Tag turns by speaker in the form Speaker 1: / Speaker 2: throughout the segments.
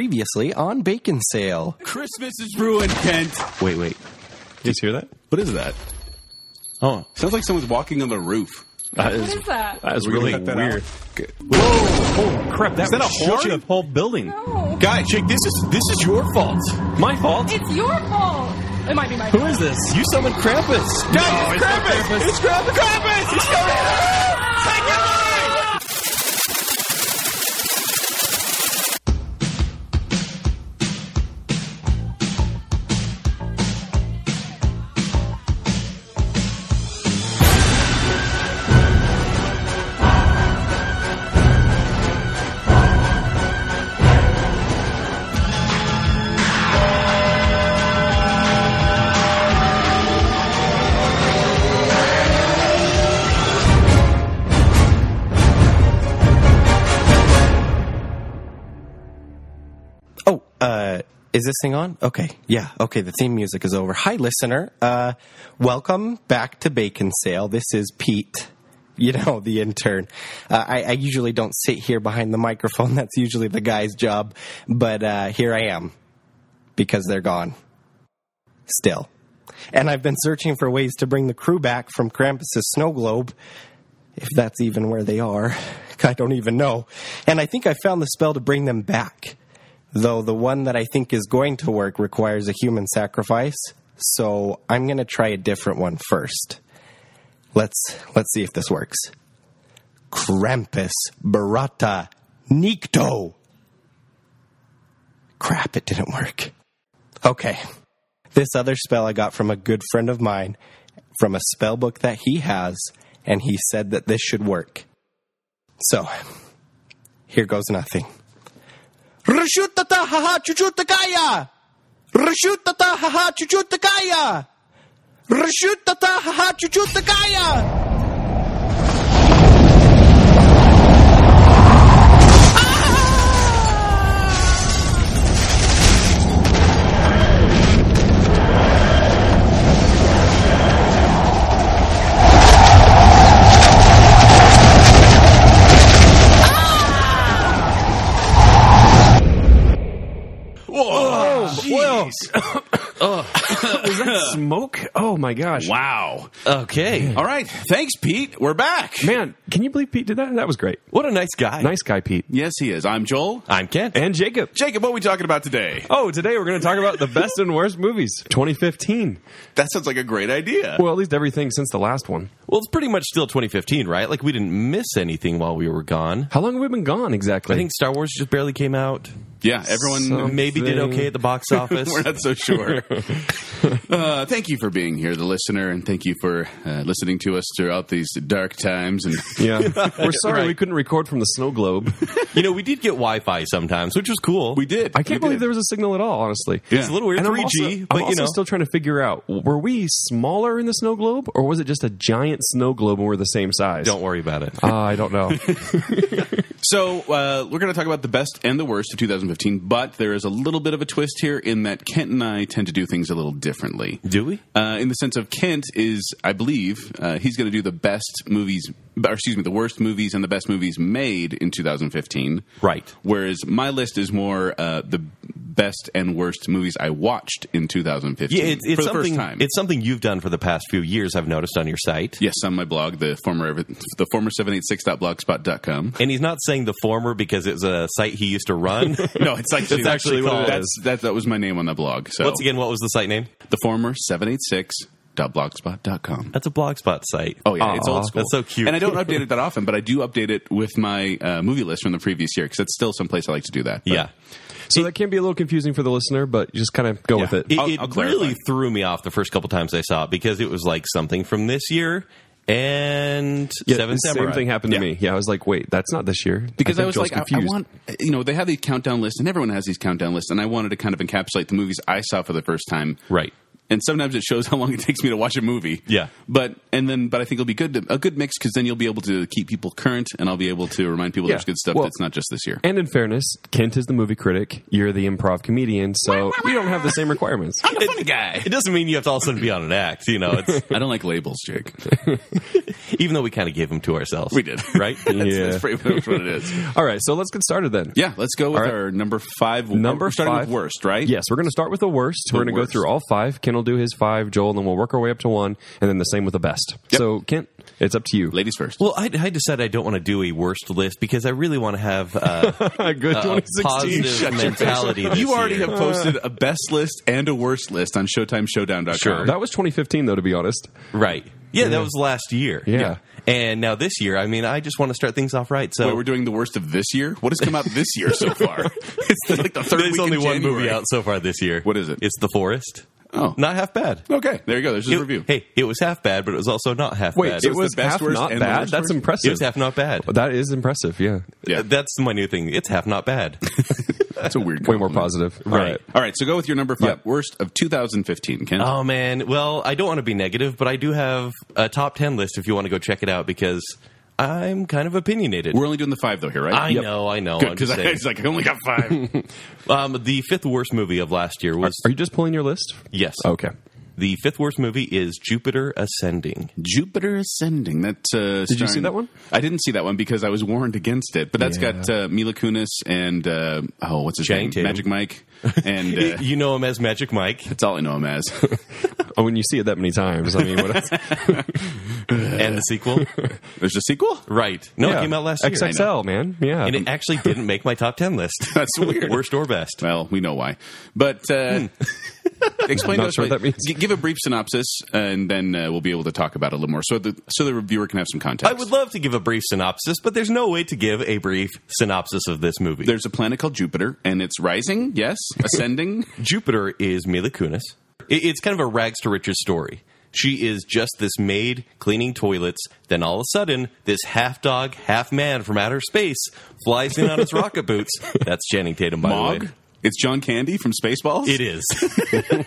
Speaker 1: Previously on Bacon Sale.
Speaker 2: Christmas is ruined, Kent.
Speaker 3: Wait, wait. Did you guys hear that?
Speaker 2: What is that?
Speaker 3: Oh,
Speaker 2: Sounds like someone's walking on the roof.
Speaker 3: that
Speaker 4: What is that?
Speaker 3: That is
Speaker 2: We're gonna
Speaker 3: really
Speaker 2: cut that
Speaker 3: weird.
Speaker 2: Whoa!
Speaker 3: Oh crap! That
Speaker 2: that
Speaker 3: was
Speaker 2: a horn?
Speaker 3: shorting the whole building.
Speaker 4: No.
Speaker 2: Guys, Jake, this is this is your fault.
Speaker 3: My fault.
Speaker 4: Oh, It's your fault. It might be my
Speaker 1: Who
Speaker 4: fault.
Speaker 1: is this? You summoned Krampus.
Speaker 2: Guys, Oh, it's Krampus! It's Krampus! Krampus! He's coming!
Speaker 1: Oh, uh, is this thing on? Okay. Yeah. Okay. The theme music is over. Hi, listener. Uh, welcome back to Bacon Sale. This is Pete. You know, the intern. Uh, I, I usually don't sit here behind the microphone. That's usually the guy's job. But uh, here I am because they're gone. Still. And I've been searching for ways to bring the crew back from Krampus's snow globe if that's even where they are. I don't even know. And I think I found the spell to bring them back. Though the one that I think is going to work requires a human sacrifice, so I'm going to try a different one first. Let's let's see if this works. Krampus Barata Nikto. Crap, it didn't work. Okay. This other spell I got from a good friend of mine from a spell book that he has, and he said that this should work. So, here goes nothing. Rashutata haha chuchutakaya! Rashutata haha chuchutakaya! Rashutata haha chuchutakaya!
Speaker 2: Whoa! Oh,
Speaker 3: Whoa. Was that smoke? Oh my gosh!
Speaker 2: Wow.
Speaker 1: Okay.
Speaker 2: All right. Thanks, Pete. We're back.
Speaker 3: Man, can you believe Pete did that? That was great.
Speaker 1: What a nice guy.
Speaker 3: Nice guy, Pete.
Speaker 2: Yes, he is. I'm Joel.
Speaker 1: I'm Ken.
Speaker 3: And Jacob.
Speaker 2: Jacob, what are we talking about today?
Speaker 3: Oh, today we're going to talk about the best and worst movies 2015.
Speaker 2: That sounds like a great idea.
Speaker 3: Well, at least everything since the last one.
Speaker 5: Well, it's pretty much still 2015, right? Like we didn't miss anything while we were gone.
Speaker 3: How long have we been gone exactly?
Speaker 5: I think Star Wars just barely came out.
Speaker 2: yeah, everyone.
Speaker 3: So-
Speaker 5: Maybe did
Speaker 3: Something.
Speaker 5: okay at the box office.
Speaker 2: We're not so sure. uh, thank you for being here, the listener, and thank you for uh, listening to us throughout these dark times. And
Speaker 3: Yeah. We're sorry
Speaker 2: Right.
Speaker 3: we couldn't record from the snow globe.
Speaker 5: you know, we did get Wi-Fi sometimes, which was cool.
Speaker 2: we did.
Speaker 3: I
Speaker 2: We
Speaker 3: can't believe
Speaker 2: did.
Speaker 3: there was a signal at all, honestly.
Speaker 2: Yeah.
Speaker 5: It's a little weird,
Speaker 3: And I'm
Speaker 5: 3G,
Speaker 3: also,
Speaker 5: but
Speaker 3: I'm
Speaker 5: you
Speaker 3: also
Speaker 5: know,
Speaker 3: still trying to figure out were we smaller in the snow globe or was it just a giant snow globe and we're the same size?
Speaker 5: don't worry about it.
Speaker 3: Uh, I don't know.
Speaker 2: So uh, we're going to talk about the best and the worst of 2015, but there is a little bit of a twist here in that Kent and I tend to do things a little differently.
Speaker 5: Do we?
Speaker 2: Uh, in the sense of Kent is, I believe, uh, he's going to do the best movies, or excuse me, the worst movies and the best movies made in 2015.
Speaker 5: Right.
Speaker 2: Whereas my list is more uh, the best and worst movies I watched in 2015
Speaker 5: Yeah, it, it's
Speaker 2: for the
Speaker 5: something.
Speaker 2: first time.
Speaker 5: It's something you've done for the past few years. I've noticed on your site.
Speaker 2: yes, on my blog, the former the former 786.blogspot.com.
Speaker 5: And he's not saying the former because it's a site he used to run.
Speaker 2: No, it's actually
Speaker 5: That's actually what it
Speaker 2: that's,
Speaker 5: is.
Speaker 2: That, that was my name on the blog. So
Speaker 5: Once again, what was the site name?
Speaker 2: the former 786.blogspot.com.
Speaker 5: That's a blogspot site.
Speaker 2: Oh yeah, it's
Speaker 3: Aw,
Speaker 2: old school.
Speaker 5: that's so cute.
Speaker 2: And I don't update it that often, but I do update it with my uh, movie list from the previous year because that's still someplace I like to do that. But-
Speaker 5: yeah.
Speaker 3: So that can be a little confusing for the listener, but just kind of go with it.
Speaker 5: It,
Speaker 2: I'll-
Speaker 5: it
Speaker 2: I'll clarify.
Speaker 5: really threw me off the first couple times I saw it because it was like something from this year and
Speaker 3: Yeah,
Speaker 5: Seven
Speaker 3: the
Speaker 5: Samurai.
Speaker 3: Same thing happened to
Speaker 2: Yeah.
Speaker 3: me. Yeah, I was like, wait, that's not this year.
Speaker 2: Because I,
Speaker 3: think
Speaker 2: was
Speaker 3: Joel's
Speaker 2: like, I, I
Speaker 3: confused.
Speaker 2: want you know they have these countdown lists, and everyone has these countdown lists, and I wanted to kind of encapsulate the movies I saw for the first time
Speaker 5: Right.
Speaker 2: and sometimes it shows how long it takes me to watch a movie.
Speaker 5: Yeah.
Speaker 2: but and then but I think it'll be good to, a good mix because then you'll be able to keep people current, and I'll be able to remind people
Speaker 3: Yeah.
Speaker 2: there's good stuff
Speaker 3: Well-
Speaker 2: that's not just this year.
Speaker 3: And in fairness, Kent is the movie critic. You're the improv comedian, so you don't have the same requirements.
Speaker 2: guy.
Speaker 5: It doesn't mean you have to all of a sudden be on an act, you know. It's,
Speaker 2: I don't like labels, Jake.
Speaker 5: even though we kind of gave them to ourselves,
Speaker 2: We did.
Speaker 5: right?
Speaker 2: That's,
Speaker 3: Yeah.
Speaker 2: that's pretty much what it is.
Speaker 3: All right, so let's get started then.
Speaker 2: Yeah, let's go with
Speaker 3: All right.
Speaker 2: our number five.
Speaker 3: Number
Speaker 2: we're starting
Speaker 3: five.
Speaker 2: with worst, right?
Speaker 3: Yes, we're going to start with the worst. we're going to go
Speaker 2: worst.
Speaker 3: through all five. Ken will do his five, Joel, and then we'll work our way up to one, and then the same with the best. So, Kent, it's up to you.
Speaker 2: ladies first.
Speaker 5: Well, I, I decided I don't want to do a worst list because I really want to have uh,
Speaker 3: Good
Speaker 5: a positive mentality. this
Speaker 2: you already
Speaker 5: year.
Speaker 2: have posted a best list and a worst list on ShowtimeShowdown.com.
Speaker 5: Sure.
Speaker 3: That was 2015, though, to be honest.
Speaker 5: right? Yeah, that was last year.
Speaker 3: Yeah.
Speaker 5: and now this year, I mean, I just want to start things off right. So
Speaker 2: Wait, we're doing the worst of this year. What has come out this year so far? it's like the third.
Speaker 5: there's
Speaker 2: week
Speaker 5: only
Speaker 2: in
Speaker 5: one
Speaker 2: January.
Speaker 5: movie out so far this year.
Speaker 2: What is it?
Speaker 5: It's The Forest.
Speaker 2: Oh,
Speaker 5: Not half bad.
Speaker 2: okay. There you go. There's a
Speaker 5: It-
Speaker 2: review.
Speaker 5: Hey, it was half bad, but it was also not half
Speaker 3: Wait,
Speaker 5: bad.
Speaker 3: it
Speaker 2: it's
Speaker 3: was
Speaker 2: the best
Speaker 3: half
Speaker 2: worst
Speaker 3: not
Speaker 2: and the
Speaker 3: bad?
Speaker 2: worst
Speaker 3: That's
Speaker 2: worst?
Speaker 3: impressive.
Speaker 5: it was half not bad.
Speaker 3: that is impressive, yeah.
Speaker 2: Yeah.
Speaker 5: That's my new thing. It's half not bad.
Speaker 2: That's a weird.
Speaker 3: Way more
Speaker 2: compliment.
Speaker 3: positive. All
Speaker 5: Right.
Speaker 2: All right, so go with your number five worst of 2015. Ken,
Speaker 5: Oh man, well, I don't want to be negative, but I do have a top 10 list if you want to go check it out because I'm kind of opinionated.
Speaker 2: we're only doing the five though here, right?
Speaker 5: I know, I know. I'm
Speaker 2: Because
Speaker 5: just
Speaker 2: I
Speaker 5: saying.
Speaker 2: it's like I only got five.
Speaker 5: Um, the fifth worst movie of last year was
Speaker 3: Are you just pulling your list?
Speaker 5: yes.
Speaker 2: Oh,
Speaker 3: Okay.
Speaker 5: The fifth worst movie is Jupiter Ascending.
Speaker 2: Jupiter Ascending. That uh,
Speaker 3: Did you see that one?
Speaker 2: I didn't see that one because I was warned against it. But that's
Speaker 3: Yeah.
Speaker 2: got uh, Mila Kunis and uh, oh, what's his
Speaker 5: Channing
Speaker 2: name?
Speaker 5: Tatum.
Speaker 2: Magic Mike. And uh,
Speaker 5: You know him as Magic Mike,
Speaker 2: that's all I know him as.
Speaker 3: Oh, when you see it that many times, I mean, what else?
Speaker 5: and the sequel,
Speaker 2: There's a sequel.
Speaker 5: right? No,
Speaker 3: Yeah.
Speaker 5: it came out last year,
Speaker 3: XXL, man. Yeah.
Speaker 5: and it actually didn't make my top ten list.
Speaker 2: That's weird.
Speaker 5: worst or best.
Speaker 2: Well, we know why. But uh, explain
Speaker 3: Not
Speaker 2: to us
Speaker 3: sure
Speaker 2: why-
Speaker 3: what that means.
Speaker 2: G- Give a brief synopsis, uh, and then uh, we'll be able to talk about it a little more, so the so the reviewer can have some context.
Speaker 5: I would love to give a brief synopsis, but there's no way to give a brief synopsis of this movie.
Speaker 2: There's a planet called Jupiter, and it's rising. Yes, ascending.
Speaker 5: Jupiter is Mila Kunis. It- It's kind of a rags to riches story. She is just this maid cleaning toilets. Then all of a sudden, this half dog, half man from outer space flies in on his rocket boots. That's Channing Tatum, by the
Speaker 2: Mog.
Speaker 5: way.
Speaker 2: It's John Candy from Spaceballs.
Speaker 5: It is.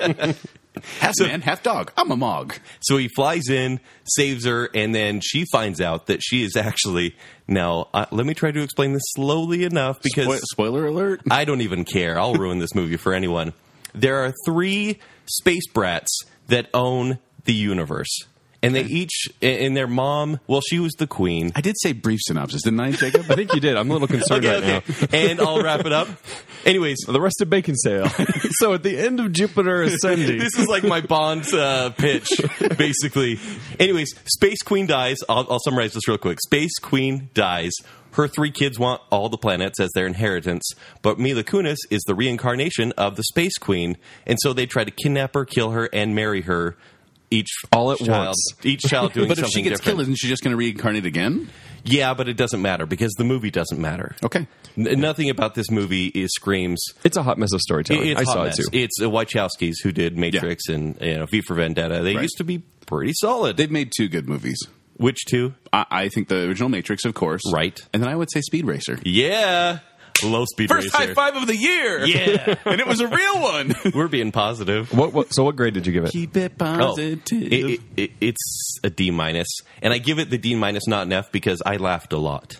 Speaker 2: half man, half dog. I'm a Mog.
Speaker 5: so he flies in, saves her, and then she finds out that she is actually. Now, uh, let me try to explain this slowly enough because.
Speaker 2: Spoil- spoiler alert.
Speaker 5: I don't even care. I'll ruin this movie for anyone. There are three space brats that own the universe. And they each, and their mom, well, she was the queen.
Speaker 2: I did say brief synopsis, didn't I, Jacob?
Speaker 3: I think you did. I'm a little concerned right now.
Speaker 5: and I'll wrap it up. Anyways,
Speaker 3: The rest of Bacon Sale. so at the end of Jupiter Ascending.
Speaker 5: this is like my Bond uh, pitch, basically. Anyways, Space Queen dies. I'll, I'll summarize this real quick. Space Queen dies. Her three kids want all the planets as their inheritance, but Mila Kunis is the reincarnation of the Space Queen, and so they try to kidnap her, kill her, and marry her. Each
Speaker 3: All at
Speaker 5: child,
Speaker 3: once.
Speaker 5: Each child doing
Speaker 2: but if she
Speaker 5: something
Speaker 2: gets
Speaker 5: different.
Speaker 2: killed, isn't she just going to reincarnate again?
Speaker 5: yeah, but it doesn't matter because the movie doesn't matter.
Speaker 2: Okay.
Speaker 5: N- nothing about this movie is screams.
Speaker 3: It's a hot mess of storytelling.
Speaker 5: It's
Speaker 3: I
Speaker 5: hot
Speaker 3: saw
Speaker 5: mess.
Speaker 3: it too.
Speaker 5: It's the Wachowskis who did Matrix and you know, V for Vendetta. They
Speaker 2: Right.
Speaker 5: used to be pretty solid.
Speaker 2: They've made two good movies.
Speaker 5: Which two?
Speaker 2: I, I think the original Matrix, of course.
Speaker 5: Right.
Speaker 2: And then I would say Speed Racer.
Speaker 5: Yeah, low speed
Speaker 2: First high
Speaker 5: racer.
Speaker 2: five of the year.
Speaker 5: Yeah,
Speaker 2: and it was a real one.
Speaker 5: we're being positive.
Speaker 3: what, what, so what grade did you give it?
Speaker 2: Keep it
Speaker 5: Oh,
Speaker 2: positive.
Speaker 5: it, it, it, it's a D minus, and I give it the D minus, not an F, because I laughed a lot.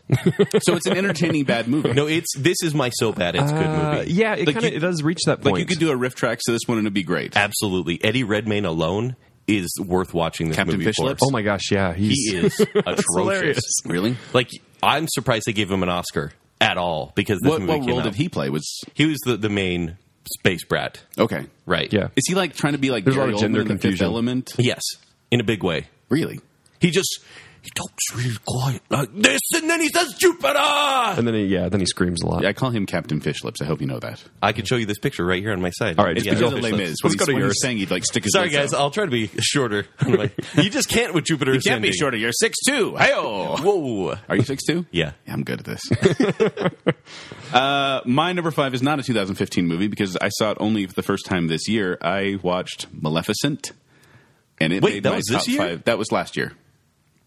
Speaker 2: so it's an entertaining bad movie.
Speaker 5: no, it's this is my so bad it's good
Speaker 3: Uh,
Speaker 5: movie.
Speaker 3: yeah, it
Speaker 2: Like
Speaker 3: kind of
Speaker 2: you-
Speaker 3: it does reach that point.
Speaker 2: Like you could do a riff track to this one and it'd be great.
Speaker 5: absolutely. Eddie Redmayne alone is worth watching this
Speaker 2: Captain
Speaker 5: movie for.
Speaker 2: Fishlips?
Speaker 3: oh my gosh, yeah, he's
Speaker 5: he is atrocious.
Speaker 3: hilarious.
Speaker 2: Really?
Speaker 5: like I'm surprised they gave him an Oscar at all because this
Speaker 2: What,
Speaker 5: movie
Speaker 2: what
Speaker 5: came
Speaker 2: role
Speaker 5: out.
Speaker 2: did he play? Was
Speaker 5: He was the, the main space brat,
Speaker 2: okay.
Speaker 5: right?
Speaker 3: Yeah.
Speaker 2: Is he like trying to be like
Speaker 3: There's a lot
Speaker 2: Gary
Speaker 3: of gender
Speaker 2: Oldman in the Fifth
Speaker 3: confusion.
Speaker 2: Element?
Speaker 5: Yes, in a big way.
Speaker 2: Really?
Speaker 5: He just he talks really quiet like this, and then he says Jupiter.
Speaker 3: and then he, yeah, then he screams a lot.
Speaker 2: I call him Captain Fishlips. I hope you know that.
Speaker 5: I could show you this picture right here on my side.
Speaker 3: All right,
Speaker 2: It's
Speaker 3: Yeah,
Speaker 2: because
Speaker 3: go
Speaker 2: of Les
Speaker 3: Fishlips.
Speaker 2: Mis.
Speaker 3: Let's
Speaker 2: When
Speaker 3: go
Speaker 2: he's-
Speaker 3: to
Speaker 2: when he's
Speaker 3: yours.
Speaker 2: saying he'd like stick his
Speaker 5: Sorry
Speaker 2: legs
Speaker 5: guys,
Speaker 2: out.
Speaker 5: I'll try to be shorter. on my- you just can't with Jupiter.
Speaker 2: You can't be
Speaker 5: Ascending.
Speaker 2: shorter. You're six two. Hey
Speaker 5: Whoa.
Speaker 2: Are you six two?
Speaker 5: Yeah.
Speaker 2: I'm good at this. uh, my number five is not a 2015 movie because I saw it only for the first time this year. I watched Maleficent, and it
Speaker 5: Wait,
Speaker 2: made
Speaker 5: that
Speaker 2: my
Speaker 5: was
Speaker 2: top
Speaker 5: this year?
Speaker 2: five. That was last year.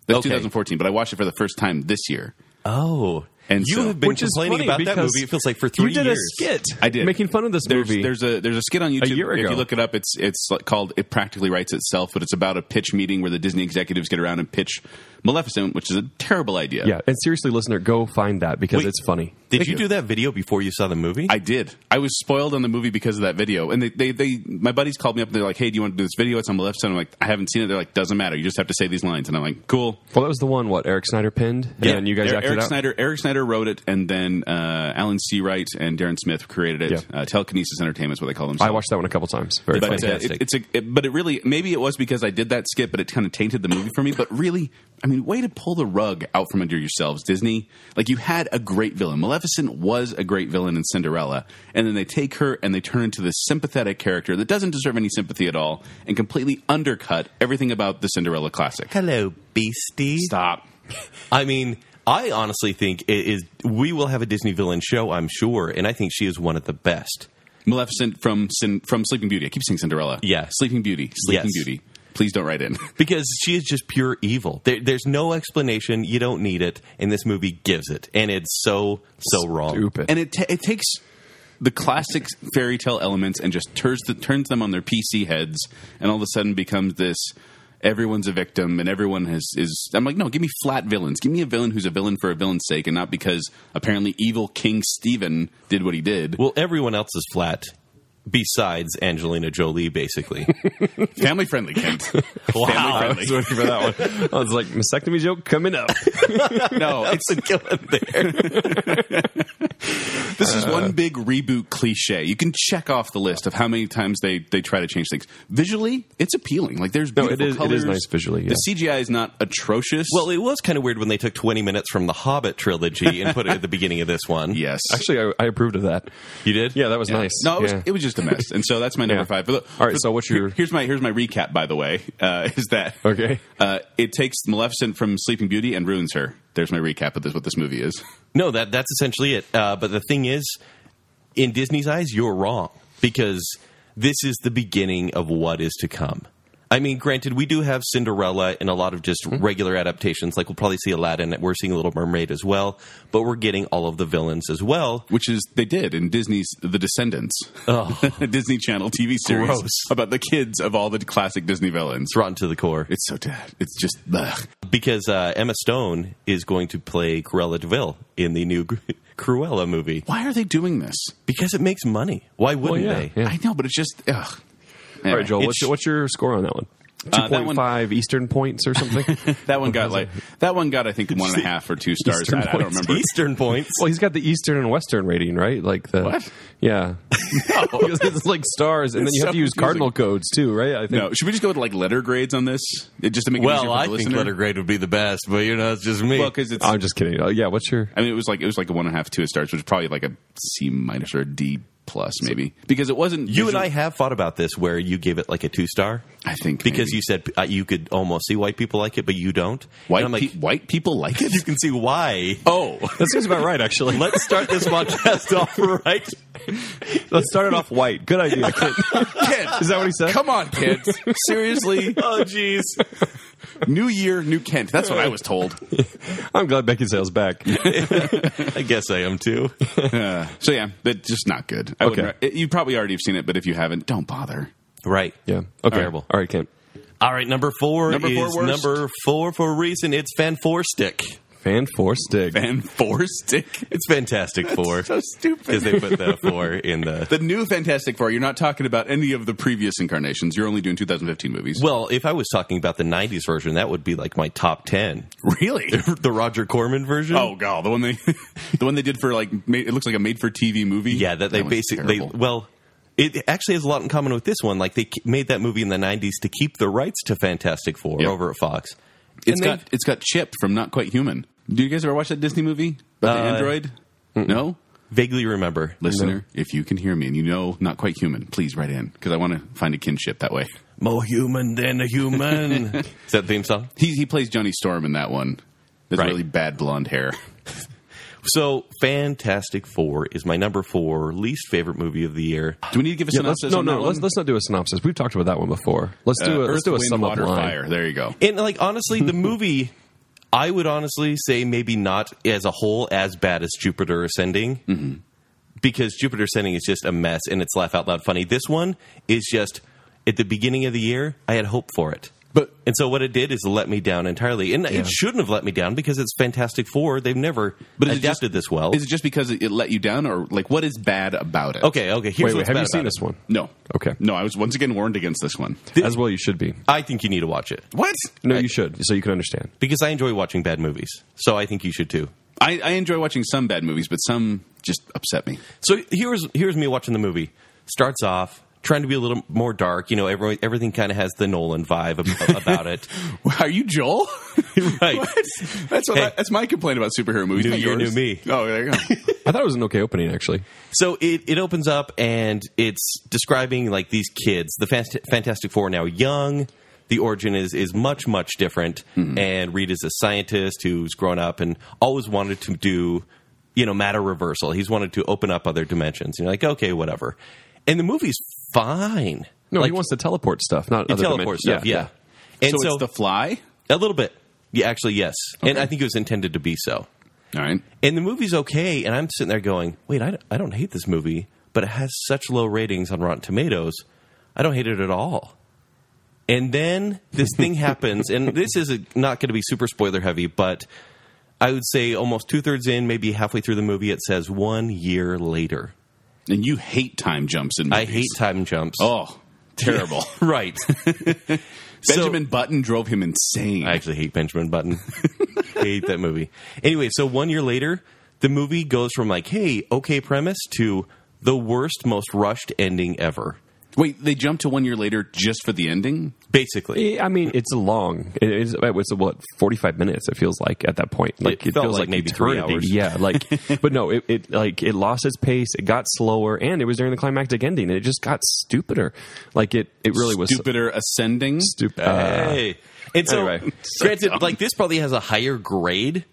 Speaker 2: That's
Speaker 5: Okay.
Speaker 2: 2014, but I watched it for the first time this year,
Speaker 5: Oh,
Speaker 2: And
Speaker 5: You
Speaker 2: so-
Speaker 5: have been
Speaker 3: Which is
Speaker 5: complaining
Speaker 3: funny
Speaker 5: about that
Speaker 3: because
Speaker 5: movie. It feels like for three
Speaker 3: you did
Speaker 5: years.
Speaker 3: a skit.
Speaker 2: I did
Speaker 3: making fun of this
Speaker 2: there's,
Speaker 3: movie.
Speaker 2: There's a there's a skit on YouTube.
Speaker 3: year
Speaker 2: If
Speaker 3: ago.
Speaker 2: you look it up, it's it's like called "It Practically Writes Itself," but it's about a pitch meeting where the Disney executives get around and pitch Maleficent, which is a terrible idea.
Speaker 3: yeah, and seriously, listener, go find that because
Speaker 5: Wait.
Speaker 3: it's funny.
Speaker 5: Did you do that video before you saw the movie?
Speaker 2: I did. I was spoiled on the movie because of that video. And they, they, they my buddies called me up and they're like, "Hey, do you want to do this video?" It's on the left side. I'm like, "I haven't seen it." They're like, "Doesn't matter. You just have to say these lines." And I'm like, "Cool."
Speaker 3: Well, that was the one what Eric Snyder pinned, and then you guys
Speaker 2: Er-
Speaker 3: acted
Speaker 2: Eric
Speaker 3: out.
Speaker 2: Snyder. Eric Snyder wrote it, and then uh, Alan C. Wright and Darren Smith created it.
Speaker 3: Yeah.
Speaker 2: Uh, Telekinesis Entertainment is what they call themselves.
Speaker 3: I watched that one a couple times. Very funny.
Speaker 2: but uh,
Speaker 5: Fantastic.
Speaker 2: it, it's a it- but it really maybe it was because I did that skit, but it kind of tainted the movie for me. But really, I mean, way to pull the rug out from under yourselves, Disney. Like you had a great villain. Maleficent was a great villain in Cinderella, and then they take her and they turn her into this sympathetic character that doesn't deserve any sympathy at all, and completely undercut everything about the Cinderella classic.
Speaker 5: Hello, beastie.
Speaker 2: Stop.
Speaker 5: I mean, I honestly think it is. We will have a Disney villain show, I'm sure, and I think she is one of the best.
Speaker 2: Maleficent from Cin- from Sleeping Beauty. I keep saying Cinderella.
Speaker 5: Yeah.
Speaker 2: Sleeping Beauty. Sleeping
Speaker 5: Yes.
Speaker 2: Beauty. Please don't write in.
Speaker 5: because she is just pure evil. There, there's no explanation. You don't need it, and this movie gives it, and it's so so wrong.
Speaker 3: Stupid.
Speaker 2: and it ta it takes the classic fairy tale elements and just turns the, turns them on their PC heads, and all of a sudden becomes this. Everyone's a victim, and everyone has is. I'm like, no, give me flat villains. Give me a villain who's a villain for a villain's sake, and not because apparently evil King Stephen did what he did.
Speaker 5: Well, everyone else is flat besides Angelina Jolie, basically.
Speaker 2: Family friendly, Kent.
Speaker 5: wow.
Speaker 3: I was waiting for that one. I was like, mastectomy joke coming up.
Speaker 2: No, it's
Speaker 5: It's a killer there.
Speaker 2: This is one big reboot cliche. You can check off the list of how many times they, they try to change things. Visually, it's appealing. Like there's
Speaker 3: it
Speaker 2: beautiful
Speaker 3: is- it
Speaker 2: colors.
Speaker 3: is nice visually, yeah.
Speaker 2: The CGI is not atrocious.
Speaker 5: Well, it was kind of weird when they took 20 minutes from the Hobbit trilogy and put it at the beginning of this one.
Speaker 2: yes,
Speaker 3: Actually, I, I approved of that.
Speaker 5: You did?
Speaker 3: Yeah, that was nice.
Speaker 2: no, it was,
Speaker 3: Yeah.
Speaker 2: it was just a mess. And so that's my number
Speaker 3: Yeah.
Speaker 2: five. But look,
Speaker 3: All right, so what's your-
Speaker 2: here's my here's my recap. By the way, uh, is that
Speaker 3: Okay.
Speaker 2: Uh, it takes Maleficent from Sleeping Beauty and ruins her. There's my recap of this. What this movie is.
Speaker 5: No, that that's essentially it. Uh, but the thing is, in Disney's eyes, you're wrong because this is the beginning of what is to come. I mean, granted, we do have Cinderella and a lot of just
Speaker 2: Mm-hmm.
Speaker 5: regular adaptations. Like we'll probably see Aladdin. We're seeing Little Mermaid as well, but we're getting all of the villains as well.
Speaker 2: which is they did in Disney's The Descendants,
Speaker 5: Oh.
Speaker 2: a Disney Channel TV series
Speaker 5: Gross.
Speaker 2: about the kids of all the classic Disney villains.
Speaker 5: It's rotten to the core
Speaker 2: It's so bad. It's just ugh.
Speaker 5: because uh, Emma Stone is going to play Cruella Deville in the new Cruella movie
Speaker 2: Why are they doing this?
Speaker 5: because it makes money. Why wouldn't
Speaker 3: yeah,
Speaker 5: they?
Speaker 3: yeah.
Speaker 2: I know, but it's just ugh.
Speaker 3: All right, Joel,
Speaker 5: It
Speaker 3: what's,
Speaker 5: sh-
Speaker 3: what's your score on that one?
Speaker 2: Uh, that one-
Speaker 3: 2.5 Eastern points or something?
Speaker 2: That one got like that one got I think one and a half or two stars.
Speaker 3: Eastern
Speaker 2: I, I don't
Speaker 3: points.
Speaker 2: remember.
Speaker 5: Eastern points.
Speaker 3: well, he's got the Eastern and Western rating, right? Like the
Speaker 2: What?
Speaker 3: Yeah. because it's like stars, and then
Speaker 2: It's
Speaker 3: you have
Speaker 2: so
Speaker 3: to use
Speaker 2: confusing.
Speaker 3: cardinal codes too, right? I think.
Speaker 2: No, should we just go to like letter grades on this? It, just to make it easier
Speaker 5: Well,
Speaker 2: for
Speaker 5: I
Speaker 2: the
Speaker 5: think
Speaker 2: listener.
Speaker 5: letter grade would be the best, but you know, it's just me.
Speaker 2: Well, because it's.
Speaker 3: I'm just kidding. Uh, yeah, what's your?
Speaker 2: I mean, it was like it was like a one and a half, two stars, which is probably like a C minus or a D plus maybe because it wasn't.
Speaker 5: you and
Speaker 2: visual-
Speaker 5: I have thought about this, where you gave it like a two star
Speaker 2: I think
Speaker 5: because
Speaker 2: maybe.
Speaker 5: you said uh, you could almost see white people like it, but you don't.
Speaker 2: white
Speaker 5: And I'm like,
Speaker 2: pe- white people like it.
Speaker 5: you can see why.
Speaker 2: Oh,
Speaker 3: That seems about right, actually.
Speaker 5: Let's start this podcast off right.
Speaker 3: Let's start it off white. Good idea, kid. Is that what he said?
Speaker 2: Come on, kids. Seriously.
Speaker 5: Oh, jeez.
Speaker 2: New year, new Kent. That's what I was told.
Speaker 3: I'm glad Becky Sale's back.
Speaker 5: I guess I am too.
Speaker 2: Uh, so, yeah, that's just not good. I
Speaker 3: Okay.
Speaker 2: okay. You probably already have seen it, but if you haven't, don't bother.
Speaker 5: Right.
Speaker 3: Yeah. Okay.
Speaker 5: Terrible.
Speaker 3: All right, Kent.
Speaker 5: All right. Number four
Speaker 2: Number four
Speaker 5: is
Speaker 2: worst.
Speaker 5: number four for a reason. It's Fan Four Stick.
Speaker 3: Fan four stick.
Speaker 2: Fan Four Stick.
Speaker 5: It's Fantastic Four
Speaker 2: So stupid.
Speaker 5: because they put the four in the
Speaker 2: the new Fantastic Four, you're not talking about any of the previous incarnations. You're only doing 2015 movies.
Speaker 5: Well, if I was talking about the '90s version, that would be like my top ten.
Speaker 2: really?
Speaker 5: The Roger Corman version.
Speaker 2: Oh god, the one they, the one they did for like, made, it looks like a made-for-TV movie.
Speaker 5: yeah, that they
Speaker 2: one's
Speaker 5: basically
Speaker 2: terrible.
Speaker 5: well, it actually has a lot in common with this one. Like they k- made that movie in the '90s to keep the rights to Fantastic Four
Speaker 2: Yep.
Speaker 5: over at Fox.
Speaker 2: It's
Speaker 5: And they-
Speaker 2: got it's got Chip from Not Quite Human. Do you guys ever watch that Disney movie? About the
Speaker 5: Uh,
Speaker 2: android? No.
Speaker 5: Vaguely remember.
Speaker 2: Listener, if you can hear me and you know not quite human, please write in because I want to find a kinship that way.
Speaker 5: More human than a human. Is that the theme song?
Speaker 2: He he plays Johnny Storm in that one. That's
Speaker 5: Right.
Speaker 2: really bad blonde hair.
Speaker 5: So, Fantastic Four is my number four least favorite movie of the year.
Speaker 2: Do we need to give a
Speaker 3: Yeah, let's,
Speaker 2: synopsis?
Speaker 3: no,
Speaker 2: on
Speaker 3: no.
Speaker 2: that
Speaker 3: Let's
Speaker 2: one?
Speaker 3: let's not do a synopsis. We've talked about that one before. Let's do
Speaker 2: Uh,
Speaker 3: a let's
Speaker 2: Earth,
Speaker 3: do a
Speaker 2: Wind,
Speaker 3: sum up
Speaker 2: water,
Speaker 3: line.
Speaker 2: fire. There you go.
Speaker 5: And like honestly, the movie I would honestly say maybe not as a whole as bad as Jupiter Ascending.
Speaker 2: Mm-hmm.
Speaker 5: Because Jupiter Ascending is just a mess and it's laugh out loud funny. This one is just at the beginning of the year, I had hope for it.
Speaker 2: But
Speaker 5: And so what it did is let me down entirely. And it shouldn't have let me down because it's Fantastic Four. They've never
Speaker 2: But is it
Speaker 5: adapted
Speaker 2: just-
Speaker 5: this well.
Speaker 2: is it just because it, it let you down, or like what is bad about it?
Speaker 5: okay, okay. Here's
Speaker 3: wait, wait,
Speaker 5: what's
Speaker 3: have
Speaker 5: bad
Speaker 3: you seen
Speaker 5: about
Speaker 3: this one?
Speaker 2: No.
Speaker 3: Okay.
Speaker 2: No, I was once again warned against this one.
Speaker 3: As well, you should be.
Speaker 5: it. I think you need to watch it
Speaker 2: What?
Speaker 3: No, you should, so you can understand.
Speaker 5: because I enjoy watching bad movies. So I think you should too.
Speaker 2: I, I enjoy watching some bad movies, but some just upset me.
Speaker 5: So here's here's me watching the movie. Starts off trying to be a little more dark. You know, every, everything kind of has the Nolan vibe ab- about it.
Speaker 2: Are you Joel?
Speaker 5: right.
Speaker 2: That's what
Speaker 5: Hey.
Speaker 2: I, that's my complaint about superhero movies.
Speaker 5: New
Speaker 2: not
Speaker 5: year,
Speaker 2: yours.
Speaker 5: new me.
Speaker 2: Oh, there you go.
Speaker 3: I thought it was an okay opening, actually.
Speaker 5: So it, it opens up and it's describing like these kids. The Fast- Fantastic Four are now young. The origin is is much much different. And Reed is a scientist who's grown up and always wanted to do you know matter reversal. He's wanted to open up other dimensions. And you're like, okay, whatever. And the movie's fine.
Speaker 3: No,
Speaker 5: like,
Speaker 3: he wants to teleport stuff, not
Speaker 5: it
Speaker 3: other
Speaker 5: teleports
Speaker 3: dimensions.
Speaker 5: stuff. Yeah. And
Speaker 2: so, it's the fly.
Speaker 5: A little bit. Yeah, actually, yes. And I think it was intended to be so.
Speaker 2: All right.
Speaker 5: And the movie's okay, and I'm sitting there going, wait, I, I don't hate this movie, but it has such low ratings on Rotten Tomatoes. I don't hate it at all. And then this thing happens, and this is a, not going to be super spoiler heavy, but I would say almost two thirds in, maybe halfway through the movie, it says one year later.
Speaker 2: And you hate time jumps in
Speaker 5: I
Speaker 2: movies.
Speaker 5: hate time jumps.
Speaker 2: Oh, terrible.
Speaker 5: right.
Speaker 2: Benjamin Button drove him insane.
Speaker 5: I actually hate Benjamin Button. I hate that movie. Anyway, so one year later, the movie goes from like, hey, okay premise to the worst, most rushed ending ever.
Speaker 2: Wait, they jumped to one year later just for the ending?
Speaker 5: Basically.
Speaker 3: Yeah, I mean, it's long. It is, it's what forty five minutes. It feels like at that point, like it,
Speaker 5: felt
Speaker 3: feels
Speaker 5: like
Speaker 3: like,
Speaker 5: maybe three
Speaker 3: eternity.
Speaker 5: hours.
Speaker 3: Yeah, like, but no, it, it like it lost its pace. It got slower, and it was during the climactic ending, and it just got stupider. Like it, it really was
Speaker 2: Stupider ascending.
Speaker 3: stupid.
Speaker 5: hey. And so,
Speaker 3: Uh, anyway.
Speaker 5: granted, like this probably has a higher grade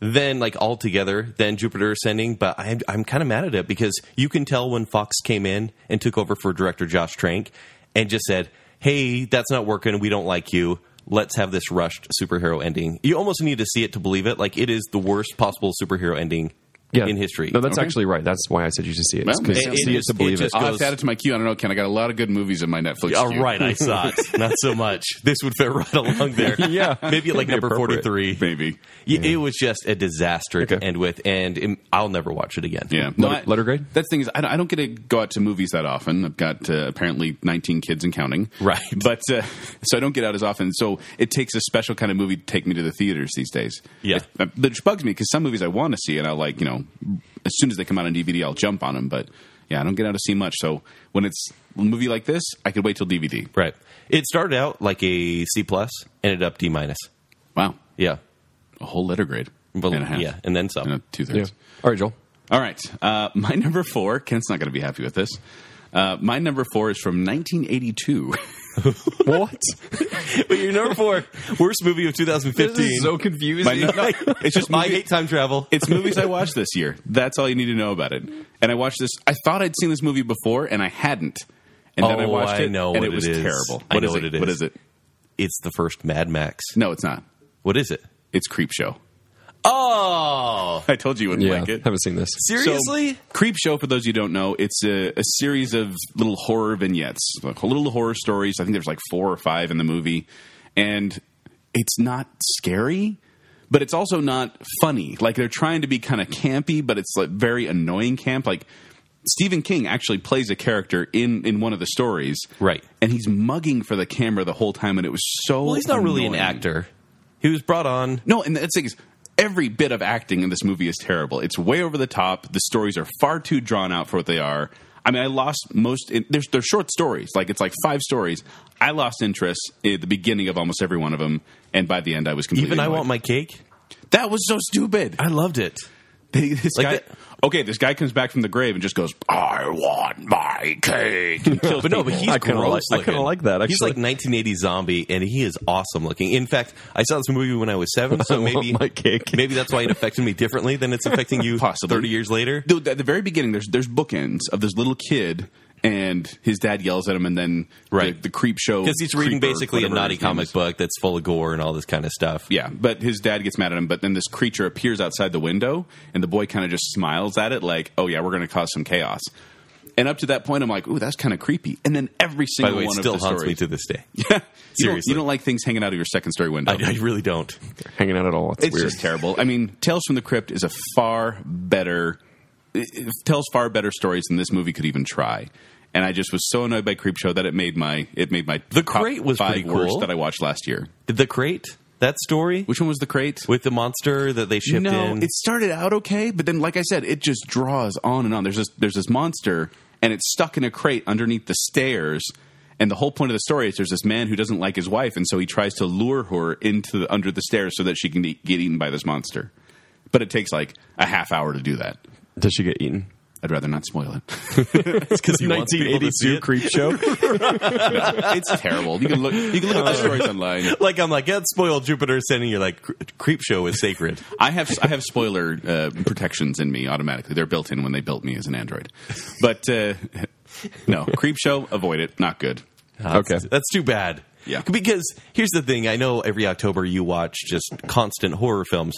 Speaker 5: than like altogether than Jupiter Ascending, but I'm I'm kind of mad at it because you can tell when Fox came in and took over for director Josh Trank and just said, "Hey, that's not working. We don't like you." Let's have this rushed superhero ending. You almost need to see it to believe it. Like it is the worst possible superhero ending
Speaker 3: yeah.
Speaker 5: in history.
Speaker 3: No, that's
Speaker 2: Okay.
Speaker 3: actually right. That's why I said you should see it.
Speaker 2: Well,
Speaker 3: It's 'cause
Speaker 2: it-
Speaker 3: you
Speaker 2: it
Speaker 3: see it
Speaker 5: just-
Speaker 3: to believe it.
Speaker 5: it just-
Speaker 2: I'll
Speaker 5: goes-
Speaker 2: have to add it to my queue. I don't know, Ken. I got a lot of good movies in my Netflix.
Speaker 5: All
Speaker 2: queue.
Speaker 5: right, I saw it. Not so much. This would fit right along there.
Speaker 3: Yeah.
Speaker 5: maybe at like
Speaker 3: Be
Speaker 5: number
Speaker 3: appropriate.
Speaker 5: forty-three.
Speaker 2: Maybe.
Speaker 5: Y It was just a disaster to
Speaker 3: Okay.
Speaker 5: end with, and it, I'll never watch it again.
Speaker 2: Yeah.
Speaker 3: Letter-
Speaker 2: I-
Speaker 3: letter grade?
Speaker 2: That's the thing is, I don't, I don't get to go out to movies that often. I've got uh, apparently 19 kids and counting.
Speaker 5: Right.
Speaker 2: But uh, so I don't get out as often. So it takes a special kind of movie to take me to the theaters these days.
Speaker 5: Yeah.
Speaker 2: It- uh, Which bugs me because some movies I want to see and I like, you know, as soon as they come out on DVD, I'll jump on them. But yeah, I don't get out to see much. So when it's a movie like this, I could wait till DVD.
Speaker 5: Right. It started out like a C plus, ended up D minus.
Speaker 2: Wow.
Speaker 5: Yeah.
Speaker 2: A whole letter grade.
Speaker 5: Well,
Speaker 2: and a half.
Speaker 5: yeah, and then some.
Speaker 2: And two thirds.
Speaker 3: Yeah. All right, Joel.
Speaker 2: All right. Uh, my number four, Ken's not going to be happy with this. Uh, my number four is from 1982.
Speaker 3: What?
Speaker 5: But your number four worst movie of 2015.
Speaker 3: confusing.
Speaker 2: My nu- no, it's just
Speaker 5: I
Speaker 2: movie-
Speaker 5: hate time travel.
Speaker 2: It's movies I watched this year. That's all you need to know about it. And I watched this. I thought I'd seen this movie before, and I hadn't. And then I
Speaker 5: Oh,
Speaker 2: watched
Speaker 5: I
Speaker 2: it,
Speaker 5: know
Speaker 2: and
Speaker 5: what
Speaker 2: it
Speaker 5: it
Speaker 2: was
Speaker 5: is.
Speaker 2: terrible.
Speaker 5: I know
Speaker 2: is
Speaker 5: what
Speaker 2: it?
Speaker 5: it
Speaker 2: What
Speaker 5: is.
Speaker 2: is it?
Speaker 5: It's the first Mad Max.
Speaker 2: No, it's not.
Speaker 5: What is it?
Speaker 2: It's Creep Show.
Speaker 5: Oh,
Speaker 2: I told you you wouldn't
Speaker 3: yeah,
Speaker 2: like it.
Speaker 3: haven't seen this.
Speaker 5: seriously?
Speaker 2: So, Creep Show, for those you don't know, it's a, a series of little horror vignettes, like little horror stories. I think there's like four or five in the movie, and it's not scary, but it's also not funny. Like they're trying to be kind of campy, but it's like very annoying camp. Like Stephen King actually plays a character in in one of the stories,
Speaker 5: Right.
Speaker 2: And he's mugging for the camera the whole time, and it was so.
Speaker 5: well, he's not really an
Speaker 2: annoying.
Speaker 5: actor. He was brought on.
Speaker 2: No, and that's the thing is, every bit of acting in this movie is terrible. It's way over the top. The stories are far too drawn out for what they are. I mean, I lost most. In, they're, they're short stories. Like it's like five stories. I lost interest at the beginning of almost every one of them, and by the end, I was completely.
Speaker 5: Even I
Speaker 2: annoyed.
Speaker 5: want my cake.
Speaker 2: That was so stupid.
Speaker 5: I loved it.
Speaker 2: They- this
Speaker 5: Like
Speaker 2: guy.
Speaker 5: that-
Speaker 2: okay, this guy comes back from the grave and just goes, "I want my cake." And kills
Speaker 5: But no, but
Speaker 2: people.
Speaker 5: he's
Speaker 3: I kinda
Speaker 5: gross.
Speaker 3: like- I kinda
Speaker 5: looking.
Speaker 3: like that,
Speaker 5: he's like
Speaker 3: actually.
Speaker 5: 1980 zombie, and he is awesome looking. In fact, I saw this movie when I was seven, so
Speaker 3: want
Speaker 5: maybe
Speaker 3: my cake.
Speaker 5: maybe that's why it affected me differently than it's affecting you.
Speaker 2: Possibly.
Speaker 5: 30 years later.
Speaker 2: Dude, at the very beginning, there's there's bookends of this little kid and his dad yells at him, and then
Speaker 5: Right.
Speaker 2: the, the creep show
Speaker 5: because he's reading
Speaker 2: creeper,
Speaker 5: basically a
Speaker 2: whatever
Speaker 5: naughty
Speaker 2: his name
Speaker 5: comic
Speaker 2: is.
Speaker 5: book that's full of gore and all this kind of stuff.
Speaker 2: Yeah, but his dad gets mad at him, but then this creature appears outside the window, and the boy kind of just smiles at it, like, "Oh yeah, we're going to cause some chaos." And up to that point, I'm like, "Ooh, that's kind of creepy." And then every
Speaker 5: By
Speaker 2: single
Speaker 5: the way, it
Speaker 2: one
Speaker 5: still
Speaker 2: of the
Speaker 5: haunts
Speaker 2: stories,
Speaker 5: me to this day.
Speaker 2: yeah, you don't,
Speaker 5: Seriously.
Speaker 2: you don't like things hanging out of your second story window.
Speaker 5: I, I really don't.
Speaker 3: hanging out at all. It's,
Speaker 2: It's
Speaker 3: weird.
Speaker 2: just terrible. I mean, Tales from the Crypt is a far better it- it tells far better stories than this movie could even try. And I just was so annoyed by Creepshow that it made my it made my
Speaker 5: The
Speaker 2: top
Speaker 5: Crate was
Speaker 2: five
Speaker 5: pretty
Speaker 2: worst
Speaker 5: cool.
Speaker 2: that I watched last year.
Speaker 5: Did the crate that story
Speaker 2: Which one was the crate?
Speaker 5: with the monster that they shipped
Speaker 2: no,
Speaker 5: in?
Speaker 2: it started out okay, but then like I said, it just draws on and on. There's this there's this monster and it's stuck in a crate underneath the stairs. And the whole point of the story is there's this man who doesn't like his wife, and so he tries to lure her into the, under the stairs so that she can be, get eaten by this monster. But it takes like a half hour to do that.
Speaker 3: Does she get eaten?
Speaker 2: I'd rather not spoil it.
Speaker 5: because
Speaker 3: creep show.
Speaker 2: it's terrible. You can look you can look up the stories online.
Speaker 5: Like I'm like, yeah, it's spoiled Jupiter sending you like "Cre- creep show is sacred.
Speaker 2: I have I have spoiler uh, protections in me automatically. They're built in when they built me as an android. But uh, no, creep show, avoid it. Not good.
Speaker 3: okay.
Speaker 5: Ah, That's- That's too bad.
Speaker 2: Yeah.
Speaker 5: Because here's the thing I know every October you watch just constant horror films.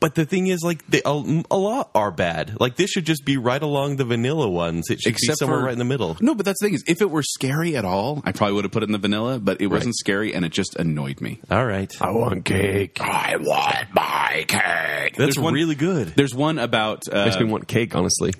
Speaker 5: But the thing is, like, they, a, a lot are bad. Like, this should just be right along the vanilla ones. It should be
Speaker 2: Except
Speaker 5: somewhere
Speaker 2: for-
Speaker 5: right in the middle.
Speaker 2: No, but that's the thing is, if it were scary at all, I probably would have put it in the vanilla. But it wasn't scary, and it just annoyed me.
Speaker 5: All right.
Speaker 3: I want cake.
Speaker 2: I want my cake.
Speaker 5: That's
Speaker 2: there's one,
Speaker 5: really good.
Speaker 2: There's one about uh,
Speaker 3: Makes me want cake, honestly.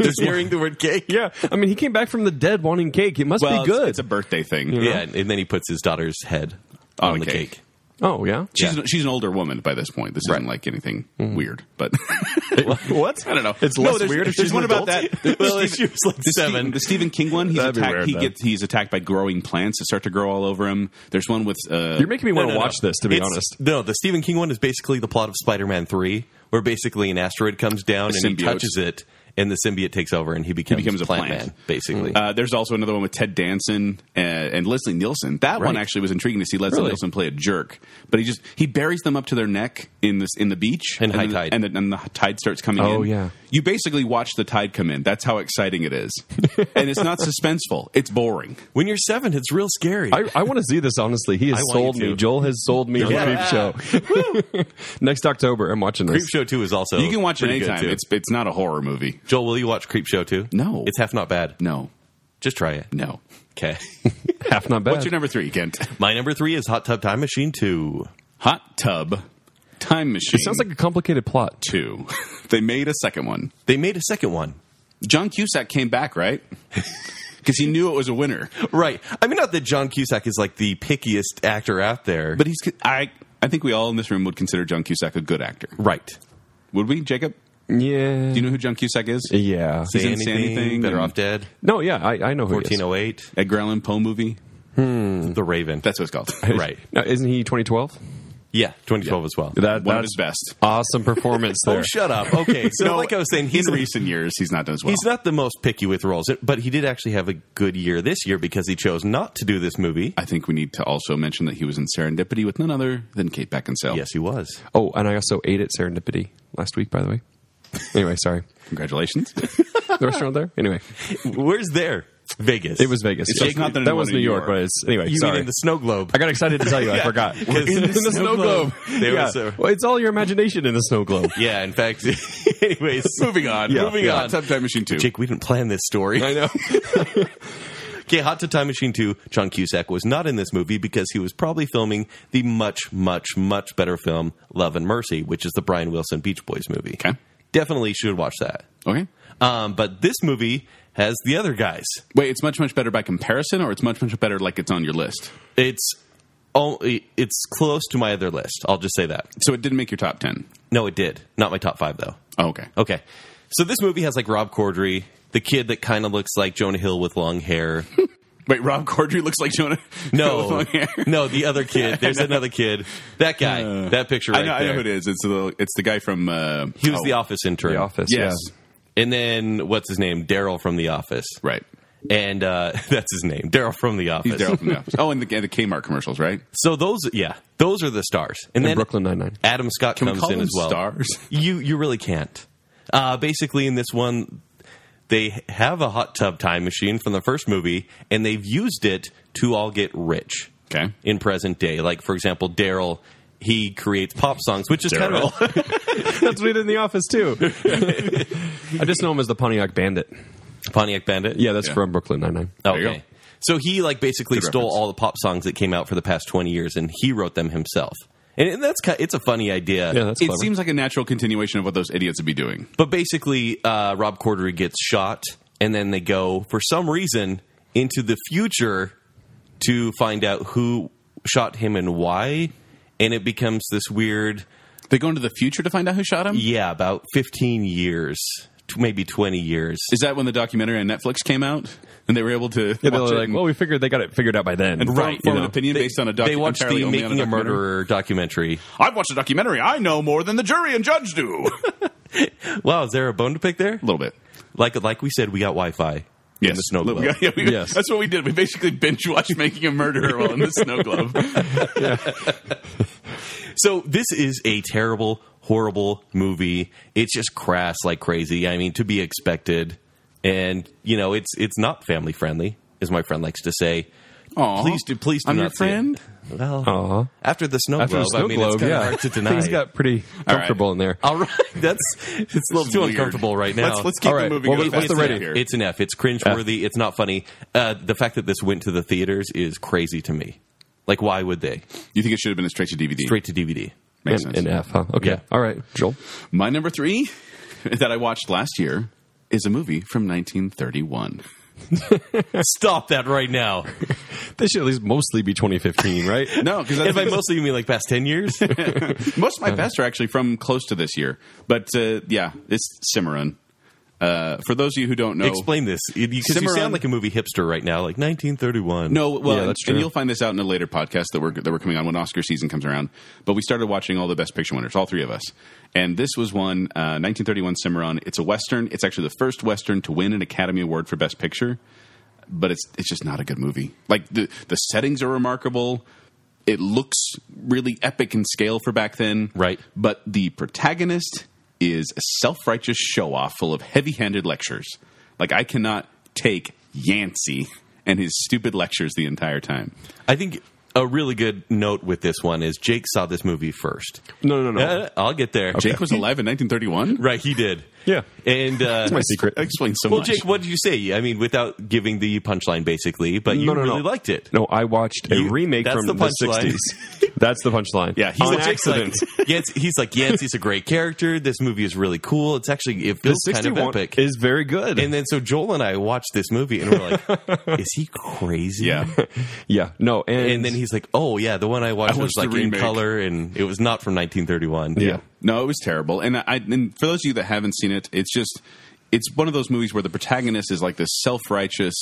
Speaker 5: Just hearing the word cake.
Speaker 3: yeah, I mean, he came back from the dead wanting cake. It must
Speaker 2: well,
Speaker 3: be
Speaker 2: it's-
Speaker 3: good.
Speaker 2: It's, a birthday thing.
Speaker 5: Yeah, and, and then he puts his daughter's head on,
Speaker 2: On
Speaker 5: the
Speaker 2: cake.
Speaker 5: cake.
Speaker 3: oh yeah,
Speaker 2: She's, she's an older woman by this point. This isn't like anything
Speaker 5: Mm-hmm.
Speaker 2: weird, but
Speaker 3: what?
Speaker 2: I don't know.
Speaker 3: It's
Speaker 2: no,
Speaker 3: less
Speaker 2: there's,
Speaker 3: weird if
Speaker 2: There's
Speaker 3: she's
Speaker 2: one
Speaker 3: an
Speaker 2: about
Speaker 3: adult.
Speaker 2: that.
Speaker 5: Well,
Speaker 2: The
Speaker 5: if she was like
Speaker 2: the
Speaker 5: seven.
Speaker 2: Stephen, the Stephen King one. He's
Speaker 3: That'd be
Speaker 2: attacked.
Speaker 3: weird,
Speaker 2: he
Speaker 3: though.
Speaker 2: gets he's attacked by growing plants that start to grow all over him. There's one with uh,
Speaker 3: You're making me want
Speaker 5: No,
Speaker 3: to
Speaker 5: no,
Speaker 3: watch
Speaker 5: no.
Speaker 3: this, to be
Speaker 5: It's-
Speaker 3: honest.
Speaker 5: No, the Stephen King one is basically the plot of Spider-Man Three, where basically an asteroid comes down and he
Speaker 2: symbiote.
Speaker 5: touches it, and the symbiote takes over, and he becomes,
Speaker 2: becomes a
Speaker 5: Plant,
Speaker 2: plant.
Speaker 5: Man, basically.
Speaker 2: Uh, there's also another one with Ted Danson and, and Leslie Nielsen. That one
Speaker 5: Right.
Speaker 2: actually was intriguing to see Leslie
Speaker 5: Really?
Speaker 2: Nielsen play a jerk, but he just he buries them up to their neck in this in the beach
Speaker 5: In high
Speaker 2: then-
Speaker 5: tide.
Speaker 2: and, then and the tide starts coming.
Speaker 3: Oh,
Speaker 2: in.
Speaker 3: yeah.
Speaker 2: you basically watch the tide come in. That's how exciting it is, and it's not suspenseful. It's boring.
Speaker 5: when you're seven, it's real scary.
Speaker 3: I, I want to see this honestly. He has
Speaker 5: want
Speaker 3: sold
Speaker 5: you to.
Speaker 3: me. Joel has sold me
Speaker 5: Yeah.
Speaker 3: on Creep Show. Next October, I'm watching this.
Speaker 5: Creep Show Two is also
Speaker 2: you can watch it
Speaker 5: Oh, pretty good,
Speaker 2: anytime.
Speaker 5: too.
Speaker 2: It's it's not a horror movie.
Speaker 5: Joel, will you watch Creep Show Two?
Speaker 2: No.
Speaker 5: it's half not bad.
Speaker 2: No,
Speaker 5: Just try it.
Speaker 2: no.
Speaker 5: Okay.
Speaker 3: Half not bad.
Speaker 2: What's your number three, Kent?
Speaker 5: My number three is Hot Tub Time Machine Two.
Speaker 2: Hot tub, time machine.
Speaker 3: It sounds like a complicated plot.
Speaker 2: two. they made a second one.
Speaker 5: They made a second one.
Speaker 2: John Cusack came back, right? Because he knew it was a winner.
Speaker 5: Right. I mean, not that John Cusack is like the pickiest actor out there,
Speaker 2: But he's I I think we all in this room would consider John Cusack a good actor.
Speaker 5: right.
Speaker 2: Would we, Jacob?
Speaker 3: Yeah.
Speaker 2: Do you know who John Cusack is?
Speaker 5: Uh,
Speaker 3: yeah.
Speaker 2: He's
Speaker 5: Say
Speaker 2: in Say
Speaker 5: anything,
Speaker 2: Anything
Speaker 5: Better
Speaker 2: and-
Speaker 5: Off Dead,
Speaker 3: No, yeah, I, I know who he is.
Speaker 5: 1408,
Speaker 2: Edgar Allan Poe movie.
Speaker 5: The Raven.
Speaker 2: Mm. That's what it's called.
Speaker 5: right.
Speaker 3: No, isn't he 2012?
Speaker 5: Yeah, 2012 as well.
Speaker 3: That,
Speaker 2: One of his best.
Speaker 3: awesome performance
Speaker 5: Oh,
Speaker 3: there.
Speaker 5: shut up. Okay, so
Speaker 2: No,
Speaker 5: like I was saying, he's
Speaker 2: in recent years, he's not done as well.
Speaker 5: he's not the most picky with roles, but he did actually have a good year this year because he chose not to do this movie.
Speaker 2: I think we need to also mention that he was in Serendipity with none other than Kate Beckinsale.
Speaker 5: Yes, he was.
Speaker 3: Oh, and I also ate at Serendipity last week, by the way. Anyway, sorry.
Speaker 2: Congratulations.
Speaker 3: The restaurant there? Anyway,
Speaker 5: Where's there? Vegas.
Speaker 3: it was Vegas.
Speaker 2: It's just not that I
Speaker 3: that was
Speaker 2: wanted
Speaker 3: New York,
Speaker 2: York.
Speaker 3: but it's anyway.
Speaker 5: You mean
Speaker 3: sorry,
Speaker 5: in the snow globe?
Speaker 3: I got excited to tell you. I
Speaker 5: Yeah.
Speaker 3: forgot.
Speaker 5: We're in the snow globe. There
Speaker 3: Yeah.
Speaker 5: was a-
Speaker 3: well, it's all your imagination in the snow globe.
Speaker 5: Yeah, in fact. anyways,
Speaker 2: Moving on.
Speaker 5: Yeah.
Speaker 2: Moving
Speaker 5: Yeah.
Speaker 2: on. Tub Time Machine 2.
Speaker 5: Jake, we didn't plan this story.
Speaker 3: I know.
Speaker 5: Okay, Hot to Time Machine 2, John Cusack was not in this movie because he was probably filming the much, much, much better film Love and Mercy, which is the Brian Wilson Beach Boys movie.
Speaker 2: Okay.
Speaker 5: Definitely should watch that.
Speaker 2: Okay.
Speaker 5: Um, but this movie has the other guys.
Speaker 2: Wait, it's much, much better by comparison, or it's much, much better like it's on your list?
Speaker 5: It's oh, it's close to my other list. I'll just say that.
Speaker 2: So it didn't make your top 10.
Speaker 5: No, it did. Not my top five, though.
Speaker 2: Oh, okay.
Speaker 5: Okay. So this movie has like Rob Corddry, the kid that kind of looks like Jonah Hill with long hair.
Speaker 2: Wait, Rob Corddry looks like Jonah. with
Speaker 5: No,
Speaker 2: long hair. Uh,
Speaker 5: no, the other kid. There's another kid. That guy. that picture right
Speaker 2: I know, I
Speaker 5: there.
Speaker 2: know who it is. It's the it's the guy from. Uh,
Speaker 5: He was
Speaker 2: oh,
Speaker 5: the office intern.
Speaker 3: The office.
Speaker 2: Yes,
Speaker 5: And then what's his name? Daryl from the office.
Speaker 2: right.
Speaker 5: And uh, that's his name. Daryl from the office.
Speaker 2: He's Daryl from the office. Oh, and the, and the Kmart commercials, right?
Speaker 5: So those yeah, those are the stars. And,
Speaker 3: Yeah.
Speaker 5: then
Speaker 3: In Brooklyn Nine Nine.
Speaker 5: Adam Scott
Speaker 2: Can we
Speaker 5: comes
Speaker 2: call
Speaker 5: in
Speaker 2: them
Speaker 5: as well.
Speaker 2: stars?
Speaker 5: You you really can't. Uh, basically in this one they have a hot tub time machine from the first movie, and they've used it to all get rich.
Speaker 2: Okay.
Speaker 5: In present day, like for example, Daryl, he creates pop songs, which is kind of
Speaker 3: That's what he did in the office too. I just know him as the Pontiac Bandit.
Speaker 5: Pontiac Bandit.
Speaker 3: Yeah, that's
Speaker 2: Yeah.
Speaker 3: from Brooklyn Nine Nine.
Speaker 2: you go.
Speaker 5: Okay. So he like basically
Speaker 2: Good
Speaker 5: stole
Speaker 2: reference.
Speaker 5: all the pop songs that came out for the past twenty years, and he wrote them himself. And and that's ki- it's a funny idea.
Speaker 3: Yeah, that's
Speaker 2: it
Speaker 3: clever.
Speaker 2: seems like a natural continuation of what those idiots would be doing.
Speaker 5: But basically, uh, Rob Corddry gets shot, and then they go for some reason into the future to find out who shot him and why. And it becomes this weird,
Speaker 2: They go into the future to find out who shot him.
Speaker 5: yeah, about fifteen years, t- maybe twenty years.
Speaker 2: Is that when the documentary on Netflix came out and they were able to?
Speaker 3: Yeah, they
Speaker 2: watch
Speaker 3: were
Speaker 2: it
Speaker 3: like,
Speaker 2: and-
Speaker 3: well, we figured they got it figured out by then.
Speaker 2: and form-
Speaker 5: right, you
Speaker 2: form an
Speaker 3: know.
Speaker 2: opinion based on a doc-
Speaker 5: they watched
Speaker 2: entirely
Speaker 5: the
Speaker 2: only on
Speaker 5: Making a,
Speaker 2: documentary?
Speaker 5: Murderer documentary.
Speaker 2: I've watched a documentary. I know more than the jury and judge do. a
Speaker 5: Wow, is there a bone to pick there?
Speaker 2: little bit.
Speaker 5: Like like we said, we got Wi-Fi.
Speaker 2: Yes,
Speaker 5: in the snow
Speaker 2: Little-
Speaker 5: globe.
Speaker 2: Yeah, we-
Speaker 3: Yes.
Speaker 2: that's what we did. We basically binge watched Making a Murderer while in the snow globe.
Speaker 5: So this is a terrible, horrible movie. It's just crass like crazy. I mean, to be expected. And you know, it's it's not family friendly, as my friend likes to say.
Speaker 2: Aw.
Speaker 5: Please do, please do
Speaker 2: Uh-huh. I'm
Speaker 5: not
Speaker 2: your
Speaker 5: see it.
Speaker 2: friend?
Speaker 5: Well,
Speaker 3: Aw.
Speaker 5: after the snow
Speaker 3: Uh-huh. After the
Speaker 5: globe,
Speaker 3: snow
Speaker 5: I mean,
Speaker 3: globe,
Speaker 5: it's kind
Speaker 3: yeah,
Speaker 5: of hard to deny.
Speaker 3: things got pretty comfortable in there.
Speaker 5: All right, that's it's a little too
Speaker 2: weird.
Speaker 5: uncomfortable right now.
Speaker 2: Let's, let's keep
Speaker 3: All right.
Speaker 2: the movie
Speaker 3: Well,
Speaker 2: going.
Speaker 3: what's the
Speaker 2: It's an
Speaker 3: rating?
Speaker 2: F here.
Speaker 5: It's an F. It's cringeworthy. It's not funny. Uh, the fact that this went to the theaters is crazy to me. Like, why would they?
Speaker 2: you think it should have been a straight to DVD?
Speaker 5: Straight to DVD.
Speaker 2: Makes
Speaker 3: and,
Speaker 2: sense.
Speaker 3: and F, huh? Okay,
Speaker 5: Yeah.
Speaker 3: all right, Joel.
Speaker 2: My number three that I watched last year is a movie from 1931.
Speaker 5: Stop that right now.
Speaker 3: This should at least mostly be 2015, right?
Speaker 2: No, because
Speaker 5: And by mostly you mean like past ten years?
Speaker 2: Most of my best are actually from close to this year, but uh, yeah, it's Cimarron. Uh, for those of you who don't know,
Speaker 5: Explain this because you
Speaker 2: Cimarron-
Speaker 5: sound like a movie hipster right now, like 1931.
Speaker 2: No, well,
Speaker 3: Yeah,
Speaker 2: and-
Speaker 3: that's
Speaker 2: and,
Speaker 3: true.
Speaker 2: you'll find this out in a later podcast that we're that we're coming on when Oscar season comes around. But we started watching all the Best Picture winners, all three of us, and this was one uh, 1931 Cimarron. It's a western. It's actually the first western to win an Academy Award for Best Picture, but it's it's just not a good movie. Like the the settings are remarkable. It looks really epic in scale for back then,
Speaker 5: Right.
Speaker 2: But the protagonist is a self righteous show off full of heavy handed lectures. Like I cannot take Yancey and his stupid lectures the entire time.
Speaker 5: I think a really good note with this one is Jake saw this movie first.
Speaker 3: no, no, no.
Speaker 5: Uh, I'll get there.
Speaker 2: Jake was alive in 1931.
Speaker 5: right? He did.
Speaker 3: Yeah.
Speaker 5: and uh,
Speaker 3: my secret.
Speaker 2: That explains so
Speaker 5: well,
Speaker 2: much.
Speaker 5: Jake, what did you say? I mean, without giving the punchline, basically, but you
Speaker 3: no, no,
Speaker 5: really
Speaker 3: no.
Speaker 5: liked it.
Speaker 3: No, I watched a
Speaker 5: You-
Speaker 3: remake
Speaker 5: that's
Speaker 3: from
Speaker 5: the
Speaker 3: the,
Speaker 5: punchline.
Speaker 3: 60s. That's the punchline.
Speaker 2: Yeah, he's
Speaker 3: on
Speaker 2: a-
Speaker 5: Jake's
Speaker 3: accident.
Speaker 5: Like, Yancey- he's like Yancey's a great character. This movie is really cool. It's actually it
Speaker 3: the
Speaker 5: feels kind
Speaker 3: 61
Speaker 5: of epic.
Speaker 3: is very good.
Speaker 5: and then so Joel and I watched this movie and we're like, is he crazy?
Speaker 2: Yeah.
Speaker 3: yeah, no, and,
Speaker 5: And then he's like, "Oh yeah, the one I watched,
Speaker 2: I watched
Speaker 5: was
Speaker 2: the
Speaker 5: like in
Speaker 2: remake.
Speaker 5: color, and it was not from 1931."
Speaker 3: Yeah.
Speaker 2: No, it was terrible. And I and for those of you that haven't seen it, it's just it's one of those movies where the protagonist is like this self-righteous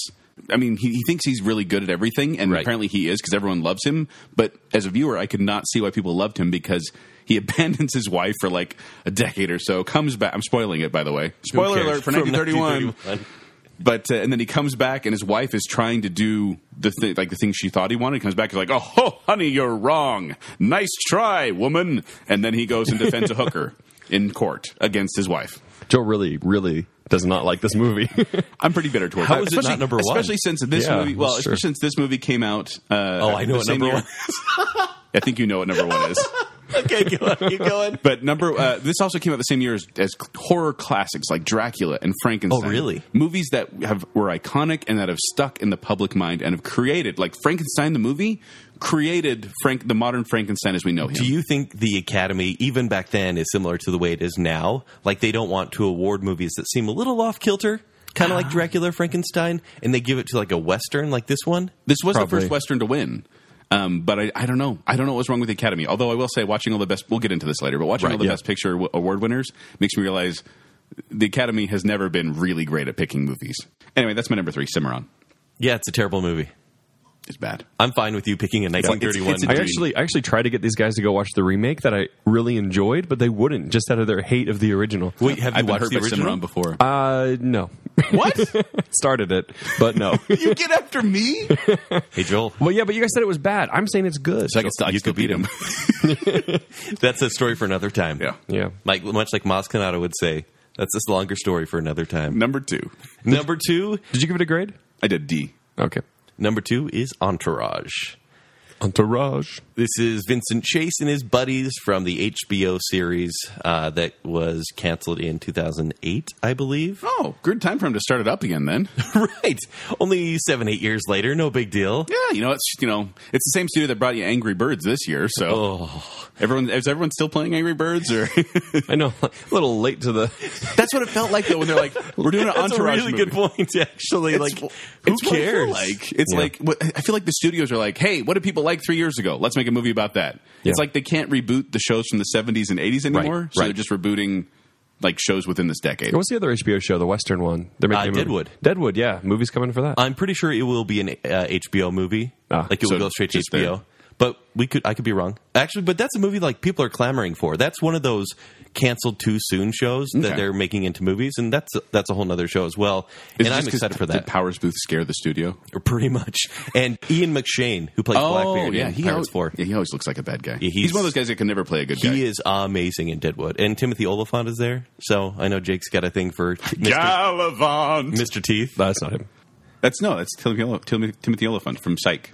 Speaker 2: I mean, he, he thinks he's really good at everything, and
Speaker 5: Right.
Speaker 2: apparently he is because everyone loves him. But as a viewer, I could not see why people loved him because he abandons his wife for like a decade or so. Comes back. I'm spoiling it, by the way.
Speaker 5: Who
Speaker 2: Spoiler
Speaker 5: cares?
Speaker 2: alert for
Speaker 5: From
Speaker 2: 1931.
Speaker 5: 1931.
Speaker 2: But uh, and then he comes back, and his wife is trying to do the thi- like the thing she thought he wanted. Comes back, he's like, "Oh, ho, honey, you're wrong. Nice try, woman." And then he goes and defends a hooker in court against his wife.
Speaker 3: Joe really, really does not like this movie.
Speaker 2: I'm pretty bitter towards
Speaker 5: How
Speaker 2: that.
Speaker 5: is it not
Speaker 2: Especially-
Speaker 5: number one?
Speaker 2: Especially since this
Speaker 3: Yeah,
Speaker 2: movie, well,
Speaker 3: that's true.
Speaker 2: especially since this movie came out. Uh,
Speaker 5: Oh, I know
Speaker 2: the
Speaker 5: what
Speaker 2: same
Speaker 5: number
Speaker 2: year.
Speaker 5: one
Speaker 2: I think you know what number one is.
Speaker 5: okay, go on, keep going.
Speaker 2: But number uh, this also came out the same year as, as horror classics like Dracula and Frankenstein.
Speaker 5: Oh, really?
Speaker 2: Movies that have were iconic and that have stuck in the public mind and have created like Frankenstein the movie created Frank the modern Frankenstein as we know him.
Speaker 5: Do you think the Academy, even back then, is similar to the way it is now? Like they don't want to award movies that seem a little off kilter, kind of like Dracula, Frankenstein, and they give it to like a western, like this one.
Speaker 2: this was the
Speaker 3: Probably.
Speaker 2: first Western to win. Um, but I, I don't know. I don't know what's wrong with the Academy. Although I will say, watching all the best, we'll get into this later, but watching
Speaker 5: Right,
Speaker 2: all the
Speaker 5: yeah.
Speaker 2: Best Picture w- award winners makes me realize the Academy has never been really great at picking movies. Anyway, that's my number three. Cimarron
Speaker 5: Yeah, it's a terrible movie.
Speaker 2: is bad.
Speaker 5: I'm fine with you picking a 1931.
Speaker 2: it's a
Speaker 3: I
Speaker 2: Indeed.
Speaker 3: actually, I actually tried to get these guys to go watch the remake that I really enjoyed, but they wouldn't just out of their hate of the original.
Speaker 5: Wait, have you
Speaker 2: I've been
Speaker 5: watched
Speaker 2: hurt
Speaker 5: the
Speaker 2: by Cimarron
Speaker 5: original?
Speaker 2: before.
Speaker 3: Uh, no. What? Started it, but no.
Speaker 2: you get after me?
Speaker 5: Hey Joel,
Speaker 3: well, yeah, but you guys said it was bad. I'm saying it's good.
Speaker 2: So I guess I
Speaker 5: You
Speaker 2: still
Speaker 5: could beat
Speaker 2: beat him.
Speaker 5: that's a story for another time.
Speaker 2: yeah.
Speaker 3: yeah.
Speaker 5: like much like Moscanato would say, That's this longer story for another time.
Speaker 2: Number two,
Speaker 5: Number two,
Speaker 3: Did you give it a grade?
Speaker 2: I did D.
Speaker 3: Okay.
Speaker 5: number two is Entourage.
Speaker 3: Entourage.
Speaker 5: This is Vincent Chase and his buddies from the HBO series uh, that was canceled in 2008, I believe.
Speaker 2: Oh, good time for him to start it up again then.
Speaker 5: right. Only seven, eight years later. No big deal.
Speaker 2: Yeah, you know it's you know it's the same studio that brought you Angry Birds this year. So everyone is everyone still playing Angry Birds or
Speaker 3: I know. A little late to the.
Speaker 2: that's what it felt like though when they're like we're doing an
Speaker 5: That's a
Speaker 2: entourage
Speaker 5: really
Speaker 2: movie.
Speaker 5: good point, actually.
Speaker 2: It's-
Speaker 5: like, who
Speaker 2: it's what I feel
Speaker 5: cares?
Speaker 2: Like it's
Speaker 5: Yeah.
Speaker 2: like what- I feel like the studios are like, hey, what did people like three years ago? Let's make a movie about that.
Speaker 3: Yeah.
Speaker 2: It's like they can't reboot the shows from the '70s and '80s anymore, so
Speaker 5: right.
Speaker 2: they're just rebooting like shows within this decade.
Speaker 3: What's the other HBO show? The Western one. They're making
Speaker 5: Uh,
Speaker 3: a movie.
Speaker 5: Deadwood.
Speaker 3: Deadwood. Yeah, movies coming for
Speaker 2: Uh,
Speaker 3: that.
Speaker 5: I'm pretty sure it will be an uh, HBO movie.
Speaker 3: Ah,
Speaker 5: like it will
Speaker 2: so
Speaker 5: go straight to
Speaker 2: just
Speaker 5: HBO.
Speaker 2: there.
Speaker 5: But we could I could be wrong. Actually, but that's a movie like people are clamoring for. That's one of those canceled too soon shows that
Speaker 2: Okay.
Speaker 5: they're making into movies and that's that's a whole nother show as well.
Speaker 2: Is it
Speaker 5: and
Speaker 2: just
Speaker 5: I'm
Speaker 2: 'cause
Speaker 5: excited for
Speaker 2: did
Speaker 5: that.
Speaker 2: Powers Booth scare the studio.
Speaker 5: pretty much. And Ian McShane who plays Blackbeard in
Speaker 2: he
Speaker 5: Pirates
Speaker 2: always,
Speaker 5: 4.
Speaker 2: Oh, yeah, he always looks like a bad guy.
Speaker 5: he's-
Speaker 2: he's, one of those guys that can never play a good guy.
Speaker 5: He is amazing in Deadwood. And Timothy Oliphant is there. So I know Jake's got a thing for Mr.
Speaker 2: Gallivant.
Speaker 5: Mr. Teeth.
Speaker 3: That's not him.
Speaker 2: That's no, that's Timothy, Olif- Tim- Timothy Oliphant from Psych.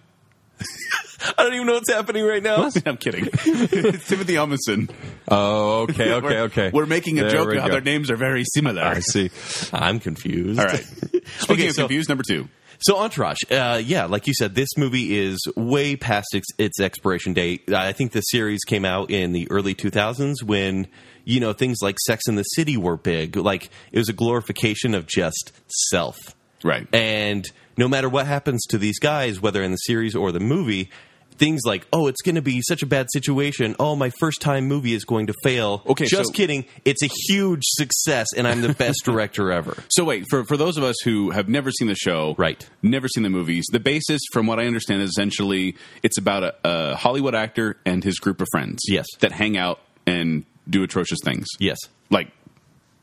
Speaker 5: I don't even know what's happening right now.
Speaker 2: I'm kidding. it's Timothy Elmison.
Speaker 3: Oh, okay,
Speaker 2: We're- We're making a
Speaker 3: There
Speaker 2: joke
Speaker 3: we
Speaker 2: how
Speaker 3: go.
Speaker 2: their names are very similar.
Speaker 3: I see.
Speaker 5: I'm confused.
Speaker 2: All right. Speaking
Speaker 5: Okay,
Speaker 2: of
Speaker 5: so-
Speaker 2: confused, number two.
Speaker 5: So Entourage, uh, yeah, like you said, this movie is way past its, its expiration date. I think the series came out in the early 2000s when you know things like Sex and the City were big. Like it was a glorification of just self,
Speaker 2: Right.
Speaker 5: and no matter what happens to these guys, whether in the series or the movie. Things like, oh, it's going to be such a bad situation. Oh, my first time movie is going to fail.
Speaker 2: Okay,
Speaker 5: just
Speaker 2: so-
Speaker 5: kidding. It's a huge success, and I'm the best director ever.
Speaker 2: So wait, for for those of us who have never seen the show,
Speaker 5: Right.
Speaker 2: Never seen the movies. The basis, from what I understand, is essentially it's about a, a Hollywood actor and his group of friends,
Speaker 5: Yes.
Speaker 2: that hang out and do atrocious things,
Speaker 5: Yes.
Speaker 2: like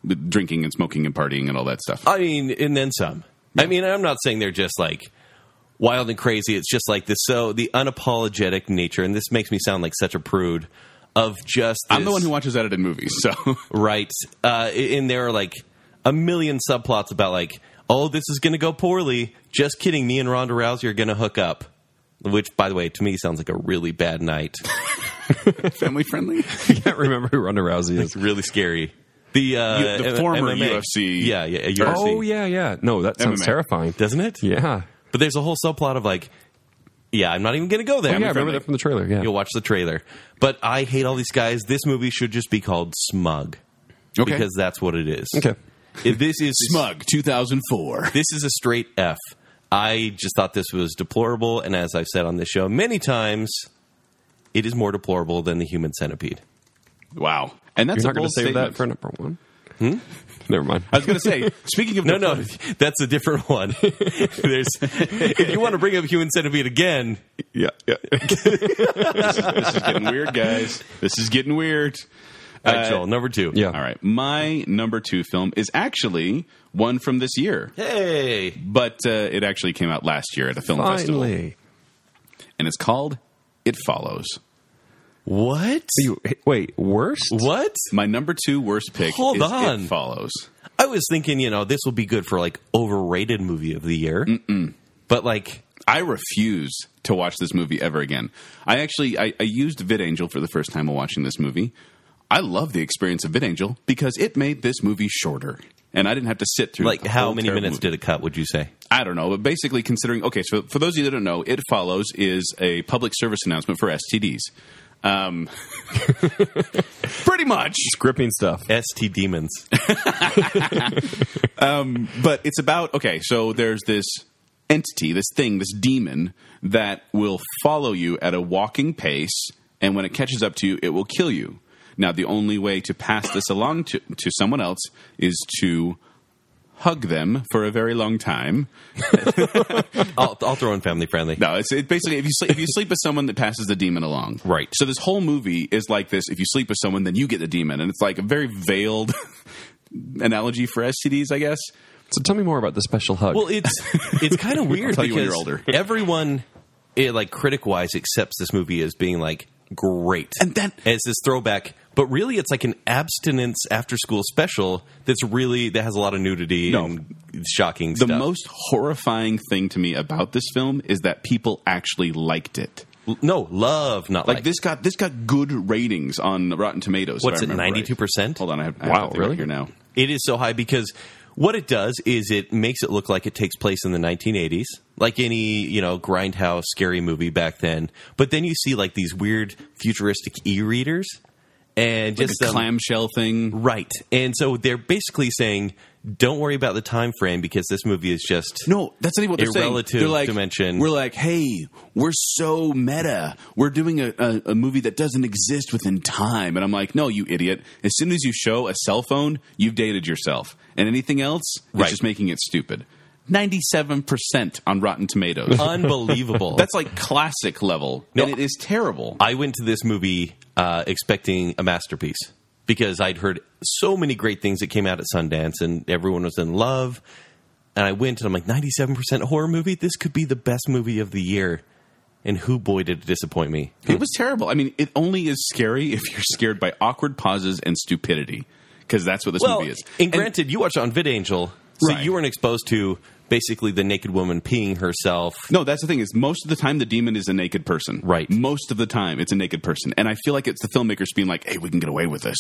Speaker 2: with drinking and smoking and partying and all that stuff.
Speaker 5: I mean, and then some. I mean, I'm not saying they're just like wild and crazy. It's just like this. So the unapologetic nature, and this makes me sound like such a prude. Of just,
Speaker 2: I'm the
Speaker 5: this-
Speaker 2: one who watches edited movies, so
Speaker 5: right? Uh, and there are like a million subplots about like, oh, this is going to go poorly. Just kidding. Me and Ronda Rousey are going to hook up. Which, by the way, to me sounds like a really bad night.
Speaker 2: family friendly.
Speaker 3: Can't remember who Ronda Rousey is.
Speaker 5: really scary. The uh,
Speaker 2: You- the
Speaker 5: M-
Speaker 2: former
Speaker 5: MMA.
Speaker 2: UFC.
Speaker 5: yeah, yeah, UFC.
Speaker 3: Oh yeah, yeah. No, that sounds
Speaker 2: MMA.
Speaker 3: terrifying.
Speaker 5: doesn't it?
Speaker 3: Yeah.
Speaker 5: But there's a whole subplot of like, yeah, I'm not even going to go there.
Speaker 3: Oh, yeah, I remember that from the trailer. Yeah.
Speaker 5: You'll watch the trailer. But I hate all these guys. This movie should just be called Smug
Speaker 2: Okay.
Speaker 5: because that's what it is.
Speaker 3: Okay.
Speaker 5: If this is
Speaker 2: Smug 2004.
Speaker 5: This is a straight F. I just thought this was deplorable, and as I've said on this show many times, it is more deplorable than the human centipede.
Speaker 2: Wow, and that's
Speaker 3: You're
Speaker 2: a
Speaker 3: not going
Speaker 2: bold
Speaker 3: to save
Speaker 2: statement.
Speaker 3: that for number one. Hmm? Never mind.
Speaker 2: I was going to say, speaking of
Speaker 5: No,
Speaker 2: the-
Speaker 5: no, that's a different one. There's, if you want to bring up human centipede again,
Speaker 3: yeah, yeah.
Speaker 2: this is getting weird, guys. This is getting weird.
Speaker 5: all right, Joel, number two.
Speaker 3: Uh, Yeah.
Speaker 2: All right. My number two film is actually one from this year,
Speaker 5: Hey,
Speaker 2: but uh, it actually came out last year at a film festival.
Speaker 3: Finally.
Speaker 2: And it's called It Follows.
Speaker 5: what?
Speaker 3: You, wait, worst?
Speaker 5: What?
Speaker 2: My number two worst pick
Speaker 5: Hold
Speaker 2: is
Speaker 5: on.
Speaker 2: It Follows.
Speaker 5: I was thinking, you know, this will be good for like overrated movie of the year. But like,
Speaker 2: I refuse to watch this movie ever again. I actually I, I used VidAngel for the first time while watching this movie. I love the experience of VidAngel because it made this movie shorter. And I didn't have to sit through
Speaker 5: like
Speaker 2: the
Speaker 5: how
Speaker 2: whole
Speaker 5: many
Speaker 2: terrible
Speaker 5: minutes
Speaker 2: movie.
Speaker 5: did it cut? Would you say?
Speaker 2: I don't know, but basically considering okay, so for those of you that don't know, it follows is a public service announcement for STDs. Um, pretty much,
Speaker 3: Gripping stuff.
Speaker 5: ST demons.
Speaker 2: but it's about okay. So there's this entity, this thing, this demon that will follow you at a walking pace, and when it catches up to you, it will kill you. Now, the only way to pass this along to, to someone else is to hug them for a very long time.
Speaker 5: I'll, I'll throw in family friendly.
Speaker 2: No, it's it basically if you sleep, if you sleep with someone that passes the demon along,
Speaker 5: Right.
Speaker 2: So this whole movie is like this: if you sleep with someone, then you get the demon, and it's like a very veiled analogy for STDs, I guess.
Speaker 3: So tell me more about the special hug.
Speaker 5: Well, it's it's kind of weird
Speaker 2: tell
Speaker 5: because
Speaker 2: you when you're older.
Speaker 5: everyone eh, like critic wise accepts this movie as being like great.
Speaker 2: And then-
Speaker 5: it's this throwback, but really it's like an abstinence after school special that's really that has a lot of nudity
Speaker 2: No.
Speaker 5: and shocking
Speaker 2: The
Speaker 5: stuff.
Speaker 2: most horrifying thing to me about this film is that people actually liked it.
Speaker 5: L- no, love not
Speaker 2: Like,
Speaker 5: like,
Speaker 2: this got this got good ratings on Rotten Tomatoes.
Speaker 5: What's
Speaker 2: if I
Speaker 5: it,
Speaker 2: remember right.
Speaker 5: 92%?
Speaker 2: Hold on, I have, I have
Speaker 3: Wow,
Speaker 2: that thing right
Speaker 3: really?
Speaker 2: here now.
Speaker 5: It is so high because what it does is it makes it look like it takes place in the 1980s, like any, you know, grindhouse scary movie back then. But then you see like these weird futuristic e-readers and
Speaker 2: Like
Speaker 5: just
Speaker 2: a
Speaker 5: um,
Speaker 2: clamshell thing.
Speaker 5: right. And so they're basically saying don't worry about the time frame because this movie is just
Speaker 2: No, that's not even what
Speaker 5: A
Speaker 2: they're saying.
Speaker 5: relative
Speaker 2: they're like,
Speaker 5: dimension.
Speaker 2: We're like, hey, we're so meta. We're doing a, a, a movie that doesn't exist within time. And I'm like, no, you idiot. As soon as you show a cell phone, you've dated yourself. And anything else,
Speaker 5: Right.
Speaker 2: it's just making it stupid. 97% on Rotten Tomatoes.
Speaker 5: unbelievable.
Speaker 2: that's like classic level.
Speaker 5: No,
Speaker 2: and it is terrible.
Speaker 5: I went to this movie uh, expecting a masterpiece because I'd heard so many great things that came out at Sundance and everyone was in love. And I went and I'm like, 97% horror movie? This could be the best movie of the year. And who boy did it disappoint me.
Speaker 2: It was terrible. I mean, it only is scary if you're scared by awkward pauses and stupidity, because that's what this
Speaker 5: Well,
Speaker 2: movie is.
Speaker 5: and granted, you watched it on VidAngel, so
Speaker 2: Right.
Speaker 5: you weren't exposed to basically the naked woman peeing herself.
Speaker 2: No, that's the thing is most of the time the demon is a naked person.
Speaker 5: Right.
Speaker 2: Most of the time it's a naked person, and I feel like it's the filmmakers being like, "Hey, we can get away with this."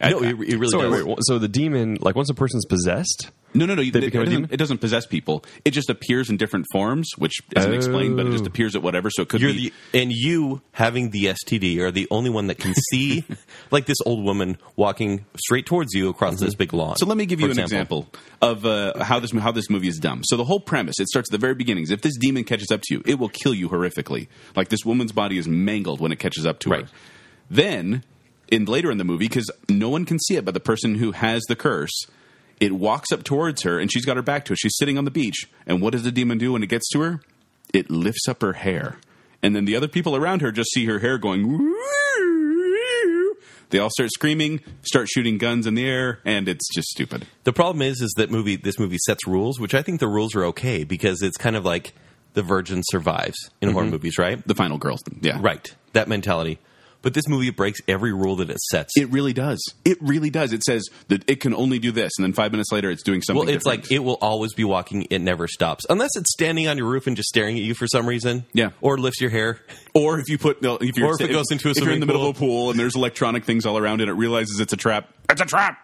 Speaker 2: I-
Speaker 5: No,
Speaker 2: I-
Speaker 5: it, it really
Speaker 3: So, wait,
Speaker 5: does.
Speaker 3: wait, wait, so the demon, like once a person's possessed,
Speaker 2: no, no, no. It, it,
Speaker 3: become a
Speaker 2: doesn't,
Speaker 3: demon?
Speaker 2: it doesn't possess people. It just appears in different forms, which isn't explained, but it just appears at whatever. So it could
Speaker 5: Oh. You're
Speaker 2: be.
Speaker 5: the and you having the STD are the only one that can see like this old woman walking straight towards you across this big lawn.
Speaker 2: Mm-hmm. So let me give you
Speaker 5: for
Speaker 2: an example, of uh, how this how this movie is dumb. So the whole premise it starts at the very beginnings. If this demon catches up to you, it will kill you horrifically. Like this woman's body is mangled when it catches up to
Speaker 5: Right.
Speaker 2: her. Then, in later in the movie, because no one can see it but the person who has the curse, it walks up towards her and she's got her back to it. She's sitting on the beach, and what does the demon do when it gets to her? It lifts up her hair, and then the other people around her just see her hair going. They all start screaming, start shooting guns in the air, and it's just stupid.
Speaker 5: The problem is is that movie this movie sets rules, which I think the rules are okay because it's kind of like the virgin survives in
Speaker 2: Mm-hmm.
Speaker 5: horror movies, right?
Speaker 2: The final girl. Yeah.
Speaker 5: Right. That mentality. But this movie breaks every rule that it sets.
Speaker 2: It really does. It really does. It says that it can only do this, and then five minutes later, it's doing something.
Speaker 5: well, it's like
Speaker 2: different.
Speaker 5: it will always be walking. It never stops, unless it's standing on your roof and just staring at you for some reason.
Speaker 2: Yeah.
Speaker 5: or lifts your hair.
Speaker 2: or if you put, no, if you're,
Speaker 5: Or if it goes into a
Speaker 2: if you're in
Speaker 5: swimming
Speaker 2: the middle of a pool and there's electronic things all around it, it realizes it's a trap. It's a trap.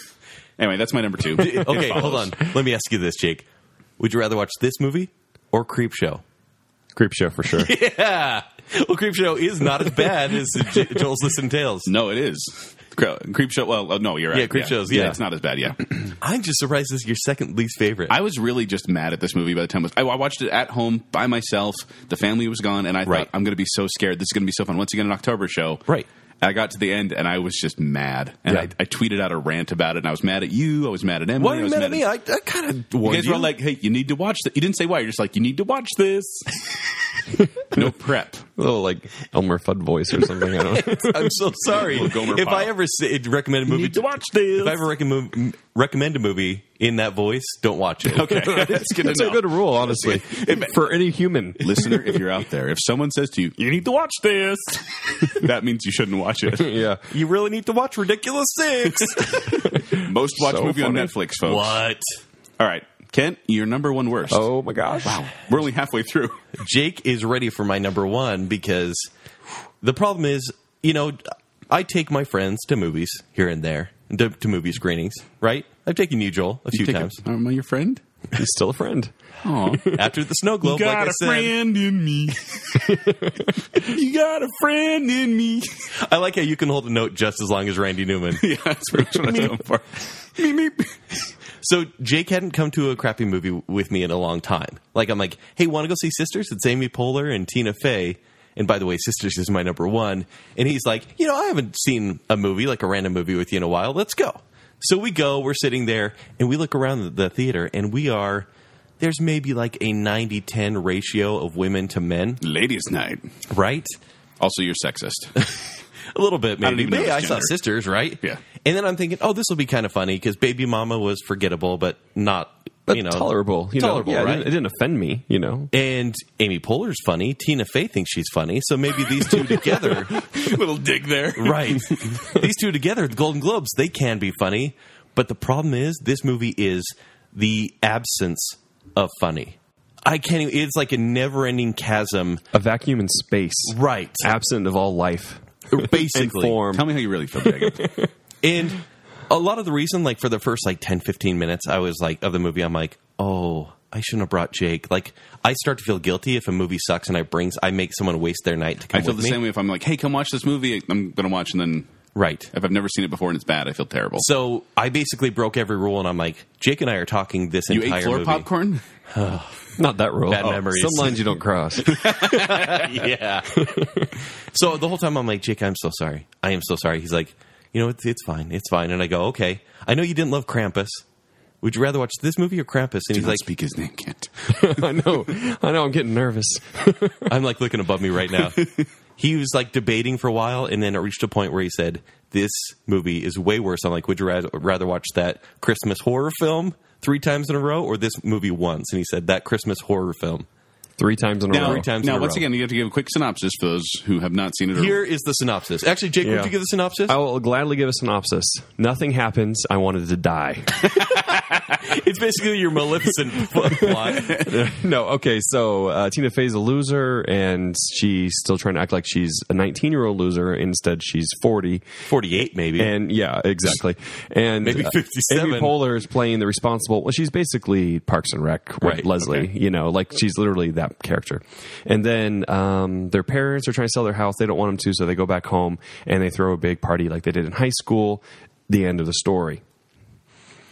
Speaker 2: anyway, that's my number two. It
Speaker 5: Okay,
Speaker 2: follows.
Speaker 5: hold on. Let me ask you this, Jake. Would you rather watch this movie or Creep Show?
Speaker 3: creep show for sure.
Speaker 5: Yeah. Well, Creep Show is not as bad as J- Joel's Listen Tales.
Speaker 2: No, it is. Creep show. Well, uh, no, you're right.
Speaker 5: Yeah, Creepshow's, yeah.
Speaker 2: it's not as bad. Yeah.
Speaker 5: I'm just surprised this is your second least favorite.
Speaker 2: I was really just mad at this movie by the time it was, I, I watched it at home by myself. The family was gone, and I
Speaker 5: Right.
Speaker 2: thought I'm going to be so scared. This is going to be so fun. Once again, an October show.
Speaker 5: Right.
Speaker 2: I got to the end, and I was just mad, and
Speaker 5: Yeah.
Speaker 2: I, I tweeted out a rant about it. And I was mad at you. I was mad at Emily.
Speaker 5: Why
Speaker 2: I
Speaker 5: are you
Speaker 2: was
Speaker 5: mad at me? I, I kind of
Speaker 2: you
Speaker 5: warned
Speaker 2: guys were all like, "Hey, you need to watch that." You didn't say why. You're just like, "You need to watch this." no prep.
Speaker 3: little like Elmer Fudd voice or something. I don't know.
Speaker 5: I'm so sorry.
Speaker 2: Little Gomer
Speaker 5: if I
Speaker 2: Pyle.
Speaker 5: ever say, recommend a movie,
Speaker 2: need to watch this.
Speaker 5: If I ever recommend m- recommend a movie in that voice, don't watch it.
Speaker 2: Okay, that's good
Speaker 3: That's
Speaker 2: to
Speaker 3: a
Speaker 2: know.
Speaker 3: good rule, honestly, for any human.
Speaker 2: Listener, if you're out there, if someone says to you, "You need to watch this," that means you shouldn't watch it.
Speaker 3: Yeah,
Speaker 5: You really need to watch Ridiculous Six.
Speaker 2: Most watched
Speaker 3: So
Speaker 2: movie on
Speaker 3: funny.
Speaker 2: Netflix, folks.
Speaker 5: what?
Speaker 2: All right, Kent, your number one worst.
Speaker 3: Oh my gosh. Wow.
Speaker 2: We're only halfway through.
Speaker 5: Jake is ready for my number one because the problem is, you know, I take my friends to movies here and there, to, to movie screenings, right? I've taken you, Joel, a few times.
Speaker 2: Am I your friend?
Speaker 3: He's still a friend.
Speaker 5: After the snow globe, like I said,
Speaker 2: in me. you got a friend in me.
Speaker 5: I like how you can hold a note just as long as Randy Newman.
Speaker 2: yeah, that's pretty much what I was going for.
Speaker 5: so Jake hadn't come to a crappy movie with me in a long time. Like I'm like, hey, want to go see Sisters? It's Amy Poehler and Tina Fey. And by the way, Sisters is my number one. And he's like, you know, I haven't seen a movie like a random movie with you in a while. Let's go. So we go. We're sitting there and we look around the- the theater and we are. There's maybe like a 90 10 ratio of women to men,
Speaker 2: Ladies' night.
Speaker 5: right?
Speaker 2: Also, you're sexist.
Speaker 5: A little bit, maybe.
Speaker 2: don't even know
Speaker 5: But yeah, I
Speaker 2: this
Speaker 5: saw
Speaker 2: gender.
Speaker 5: sisters, right?
Speaker 2: Yeah.
Speaker 5: And then I'm thinking, oh, this will be kind of funny because Baby Mama was forgettable, but not
Speaker 3: but
Speaker 5: you know,
Speaker 3: tolerable. You
Speaker 5: tolerable,
Speaker 3: know? Yeah,
Speaker 5: right?
Speaker 3: It didn't, it didn't offend me. You know,
Speaker 5: And Amy Poehler's funny. Tina Fey thinks she's funny. So maybe these two together,
Speaker 2: Little dig there.
Speaker 5: right? these two together, the Golden Globes, they can be funny. But the problem is, this movie is the absence of funny. I can't. Even, it's like a never-ending chasm.
Speaker 3: a vacuum in space,
Speaker 5: Right.
Speaker 3: absent of all life.
Speaker 5: Basically.
Speaker 3: And form.
Speaker 2: Tell me how you really feel, Jacob.
Speaker 5: And a lot of the reason, like for the first like 10, 15 minutes, I was like of the movie, I'm like, oh, I shouldn't have brought Jake. Like I start to feel guilty if a movie sucks and I brings I make someone waste their night to come
Speaker 2: I feel
Speaker 5: with
Speaker 2: the
Speaker 5: me.
Speaker 2: same way if I'm like, hey, come watch this movie. I'm going to watch, and then
Speaker 5: Right.
Speaker 2: if I've never seen it before and it's bad, I feel terrible.
Speaker 5: So I basically broke every rule, and I'm like, Jake and I are talking this
Speaker 2: you
Speaker 5: entire
Speaker 2: ate floor
Speaker 5: movie.
Speaker 2: popcorn?
Speaker 3: Not that rule.
Speaker 5: Bad memories.
Speaker 3: Some lines you don't cross.
Speaker 5: yeah. so the whole time I'm like, Jake, I'm so sorry. I am so sorry. He's like, you know, it's, it's fine. It's fine. And I go, okay. I know you didn't love Krampus. Would you rather watch this movie or Krampus? And he's
Speaker 2: Don't
Speaker 5: like,
Speaker 2: speak his name, Kent.
Speaker 3: I know. I know. I'm getting nervous.
Speaker 5: I'm like looking above me right now. he was like debating for a while, and then it reached a point where he said, "This movie is way worse." I'm like, "Would you rather, rather watch that Christmas horror film three times in a row, or this movie once?" And he said, "That Christmas horror film."
Speaker 3: Three times in a
Speaker 2: Now,
Speaker 3: row.
Speaker 5: Three times
Speaker 2: now
Speaker 5: in a
Speaker 2: once
Speaker 5: row.
Speaker 2: again, you have to give a quick synopsis for those who have not seen it. Or,
Speaker 5: Here is the synopsis. Actually, Jake,
Speaker 3: Yeah.
Speaker 5: would you give the synopsis?
Speaker 3: I will gladly give a synopsis. Nothing happens. I wanted to die.
Speaker 5: It's basically your Maleficent plot.
Speaker 3: no, okay. So uh, Tina Fey's a loser, and she's still trying to act like she's a 19 year old loser. Instead, she's 40.
Speaker 5: Forty-eight, maybe.
Speaker 3: And yeah, exactly. And
Speaker 5: Maybe
Speaker 3: uh,
Speaker 5: 57.
Speaker 3: Amy Poehler is playing the responsible. Well, she's basically Parks and Rec, with
Speaker 5: Right,
Speaker 3: Leslie. You know, like she's literally that character. And then um, their parents are trying to sell their house. They don't want them to, so they go back home and they throw a big party like they did in high school. The end of the story.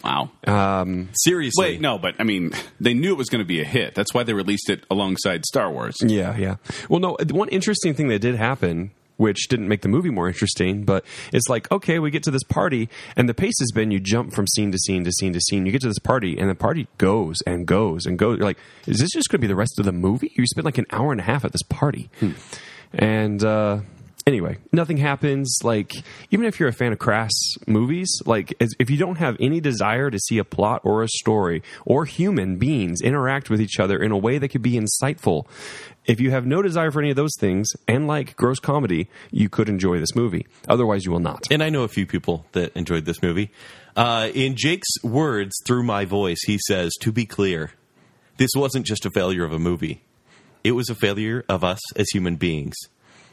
Speaker 2: wow.
Speaker 5: Uh-huh. Seriously,
Speaker 2: Wait, no, but I mean, they knew it was going to be a hit. That's why they released it alongside Star Wars.
Speaker 3: Yeah, yeah. Well, no, the one interesting thing that did happen, which didn't make the movie more interesting, but it's like, okay, we get to this party, and the pace has been you jump from scene to scene to scene to scene. You get to this party, and the party goes and goes and goes. You're like, is this just going to be the rest of the movie? You spent like an hour and a half at this party. And, uh,. Anyway, nothing happens. Like, even if you're a fan of crass movies, like, as, if you don't have any desire to see a plot or a story or human beings interact with each other in a way that could be insightful, if you have no desire for any of those things and like gross comedy, you could enjoy this movie. Otherwise, you will not.
Speaker 5: and I know a few people that enjoyed this movie. Uh, in Jake's words, through my voice, he says, "To be clear, this wasn't just a failure of a movie; it was a failure of us as human beings,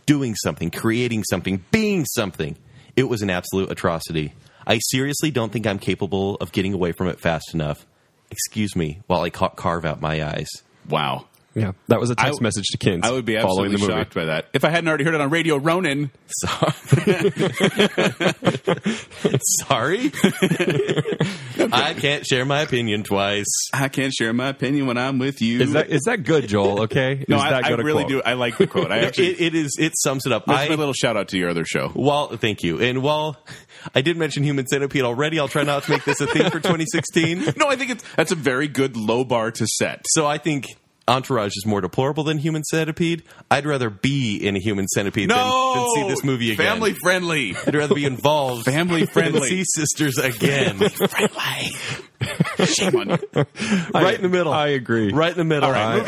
Speaker 5: doing something, creating something, being something. It was an absolute atrocity. I seriously don't think I'm capable of getting away from it fast enough. Excuse me, while I ca- carve out my eyes."
Speaker 2: Wow.
Speaker 3: Yeah, that was a
Speaker 2: I
Speaker 3: text
Speaker 2: w-
Speaker 3: message to Kins.
Speaker 2: I would be
Speaker 3: following
Speaker 2: absolutely
Speaker 3: the movie.
Speaker 2: shocked by that. If I hadn't already heard it on Radio Ronin,
Speaker 5: Sorry, I can't share my opinion twice.
Speaker 2: I can't share my opinion when I'm with you.
Speaker 3: Is that is that good, Joel? Okay,
Speaker 2: no,
Speaker 3: is
Speaker 2: I,
Speaker 3: that
Speaker 2: I
Speaker 3: good a
Speaker 2: really
Speaker 3: quote?
Speaker 2: do. I like the quote. I actually.
Speaker 5: it, it is. It sums it up.
Speaker 2: that's my
Speaker 5: I
Speaker 2: little shout out to your other show.
Speaker 5: while thank you, and while I did mention human centipede already, I'll try not to make this a theme for 2016.
Speaker 2: No, I think it's that's a very good low bar to set.
Speaker 5: So I think Entourage is more deplorable than human centipede. I'd rather be in a human centipede
Speaker 2: No,
Speaker 5: than, than see this movie again.
Speaker 2: Family friendly.
Speaker 5: I'd rather be involved.
Speaker 2: Family
Speaker 5: than
Speaker 2: friendly.
Speaker 5: see sisters again.
Speaker 2: friendly. Shame on you.
Speaker 5: right in the middle.
Speaker 3: I agree.
Speaker 5: Right in the middle.
Speaker 2: All right,
Speaker 5: I-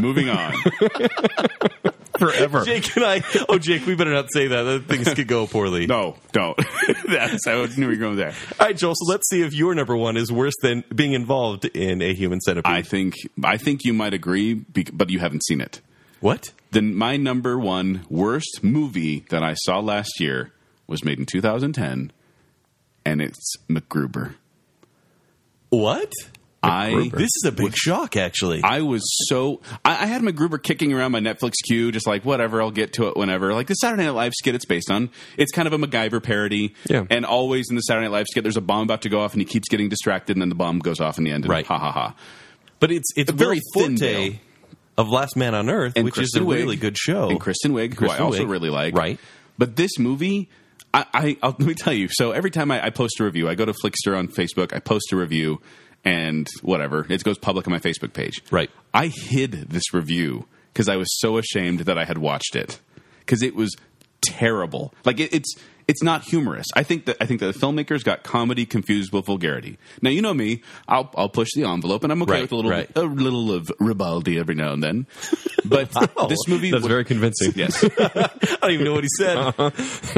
Speaker 2: moving on.
Speaker 3: agree.
Speaker 2: Moving on.
Speaker 3: forever.
Speaker 5: Jake and I. Oh, Jake, we better not say that. That Things could go poorly.
Speaker 2: No, don't. That's I knew you were going there.
Speaker 5: All right, Joel. So let's see if your number one is worse than being involved in a human centipede.
Speaker 2: I think I think you might agree, bec- but you haven't seen it.
Speaker 5: what?
Speaker 2: Then my number one worst movie that I saw last year was made in 2010, and it's MacGruber.
Speaker 5: What?
Speaker 2: I
Speaker 5: This is a big shock, actually.
Speaker 2: I was so I, I had MacGruber kicking around my Netflix queue, just like whatever, I'll get to it whenever. Like the Saturday Night Live skit, it's based on. It's kind of a MacGyver parody,
Speaker 3: Yeah.
Speaker 2: And always in the Saturday Night Live skit, there's a bomb about to go off, and he keeps getting distracted, and then the bomb goes off in the end. And
Speaker 5: Right.
Speaker 2: Ha ha ha.
Speaker 5: but it's it's
Speaker 2: A very
Speaker 5: Will
Speaker 2: thin
Speaker 5: Forte
Speaker 2: veil.
Speaker 5: of Last Man on Earth,
Speaker 2: and
Speaker 5: which
Speaker 2: Kristen
Speaker 5: is a
Speaker 2: Wiig,
Speaker 5: really good show.
Speaker 2: and Kristen Wiig, who I
Speaker 5: Kristen
Speaker 2: also
Speaker 5: Wiig,
Speaker 2: really like,
Speaker 5: right.
Speaker 2: But this movie, I, I I'll, let me tell you. So every time I, I post a review, I go to Flickster on Facebook, I post a review, and whatever it goes public on my Facebook page.
Speaker 5: Right.
Speaker 2: I hid this review because I was so ashamed that I had watched it because it was terrible. Like it, it's it's not humorous. I think that I think that the filmmakers got comedy confused with vulgarity. Now you know me, I'll I'll push the envelope, and I'm okay
Speaker 5: Right,
Speaker 2: with a little
Speaker 5: right.
Speaker 2: a little of Ribaldi every now and then. But this movie
Speaker 3: That's
Speaker 2: was-
Speaker 3: very convincing.
Speaker 2: Yes,
Speaker 5: I don't even know what he said.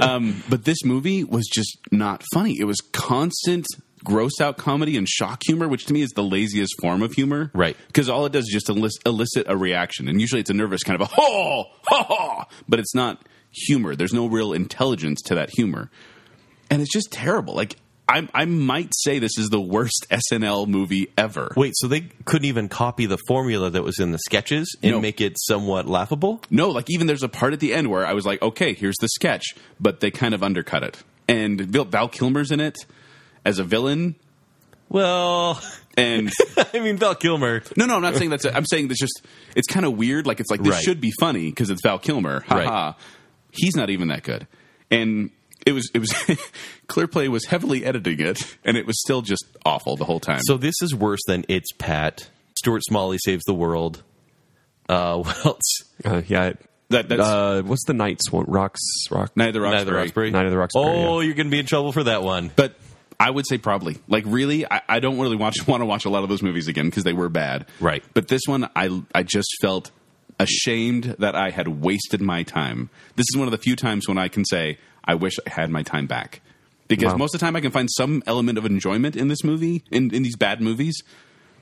Speaker 2: um, but this movie was just not funny. It was constant gross out comedy and shock humor, which to me is the laziest form of humor.
Speaker 5: Right.
Speaker 2: Because all it does is just elis- elicit a reaction. And usually it's a nervous kind of a ho, ho, ho. But it's not humor. There's no real intelligence to that humor. And it's just terrible. Like, I, I might say this is the worst SNL movie ever.
Speaker 5: Wait, so they couldn't even copy the formula that was in the sketches and
Speaker 2: No.
Speaker 5: make it somewhat laughable?
Speaker 2: No, like even there's a part at the end where I was like, okay, here's the sketch, but they kind of undercut it. And Bill, Val Kilmer's in it as a villain,
Speaker 5: Well,
Speaker 2: and
Speaker 5: I mean, Val Kilmer.
Speaker 2: no, no, I'm not saying that's. i I'm saying that's just it's kind of weird. Like it's like this
Speaker 5: Right.
Speaker 2: should be funny because it's Val Kilmer. Ha
Speaker 5: Right.
Speaker 2: ha. He's not even that good, and it was it was Clearplay was heavily editing it, and it was still just awful the whole time.
Speaker 5: So this is worse than It's Pat. Stuart Smalley saves the world. Uh, what else?
Speaker 3: Uh, yeah.
Speaker 2: that that's
Speaker 3: Uh, what's the Knights one? Rocks, rock.
Speaker 2: neither
Speaker 5: Neither
Speaker 2: Roxbury.
Speaker 5: Roxbury.
Speaker 3: Night of the Roxbury,
Speaker 5: Oh, you're going to be in trouble for that one.
Speaker 2: but I would say probably. Like really, I, I don't really watch want to watch a lot of those movies again because they were bad.
Speaker 5: Right.
Speaker 2: But this one, I I just felt ashamed that I had wasted my time. This is one of the few times when I can say I wish I had my time back because
Speaker 3: Wow.
Speaker 2: most of the time I can find some element of enjoyment in this movie in in these bad movies.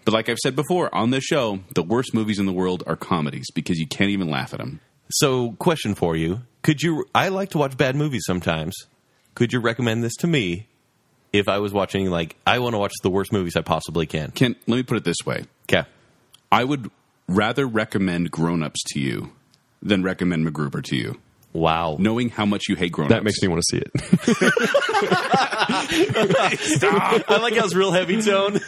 Speaker 2: But like I've said before on this show, the worst movies in the world are comedies because you can't even laugh at them.
Speaker 5: So, question for you: Could you? I like to watch bad movies sometimes. Could you recommend this to me if I was watching? Like, I want to watch the worst movies I possibly can.
Speaker 2: Can let me put it this way:
Speaker 5: Okay.
Speaker 2: I would rather recommend Grown Ups to you than recommend MacGruber to you.
Speaker 5: Wow.
Speaker 2: knowing how much you hate grown
Speaker 3: That makes me want to see it.
Speaker 5: I like how it's real heavy tone.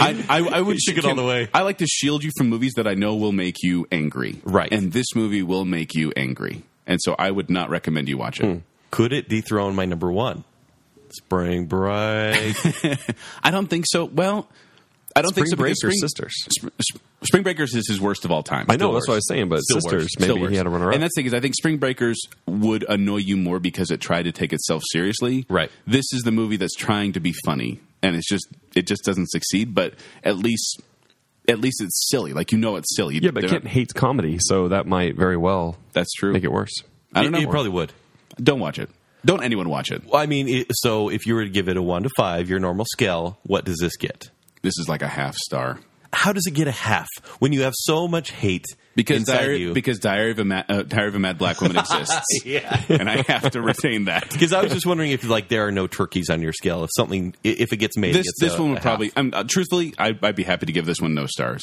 Speaker 2: I, I, I would
Speaker 5: Took it all the way.
Speaker 2: I like to shield you from movies that I know will make you angry.
Speaker 5: Right.
Speaker 2: And this movie will make you angry. And so I would not recommend you watch it.
Speaker 3: Hmm.
Speaker 5: Could it dethrone my number one? Spring Break.
Speaker 2: I don't think so. Well, I don't think so.
Speaker 3: Spring
Speaker 2: because
Speaker 3: Breakers, Sisters.
Speaker 2: Spring- Sp- Spring Breakers is his worst of all time.
Speaker 3: I know
Speaker 2: Still
Speaker 3: that's what I was
Speaker 2: worse.
Speaker 3: saying, but
Speaker 2: Still
Speaker 3: sisters,
Speaker 2: worse. Still
Speaker 3: maybe
Speaker 2: worse.
Speaker 3: he had a runner up.
Speaker 2: And that's the thing is, I think Spring Breakers would annoy you more because it tried to take itself seriously.
Speaker 5: Right.
Speaker 2: This is the movie that's trying to be funny, and it's just it just doesn't succeed. But at least at least it's silly. Like you know, it's silly.
Speaker 3: yeah, but
Speaker 2: They're
Speaker 3: Kent
Speaker 2: not-
Speaker 3: hates comedy, so that might very well
Speaker 2: that's true.
Speaker 3: make it worse.
Speaker 2: I don't know.
Speaker 5: You probably would.
Speaker 2: Don't watch it. Don't anyone watch it.
Speaker 5: Well, I mean, it, so if you were to give it a one to five, your normal scale, what does this get?
Speaker 2: This is like a half star.
Speaker 5: How does it get a half when you have so much hate
Speaker 2: Because
Speaker 5: inside
Speaker 2: Diary,
Speaker 5: you?
Speaker 2: because Diary of a Ma- uh, Diary of a Mad Black Woman exists,
Speaker 5: yeah.
Speaker 2: and I have to retain that.
Speaker 5: Because I was just wondering if like there are no turkeys on your scale. If something, i- if it gets made,
Speaker 2: this
Speaker 5: it gets
Speaker 2: this
Speaker 5: a-
Speaker 2: one
Speaker 5: a
Speaker 2: would
Speaker 5: half.
Speaker 2: probably. I'm, uh, truthfully, I, I'd be happy to give this one no stars.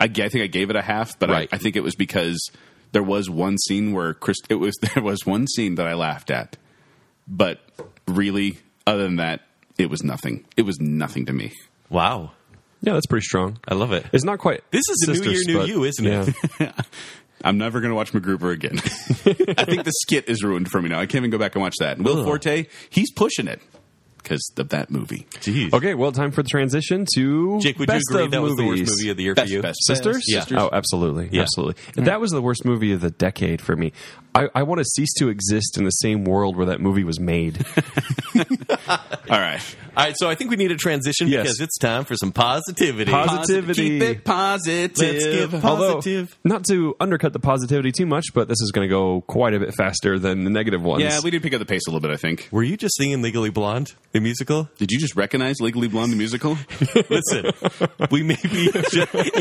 Speaker 2: I, g- I think I gave it a half, but
Speaker 5: Right.
Speaker 2: I, I think it was because there was one scene where Chris. It was there was one scene that I laughed at, but really, other than that, it was nothing. It was nothing to me.
Speaker 5: Wow,
Speaker 3: Yeah, that's pretty strong.
Speaker 5: I love it.
Speaker 3: It's not quite.
Speaker 5: This is the new
Speaker 3: sisters,
Speaker 5: year, new
Speaker 3: but-
Speaker 5: you, isn't it?
Speaker 3: yeah.
Speaker 2: I'm never going to watch MacGruber again. I think the skit is ruined for me now. I can't even go back and watch that. And Will Forte, he's pushing it because of that movie.
Speaker 5: Jeez.
Speaker 3: Okay, well, time for the transition to
Speaker 5: Jake, would you
Speaker 3: best
Speaker 5: agree
Speaker 3: of
Speaker 5: that was the worst
Speaker 3: movies.
Speaker 5: movie of the year
Speaker 2: Best,
Speaker 5: for you?
Speaker 2: best, best.
Speaker 3: Sisters?
Speaker 5: Yeah.
Speaker 2: Sisters.
Speaker 3: Oh, absolutely.
Speaker 5: Yeah.
Speaker 3: Absolutely. That was the worst movie of the decade for me. I, I want to cease to exist in the same world where that movie was made.
Speaker 2: All right.
Speaker 5: All right, so I think we need a transition
Speaker 3: Yes.
Speaker 5: because it's time for some positivity.
Speaker 3: Positivity.
Speaker 2: Keep it positive.
Speaker 5: Let's give positive.
Speaker 3: Although, not to undercut the positivity too much, but this is going to go quite a bit faster than the negative ones.
Speaker 2: yeah, we did pick up the pace a little bit, I think.
Speaker 5: Were you just singing Legally Blonde, the musical?
Speaker 2: Did you just recognize Legally Blonde the musical?
Speaker 5: Listen, we may be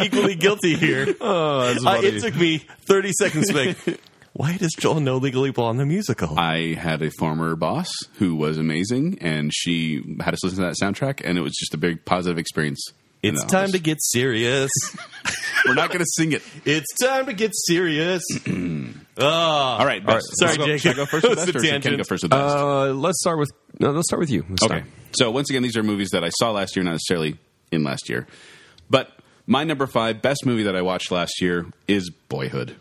Speaker 5: equally guilty here.
Speaker 3: Oh, that's
Speaker 5: Uh,
Speaker 3: funny.
Speaker 5: it took me 30 seconds to make. Why does Joel know Legally Blonde the musical?
Speaker 2: I had a former boss who was amazing, and she had us listen to that soundtrack, and it was just a big positive experience. in
Speaker 5: it's
Speaker 2: the
Speaker 5: time to
Speaker 2: office.
Speaker 5: get serious.
Speaker 2: We're not going to sing it.
Speaker 5: it's time to get serious. oh,
Speaker 2: All right. Best.
Speaker 5: Sorry,
Speaker 2: Should I go-
Speaker 5: Jake.
Speaker 2: Should I go first? with
Speaker 5: That was
Speaker 2: best,
Speaker 5: a
Speaker 2: or should Ken
Speaker 5: tangent.
Speaker 2: go first with best?
Speaker 3: Uh, let's start with no, let's start with you. This
Speaker 2: Okay.
Speaker 3: time.
Speaker 2: So once again, these are movies that I saw last year, not necessarily in last year. But my number five best movie that I watched last year is Boyhood.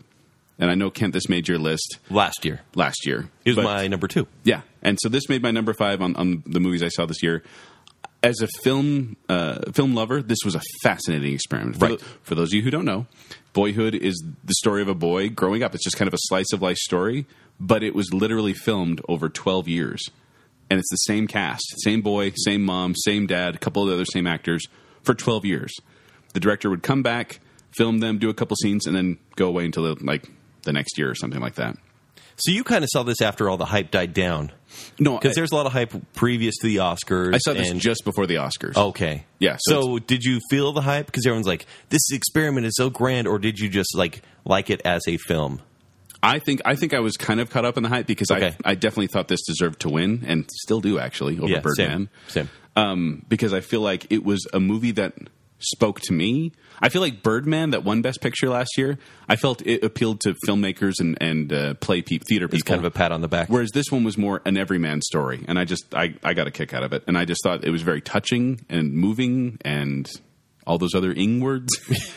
Speaker 2: And I know Kent, this made your list
Speaker 5: Last year
Speaker 2: last year.
Speaker 5: is
Speaker 2: But-
Speaker 5: my number two.
Speaker 2: yeah. And so this made my number five on, on the movies I saw this year. As a film uh, film lover, this was a fascinating experiment. For,
Speaker 5: Right.
Speaker 2: tho- for those of you who don't know, Boyhood is the story of a boy growing up. It's just kind of a slice of life story, but it was literally filmed over 12 years. And it's the same cast, same boy, same mom, same dad, a couple of the other same actors for 12 years. The director would come back, film them, do a couple scenes, and then go away until the, like the next year or something like that.
Speaker 5: So you kind of saw this after all the hype died down
Speaker 2: No,
Speaker 5: because
Speaker 2: I-
Speaker 5: there's a lot of hype previous to the Oscars.
Speaker 2: I saw this
Speaker 5: and- Oh.
Speaker 2: just before the Oscars.
Speaker 5: Okay.
Speaker 2: Yeah, so
Speaker 5: So, did you feel the hype because everyone's like, "This experiment is so grand," or did you just like like it as a film?
Speaker 2: I think I think I was kind of caught up in the hype because
Speaker 5: Okay.
Speaker 2: I I definitely thought this deserved to win and still do actually over
Speaker 5: yeah.
Speaker 2: Birdman.
Speaker 5: Same. Same.
Speaker 2: um, because I feel like it was a movie that spoke to me. I feel like Birdman that won Best Picture last year. I felt it appealed to filmmakers and and uh, play peop theater people.
Speaker 5: It's kind of a pat on the back.
Speaker 2: Whereas this one was more an everyman story, and I just I, I got a kick out of it, and I just thought it was very touching and moving and all those other ing words.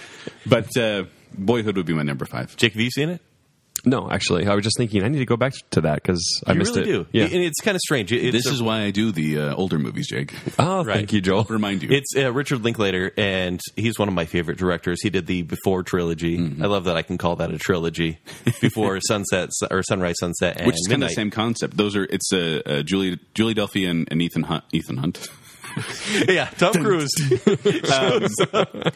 Speaker 2: but uh, Boyhood would be my number five.
Speaker 5: Jake, have you seen it?
Speaker 3: No, actually, I was just thinking I need to go back to that because I
Speaker 5: you
Speaker 3: missed
Speaker 5: really
Speaker 3: it.
Speaker 5: do.
Speaker 3: Yeah.
Speaker 5: And it's kind of strange. It- It's
Speaker 2: This
Speaker 5: a-
Speaker 2: is why I do the uh, older movies, Jake.
Speaker 3: oh,
Speaker 5: Right.
Speaker 3: thank you, Joel.
Speaker 2: Remind you,
Speaker 5: It's uh, Richard Linklater, and he's one of my favorite directors. He did the Before trilogy.
Speaker 2: Mm-hmm.
Speaker 5: I love that I can call that a trilogy. Before Sunset or Sunrise, Sunset, and
Speaker 2: which is kind of
Speaker 5: Midnight.
Speaker 2: the same concept. Those are it's uh, uh, Julie Julie Delphi and, and Ethan Hunt, Ethan Hunt,
Speaker 5: Yeah, Tom Cruise. Um,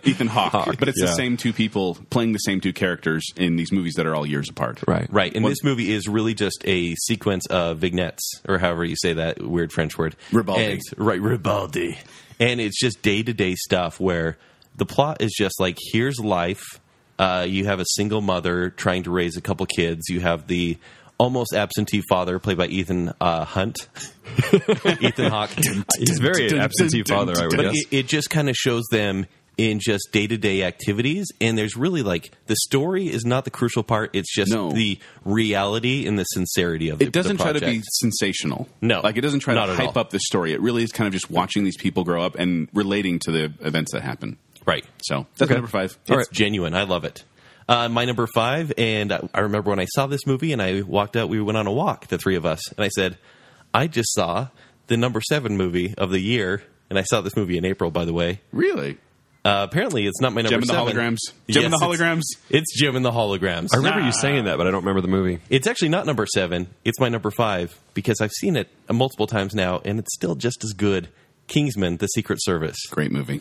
Speaker 2: Ethan Hawke. But it's
Speaker 3: yeah.
Speaker 2: the same two people playing the same two characters in these movies that are all years apart.
Speaker 3: Right.
Speaker 5: right, and this movie is really just a sequence of vignettes, or however you say that weird French word.
Speaker 2: Ribaldi.
Speaker 5: And- right, Ribaldi. And it's just day to day stuff where the plot is just like here's life. Uh, you have a single mother trying to raise a couple kids. You have the almost absentee father played by Ethan uh, Hunt. Ethan Hawke.
Speaker 3: He's very
Speaker 2: Dun, dun,
Speaker 3: absentee
Speaker 2: dun,
Speaker 3: father, I would
Speaker 5: But
Speaker 3: guess.
Speaker 5: it, it just kind of shows them in just day to day activities. And there's really like the story is not the crucial part. It's just
Speaker 2: No.
Speaker 5: the reality and the sincerity of the-
Speaker 2: It doesn't
Speaker 5: the
Speaker 2: try to be
Speaker 5: project.
Speaker 2: sensational.
Speaker 5: No.
Speaker 2: like it doesn't try
Speaker 5: Not
Speaker 2: to
Speaker 5: at
Speaker 2: hype
Speaker 5: all.
Speaker 2: up the story. It really is kind of just watching these people grow up and relating to the events that happen.
Speaker 5: right.
Speaker 2: So that's
Speaker 3: Okay.
Speaker 2: number five.
Speaker 5: It's genuine. I love it. Uh, my number five, and I I remember when I saw this movie and I walked out, we went on a walk, the three of us, and I said, I just saw the number seven movie of the year. And I saw this movie in April, by the way.
Speaker 2: really,
Speaker 5: Uh, apparently, it's not my number
Speaker 2: Gem and the
Speaker 5: seven.
Speaker 2: holograms. Gem and the
Speaker 5: Yes, it's-
Speaker 2: holograms.
Speaker 5: It's Jim and the Holograms.
Speaker 3: I remember you saying that, but I don't remember the movie.
Speaker 5: It's actually not number seven. It's my number five because I've seen it multiple times now, and it's still just as good. Kingsman: The Secret Service.
Speaker 2: Great movie.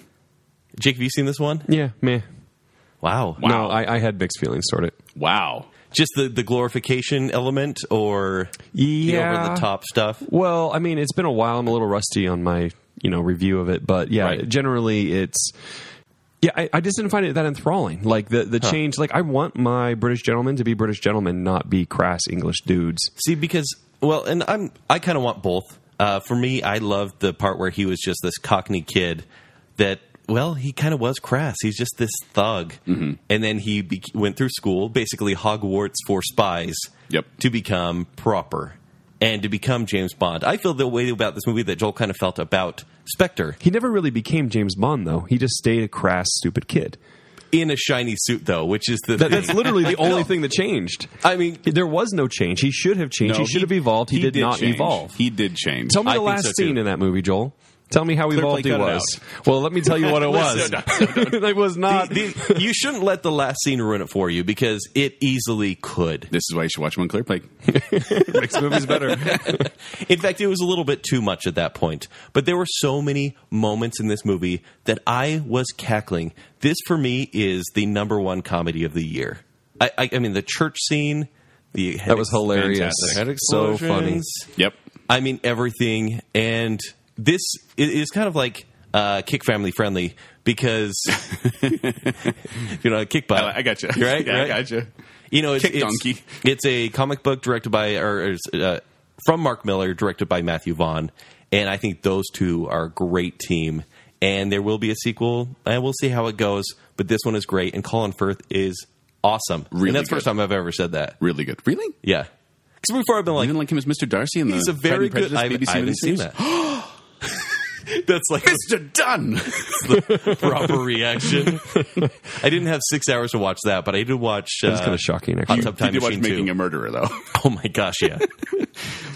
Speaker 5: Jake, have you seen this one?
Speaker 3: Yeah, meh.
Speaker 5: Wow.
Speaker 3: No, I, I had mixed feelings toward it.
Speaker 2: Wow.
Speaker 5: Just the, the glorification element or the
Speaker 3: Yeah.
Speaker 5: over the top stuff.
Speaker 3: Well, I mean, it's been a while. I'm a little rusty on my you know review of it, but yeah,
Speaker 5: Right.
Speaker 3: generally it's. Yeah, I, I just didn't find it that enthralling. Like the the change, like I want my British gentlemen to be British gentlemen, not be crass English dudes.
Speaker 5: See, because well, and I'm I kind of want both. Uh, for me, I loved the part where he was just this Cockney kid that well, he kind of was crass. He's just this thug,
Speaker 3: Mm-hmm.
Speaker 5: and then he be- went through school, basically Hogwarts for spies,
Speaker 2: Yep.
Speaker 5: to become proper and to become James Bond. I feel the way about this movie that Joel kind of felt about Spectre
Speaker 3: He never really became James Bond, though. He just stayed a crass, stupid kid.
Speaker 5: in a shiny suit, though, which is the
Speaker 3: That,
Speaker 5: thing.
Speaker 3: that's literally the only thing that changed.
Speaker 5: I mean,
Speaker 3: There was no change. He should have changed.
Speaker 2: No,
Speaker 3: he should have evolved. He, did, not
Speaker 2: change.
Speaker 3: evolve.
Speaker 2: He did change.
Speaker 3: Tell me
Speaker 5: I
Speaker 3: the
Speaker 5: think
Speaker 3: last
Speaker 5: so, too.
Speaker 3: scene in that movie, Joel. Tell me how evolved he
Speaker 2: cut it
Speaker 3: was. Well, let me tell you what it was.
Speaker 2: No,
Speaker 3: it was not.
Speaker 5: the- you shouldn't let the last scene ruin it for you because it easily could.
Speaker 2: This is why you should watch Montclair Play.
Speaker 3: Makes movies better.
Speaker 5: In fact, it was a little bit too much at that point. But there were so many moments in this movie that I was cackling. This, for me, is the number one comedy of the year. I, I, I mean, the church scene, the
Speaker 3: That was hilarious.
Speaker 2: Fantastic.
Speaker 5: head
Speaker 3: So funny.
Speaker 5: explosions.
Speaker 2: Yep.
Speaker 5: I mean everything, and this i- is kind of like uh, kick family friendly because you know kick butt.
Speaker 2: Oh, I, I got you.
Speaker 5: Right,
Speaker 2: Yeah,
Speaker 5: right.
Speaker 2: I got you.
Speaker 5: You know, it's,
Speaker 2: Kick
Speaker 5: it's-
Speaker 2: donkey.
Speaker 5: It's a comic book directed by or, or, uh, from Mark Miller, directed by Matthew Vaughn, and I think those two are a great team. And there will be a sequel, and we'll see how it goes. But this one is great, and Colin Firth is awesome.
Speaker 2: Really
Speaker 5: and that's the first
Speaker 2: good.
Speaker 5: time I've ever said that.
Speaker 2: Really good. Really?
Speaker 5: Yeah, because before I've been
Speaker 2: You
Speaker 5: like,
Speaker 2: didn't like him as Mr. Darcy in
Speaker 5: he's
Speaker 2: the
Speaker 5: a very
Speaker 2: Pride and
Speaker 5: good. I,
Speaker 2: Prejudice BBC
Speaker 5: I haven't seen
Speaker 2: miniseries?
Speaker 5: that. That's like
Speaker 2: Mr. Dunn.
Speaker 5: the proper reaction. I didn't have six hours to watch that, but I did watch. Uh,
Speaker 3: That's kind of shocking,
Speaker 5: Hot
Speaker 3: actually.
Speaker 5: Tub
Speaker 2: he
Speaker 5: Time
Speaker 2: did watch
Speaker 5: Machine
Speaker 2: Making
Speaker 5: 2.
Speaker 2: a Murderer, though.
Speaker 5: Oh my gosh, yeah.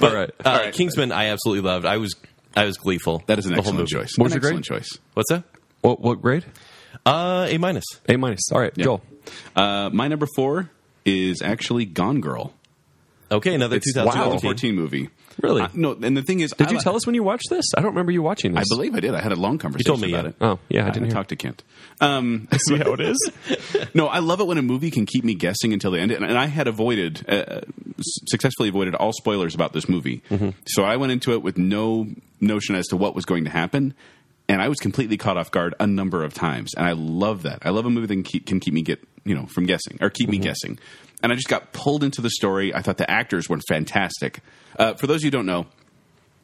Speaker 3: All right.
Speaker 5: Uh,
Speaker 2: All right.
Speaker 5: Kingsman, I absolutely loved. I was, I was gleeful.
Speaker 2: That is an
Speaker 5: the whole
Speaker 2: excellent
Speaker 5: movie.
Speaker 2: choice.
Speaker 3: What was
Speaker 2: an
Speaker 3: your grade?
Speaker 2: excellent choice.
Speaker 5: What's that?
Speaker 3: What, what grade?
Speaker 5: Uh, a minus.
Speaker 3: A minus. All right, Joel.
Speaker 2: Uh, my number four is actually Gone Girl.
Speaker 5: Okay, another
Speaker 2: It's a
Speaker 5: 2014.
Speaker 2: 2014 movie.
Speaker 3: Really?
Speaker 2: Uh, no, and the thing is,
Speaker 3: Did
Speaker 2: I,
Speaker 3: you tell us when you watched this? I don't remember you watching
Speaker 2: I
Speaker 3: this.
Speaker 2: believe I did. I had a long conversation
Speaker 5: told me,
Speaker 2: about it.
Speaker 5: yeah.
Speaker 3: Oh, yeah, I didn't hear.
Speaker 2: talk to Kent. Um,
Speaker 3: see how it is.
Speaker 2: no, I love it when a movie can keep me guessing until the end. And, and I had avoided, uh, s- successfully avoided all spoilers about this movie. So I went into it with no notion as to what was going to happen. And I was completely caught off guard a number of times. And I love that. I love a movie that can keep, can keep me get, you know, from guessing or keep me guessing. And I just got pulled into the story. I thought the actors were fantastic. Uh, for those of you who don't know,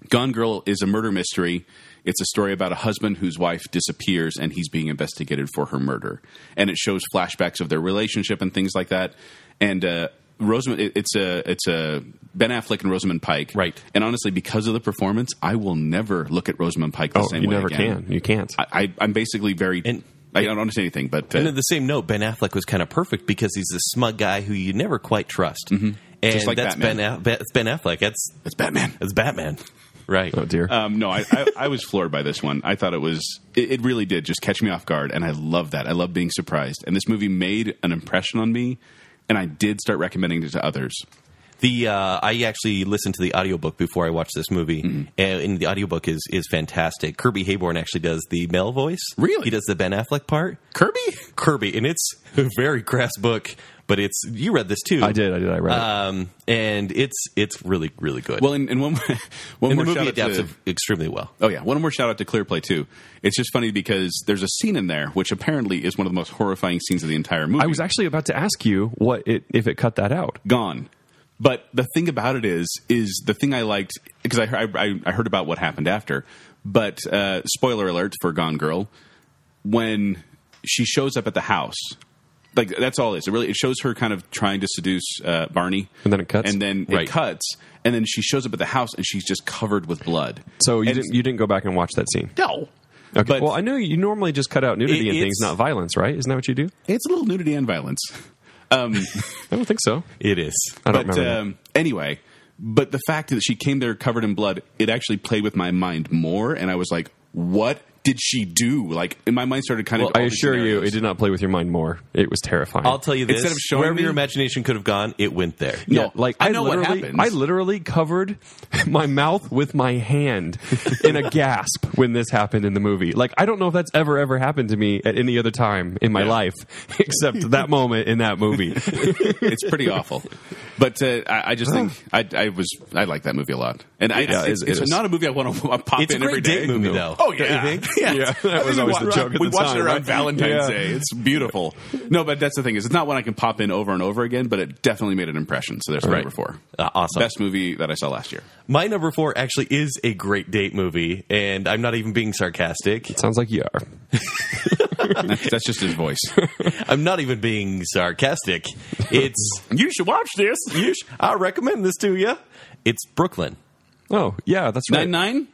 Speaker 2: Gone Girl is a murder mystery. It's a story about a husband whose wife disappears and he's being investigated for her murder. And it shows flashbacks of their relationship and things like that. And uh, Rosamund, it- it's a it's a Ben Affleck and Rosamund Pike,
Speaker 5: Right.
Speaker 2: And honestly, because of the performance, I will never look at Rosamund Pike the
Speaker 3: Oh,
Speaker 2: same
Speaker 3: you
Speaker 2: way
Speaker 3: never
Speaker 2: again.
Speaker 3: can. You can't.
Speaker 2: I, I, I'm basically very.
Speaker 5: And-
Speaker 2: I don't understand anything, but uh,
Speaker 5: And in the same note, Ben Affleck was kind of perfect because he's this smug guy who you never quite trust. And
Speaker 2: Mm-hmm. Just like
Speaker 5: that's
Speaker 2: Batman.
Speaker 5: Ben, Aff- that's ben Affleck. That's
Speaker 2: it's Batman.
Speaker 5: that's Batman, right?
Speaker 3: oh dear.
Speaker 2: Um, no, I, I, I was floored by this one. I thought it was, it, it really did just catch me off guard, and I love that. I love being surprised. And this movie made an impression on me, and I did start recommending it to others.
Speaker 5: The uh, I actually listened to the audiobook before I watched this movie,
Speaker 2: Mm-hmm.
Speaker 5: and, and the audiobook is is fantastic. Kirby Hayborn actually does the male voice.
Speaker 2: Really?
Speaker 5: he does the Ben Affleck part.
Speaker 2: Kirby?
Speaker 5: Kirby, and it's a very crass book, but it's you read this too.
Speaker 3: I did. I did. I read
Speaker 2: uh,
Speaker 3: it.
Speaker 5: um, and it's it's really really good.
Speaker 2: Well, and, and one, more- one
Speaker 5: and
Speaker 2: more
Speaker 5: the movie
Speaker 2: shout out
Speaker 5: adapts
Speaker 2: to,
Speaker 5: it extremely well.
Speaker 2: Oh yeah, one more shout out to Clearplay too. It's just funny because there's a scene in there which apparently is one of the most horrifying scenes of the entire movie.
Speaker 3: I was actually about to ask you what it if it cut that out.
Speaker 2: gone. But the thing about it is, is the thing I liked because I, heard- I I heard about what happened after. But uh, spoiler alert for Gone Girl, when she shows up at the house, like that's all it is. It really it shows her kind of trying to seduce uh, Barney,
Speaker 3: And then it cuts?
Speaker 2: and then
Speaker 5: Right.
Speaker 2: it cuts, and then she shows up at the house and she's just covered with blood.
Speaker 3: So you
Speaker 2: And
Speaker 3: didn't you didn't go back and watch that scene.
Speaker 2: no.
Speaker 3: Okay.
Speaker 2: But
Speaker 3: well, I know you normally just cut out nudity
Speaker 5: It-
Speaker 3: and things,
Speaker 5: it's-
Speaker 3: not violence, right? Isn't that what you do?
Speaker 2: it's a little nudity and violence. Um,
Speaker 3: I don't think so.
Speaker 5: It is.
Speaker 3: I don't
Speaker 2: but
Speaker 3: remember. that.
Speaker 2: um, anyway, but the fact that she came there covered in blood, it actually played with my mind more, and I was like, "What did she do?" Like, and my mind started kind
Speaker 3: Well,
Speaker 2: of.
Speaker 3: I
Speaker 2: all these
Speaker 3: assure you,
Speaker 2: scenarios.
Speaker 3: it did not play with your mind more. It was terrifying.
Speaker 5: I'll tell you this:
Speaker 2: Instead of showing
Speaker 5: wherever
Speaker 2: me-
Speaker 5: your imagination could have gone, it went there.
Speaker 2: No,
Speaker 3: Yeah, like I,
Speaker 2: I know what
Speaker 3: literally,
Speaker 2: happens.
Speaker 3: I literally covered my mouth with my hand in a gasp when this happened in the movie. Like I don't know if that's ever ever happened to me at any other time in my life except that moment in that movie.
Speaker 2: it's pretty awful. But uh, I, I just think I, I was I like that movie a lot, and I,
Speaker 3: Yeah,
Speaker 2: it's,
Speaker 3: it is.
Speaker 2: it's not a movie I want to pop
Speaker 5: It's a
Speaker 2: in
Speaker 5: great
Speaker 2: every
Speaker 5: date
Speaker 2: day.
Speaker 5: movie, though.
Speaker 2: Oh
Speaker 5: Don't you
Speaker 2: yeah,
Speaker 5: think?
Speaker 2: yeah.
Speaker 3: Yeah,
Speaker 2: I
Speaker 3: that
Speaker 2: think
Speaker 3: was
Speaker 2: we
Speaker 3: always
Speaker 2: wa- uh,
Speaker 3: the joke at
Speaker 2: We
Speaker 3: the
Speaker 2: watched
Speaker 3: time,
Speaker 2: it around
Speaker 3: right?
Speaker 2: Valentine's
Speaker 3: Yeah.
Speaker 2: Day. It's beautiful. No, but that's the thing is, it's not one I can pop in over and over again. But it definitely made an impression. So there's my number four.
Speaker 5: Uh, awesome.
Speaker 2: Best movie that I saw last year.
Speaker 5: My number four actually is a great date movie, and I'm not even being sarcastic.
Speaker 3: Sounds like you are.
Speaker 2: That's, that's just his voice.
Speaker 5: I'm not even being sarcastic. It's
Speaker 2: you should watch this.
Speaker 5: you sh- I recommend this to you. It's Brooklyn.
Speaker 3: Oh yeah, that's right.
Speaker 2: Nine nine.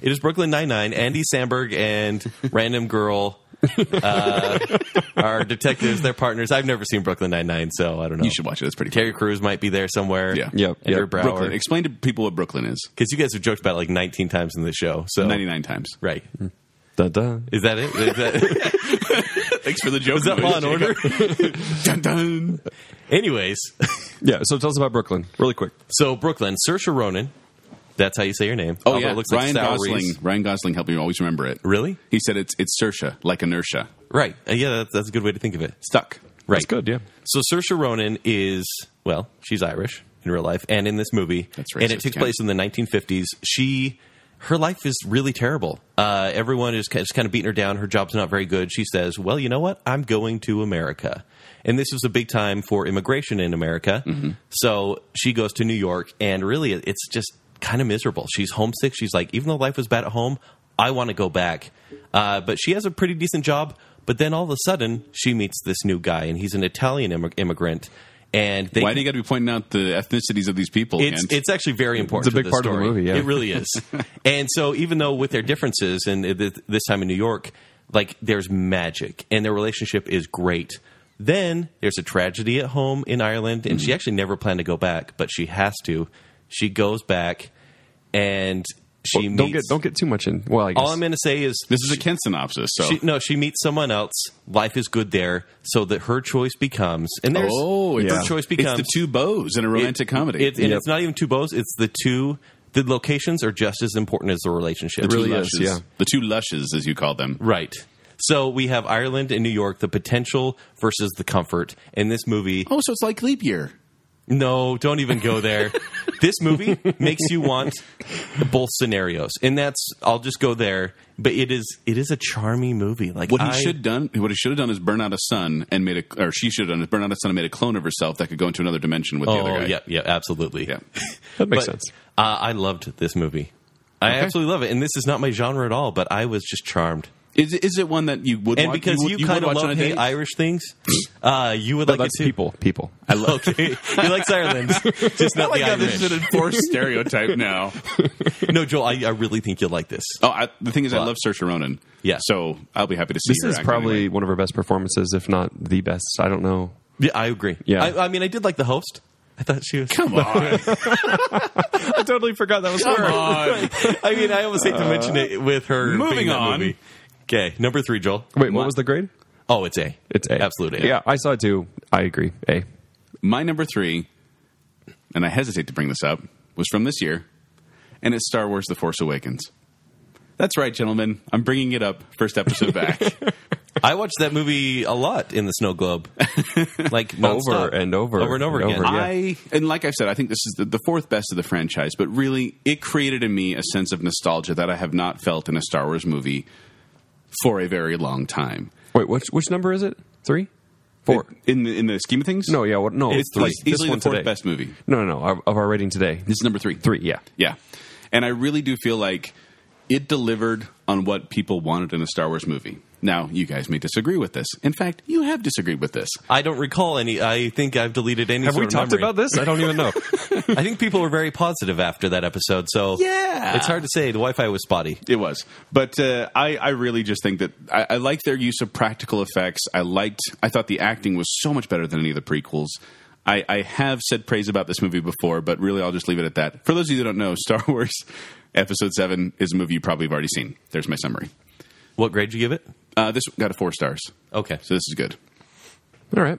Speaker 5: It is Brooklyn Nine Nine. Andy Samberg and random girl uh, are detectives. They're partners. I've never seen Brooklyn Nine Nine, so I don't know.
Speaker 2: You should watch it. It's pretty. Cool.
Speaker 5: Terry Crews might be there somewhere.
Speaker 2: Yeah.
Speaker 3: Yep,
Speaker 5: Andrew
Speaker 3: yep.
Speaker 5: Brower.
Speaker 2: Brooklyn. Explain to people what Brooklyn is.
Speaker 5: Because you guys have joked about it like 19 times in the show. So
Speaker 2: Ninety nine times.
Speaker 5: right.
Speaker 3: Dun, dun.
Speaker 5: Is that it? Is that,
Speaker 2: Thanks for the joke.
Speaker 5: is that Law and Order?
Speaker 2: dun, dun.
Speaker 5: Anyways,
Speaker 3: Yeah. So tell us about Brooklyn, really quick.
Speaker 5: so Brooklyn, Saoirse Ronan. That's how you say your name.
Speaker 2: Oh
Speaker 5: Although
Speaker 2: yeah,
Speaker 5: it looks
Speaker 2: Ryan
Speaker 5: like Sal
Speaker 2: Gosling.
Speaker 5: Reese.
Speaker 2: Ryan Gosling helped me always remember it.
Speaker 5: Really?
Speaker 2: He said it's it's Sersha, like inertia,
Speaker 5: Right. Uh, yeah, that's, that's a good way to think of it.
Speaker 2: stuck.
Speaker 5: Right.
Speaker 3: That's good. Yeah.
Speaker 5: So Saoirse Ronan is well, she's Irish in real life and in this movie.
Speaker 2: That's
Speaker 5: right. And it
Speaker 2: racist,
Speaker 5: takes
Speaker 2: Ken.
Speaker 5: place in the 1950s. She her life is really terrible. Uh, everyone is ki- is kind of beating her down. Her job's not very good. She says, "Well, you know what? I'm going to America." And this was a big time for immigration in America. So she goes to New York, and really, it- it's just kind of miserable. She's homesick. She's like, even though life was bad at home, I want to go back. Uh, but she has a pretty decent job. But then all of a sudden, she meets this new guy, and he's an Italian immig- immigrant. And they
Speaker 2: Why do you got to be pointing out the ethnicities of these people?
Speaker 5: it's
Speaker 2: Ant?
Speaker 5: it's actually very important.
Speaker 3: It's a
Speaker 5: to
Speaker 3: big part of the
Speaker 5: story.
Speaker 3: movie, yeah.
Speaker 5: It really is. and so, even though with their differences, and it- it- this time in New York, like there's magic, and their relationship is great. Then there's a tragedy at home in Ireland, and
Speaker 3: Mm-hmm.
Speaker 5: she actually never planned to go back, but she has to. She goes back, and She meets.
Speaker 3: don't get don't get too much in. Well, I guess
Speaker 5: all I'm going to say is
Speaker 2: This is a Kent synopsis, so
Speaker 5: She, no, she meets someone else. Life is good there, so that her choice becomes, and there's
Speaker 2: oh, it's,
Speaker 5: her
Speaker 3: yeah.
Speaker 5: choice
Speaker 2: it's
Speaker 5: becomes
Speaker 2: the two bows in a romantic comedy.
Speaker 5: It, and
Speaker 3: Yep.
Speaker 5: it's not even two bows; it's the two. The locations are just as important as the relationship.
Speaker 2: The two
Speaker 3: really is,
Speaker 2: lushes,
Speaker 3: yeah.
Speaker 2: The two lushes, as you call them.
Speaker 5: right. So we have Ireland and New York, the potential versus the comfort. In this movie,
Speaker 2: Oh, so it's like leap year.
Speaker 5: no, don't even go there. this movie makes you want both scenarios, and that's. I'll just go there, but it is it is a charming movie. Like
Speaker 2: What he
Speaker 5: I-
Speaker 2: should done, what he should have done is burn out a son and made a, or she should have done is burn out a son and made a clone of herself that could go into another dimension with the
Speaker 5: Oh
Speaker 2: other guy.
Speaker 5: yeah, yeah, absolutely.
Speaker 2: Yeah.
Speaker 3: that makes
Speaker 5: But,
Speaker 3: sense.
Speaker 5: Uh, I loved this movie. I absolutely love it, and this is not my genre at all. But I was just charmed,
Speaker 2: Is it- is it one that you would
Speaker 5: and
Speaker 2: watch-
Speaker 5: because
Speaker 2: would-
Speaker 5: you,
Speaker 2: would
Speaker 5: kind of
Speaker 2: watch on
Speaker 5: love
Speaker 2: a
Speaker 5: hate
Speaker 2: date?
Speaker 5: Irish things, uh, you would
Speaker 3: But
Speaker 5: like it
Speaker 3: that's
Speaker 5: too.
Speaker 3: people. People.
Speaker 5: I love. Okay, he likes Ireland, just not
Speaker 2: Oh my
Speaker 5: the
Speaker 2: God,
Speaker 5: Irish.
Speaker 2: this is an enforced stereotype now.
Speaker 5: No, Joel, I, I really think you'll like this.
Speaker 2: Oh, I, the thing is, I
Speaker 5: Well,
Speaker 2: love Saoirse Ronan.
Speaker 5: yeah.
Speaker 2: so I'll be happy to see.
Speaker 3: This
Speaker 2: her
Speaker 3: is
Speaker 2: act
Speaker 3: probably
Speaker 2: anyway.
Speaker 3: one of her best performances, if not the best. I don't know.
Speaker 5: Yeah, I agree.
Speaker 3: Yeah.
Speaker 5: I, I mean, I did like the host. I thought she was.
Speaker 2: Come on,
Speaker 3: I totally forgot that was
Speaker 2: come on.
Speaker 5: I mean, I almost hate to mention it with her. being
Speaker 2: moving
Speaker 5: that
Speaker 2: on.
Speaker 5: movie. Okay, number three, Joel.
Speaker 3: Wait, what was the grade?
Speaker 5: Oh, it's A.
Speaker 3: It's A.
Speaker 5: Absolutely.
Speaker 3: Yeah, I saw it too. I agree. A.
Speaker 2: My number three, and I hesitate to bring this up, was from this year, and it's Star Wars: The Force Awakens. That's right, gentlemen. I'm bringing it up. First episode back.
Speaker 5: I watched that movie a lot in the snow globe, like
Speaker 3: Over
Speaker 5: nonstop.
Speaker 3: and over
Speaker 5: over and over
Speaker 3: and
Speaker 5: again.
Speaker 3: over, yeah.
Speaker 2: I and like I've said, I think this is the, the fourth best of the franchise, but really, it created in me a sense of nostalgia that I have not felt in a Star Wars movie for a very long time.
Speaker 3: Wait, which which number is it? Three, four.
Speaker 2: In the in the scheme of things,
Speaker 3: no, yeah, what, no,
Speaker 2: it's
Speaker 3: three.
Speaker 2: like
Speaker 3: this
Speaker 2: easily
Speaker 3: one
Speaker 2: the fourth
Speaker 3: today.
Speaker 2: best movie.
Speaker 3: No, no, no. Of, of our rating today,
Speaker 2: This is number three.
Speaker 3: three. Yeah,
Speaker 2: Yeah. And I really do feel like it delivered on what people wanted in a Star Wars movie. Now, you guys may disagree with this. In fact, you have disagreed with this.
Speaker 5: I don't recall any. I think I've deleted any.
Speaker 3: have
Speaker 5: sort
Speaker 3: we
Speaker 5: of
Speaker 3: talked
Speaker 5: memory.
Speaker 3: about this? I don't even know.
Speaker 5: I think people were very positive after that episode. So
Speaker 2: Yeah.
Speaker 5: it's hard to say. The Wi-Fi was spotty.
Speaker 2: It was, but uh, I, I really just think that I, I like their use of practical effects. I liked, I thought the acting was so much better than any of the prequels. I, I have said praise about this movie before, but really I'll just leave it at that. For those of you that don't know, Star Wars Episode Seven is a movie you probably have already seen. There's my summary.
Speaker 5: What grade did you give it?
Speaker 2: Uh, this got a four stars,
Speaker 5: Okay.
Speaker 2: so this is good.
Speaker 3: All right.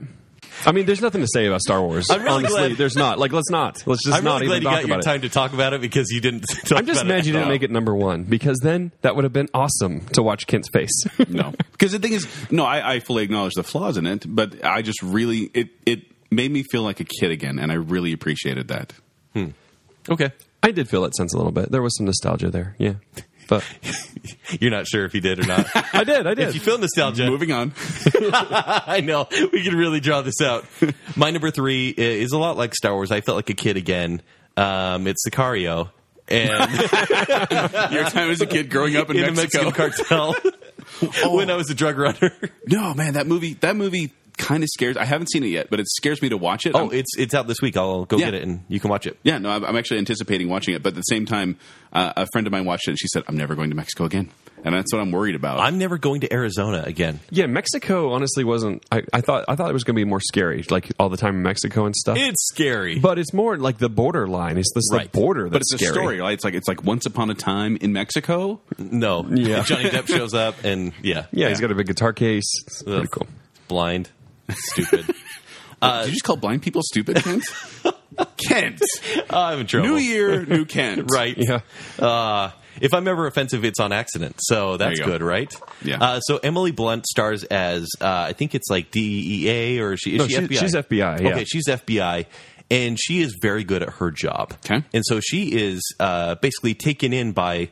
Speaker 3: I mean, there's nothing to say about Star Wars.
Speaker 5: I'm really
Speaker 3: Honestly,
Speaker 5: glad-
Speaker 3: there's not. Like, let's not. Let's just
Speaker 5: I'm
Speaker 3: not
Speaker 5: really glad
Speaker 3: even
Speaker 5: you
Speaker 3: talk
Speaker 5: got your
Speaker 3: about it.
Speaker 5: time to talk about it because you didn't. Talk
Speaker 3: I'm just
Speaker 5: about
Speaker 3: mad you
Speaker 5: it.
Speaker 3: didn't
Speaker 2: all.
Speaker 3: make it number one because then that would have been awesome to watch Kent's face.
Speaker 2: No, because the thing is, no, I, I fully acknowledge the flaws in it, but I just really it it made me feel like a kid again, and I really appreciated that.
Speaker 5: Okay,
Speaker 3: I did feel that sense a little bit. There was some nostalgia there. Yeah, but
Speaker 5: you're not sure if you did or not.
Speaker 3: I did. I
Speaker 5: if
Speaker 3: did.
Speaker 5: you feel nostalgia,
Speaker 2: Moving on.
Speaker 5: I know we can really draw this out. My number three i- is a lot like Star Wars. I felt like a kid again. Um, it's Sicario and
Speaker 2: Your time as a kid growing up in,
Speaker 5: in the
Speaker 2: Mexico.
Speaker 5: Mexican cartel
Speaker 3: Oh.
Speaker 5: when I was a drug runner.
Speaker 2: No, man, that movie that movie kind of scares. I haven't seen it yet, but it scares me to watch it.
Speaker 5: Oh,
Speaker 2: I'm-
Speaker 5: it's it's out this week. I'll go
Speaker 2: Um, Yeah.
Speaker 5: get it and you can watch it.
Speaker 2: yeah, no, I'm, I'm actually anticipating watching it, but at the same time, uh, a friend of mine watched it and she said, "I'm never going to Mexico again," and that's what I'm worried about.
Speaker 5: I'm never going to Arizona again.
Speaker 3: Yeah, Mexico honestly wasn't. I, I thought I thought it was going to be more scary, like all the time in Mexico and stuff.
Speaker 5: It's scary.
Speaker 3: but it's more like the borderline. It's this
Speaker 5: Right.
Speaker 3: the border
Speaker 2: but
Speaker 3: that's
Speaker 2: it's a
Speaker 3: scary.
Speaker 2: story, right? It's like it's like once upon a time in Mexico.
Speaker 5: no.
Speaker 3: Yeah.
Speaker 5: Johnny Depp shows up and yeah.
Speaker 3: Yeah,
Speaker 2: Yeah.
Speaker 3: he's got a big guitar case. It's pretty
Speaker 5: Ugh.
Speaker 3: cool.
Speaker 5: Blind. Stupid.
Speaker 2: Did you just call blind people stupid, Kent? Kent,
Speaker 5: I'm in trouble.
Speaker 2: New Year, New Kent,
Speaker 5: Right.
Speaker 3: Yeah.
Speaker 5: Uh, if I'm ever offensive, it's on accident. So that's
Speaker 2: you go.
Speaker 5: good, right?
Speaker 2: Yeah.
Speaker 5: Uh, so Emily Blunt stars as uh, I think it's like DEA or is she is
Speaker 3: No,
Speaker 5: she
Speaker 3: she's-
Speaker 5: FBI?
Speaker 3: she's FBI, yeah.
Speaker 5: Okay, she's FBI, and she is very good at her job.
Speaker 2: Okay.
Speaker 5: And so she is uh, basically taken in by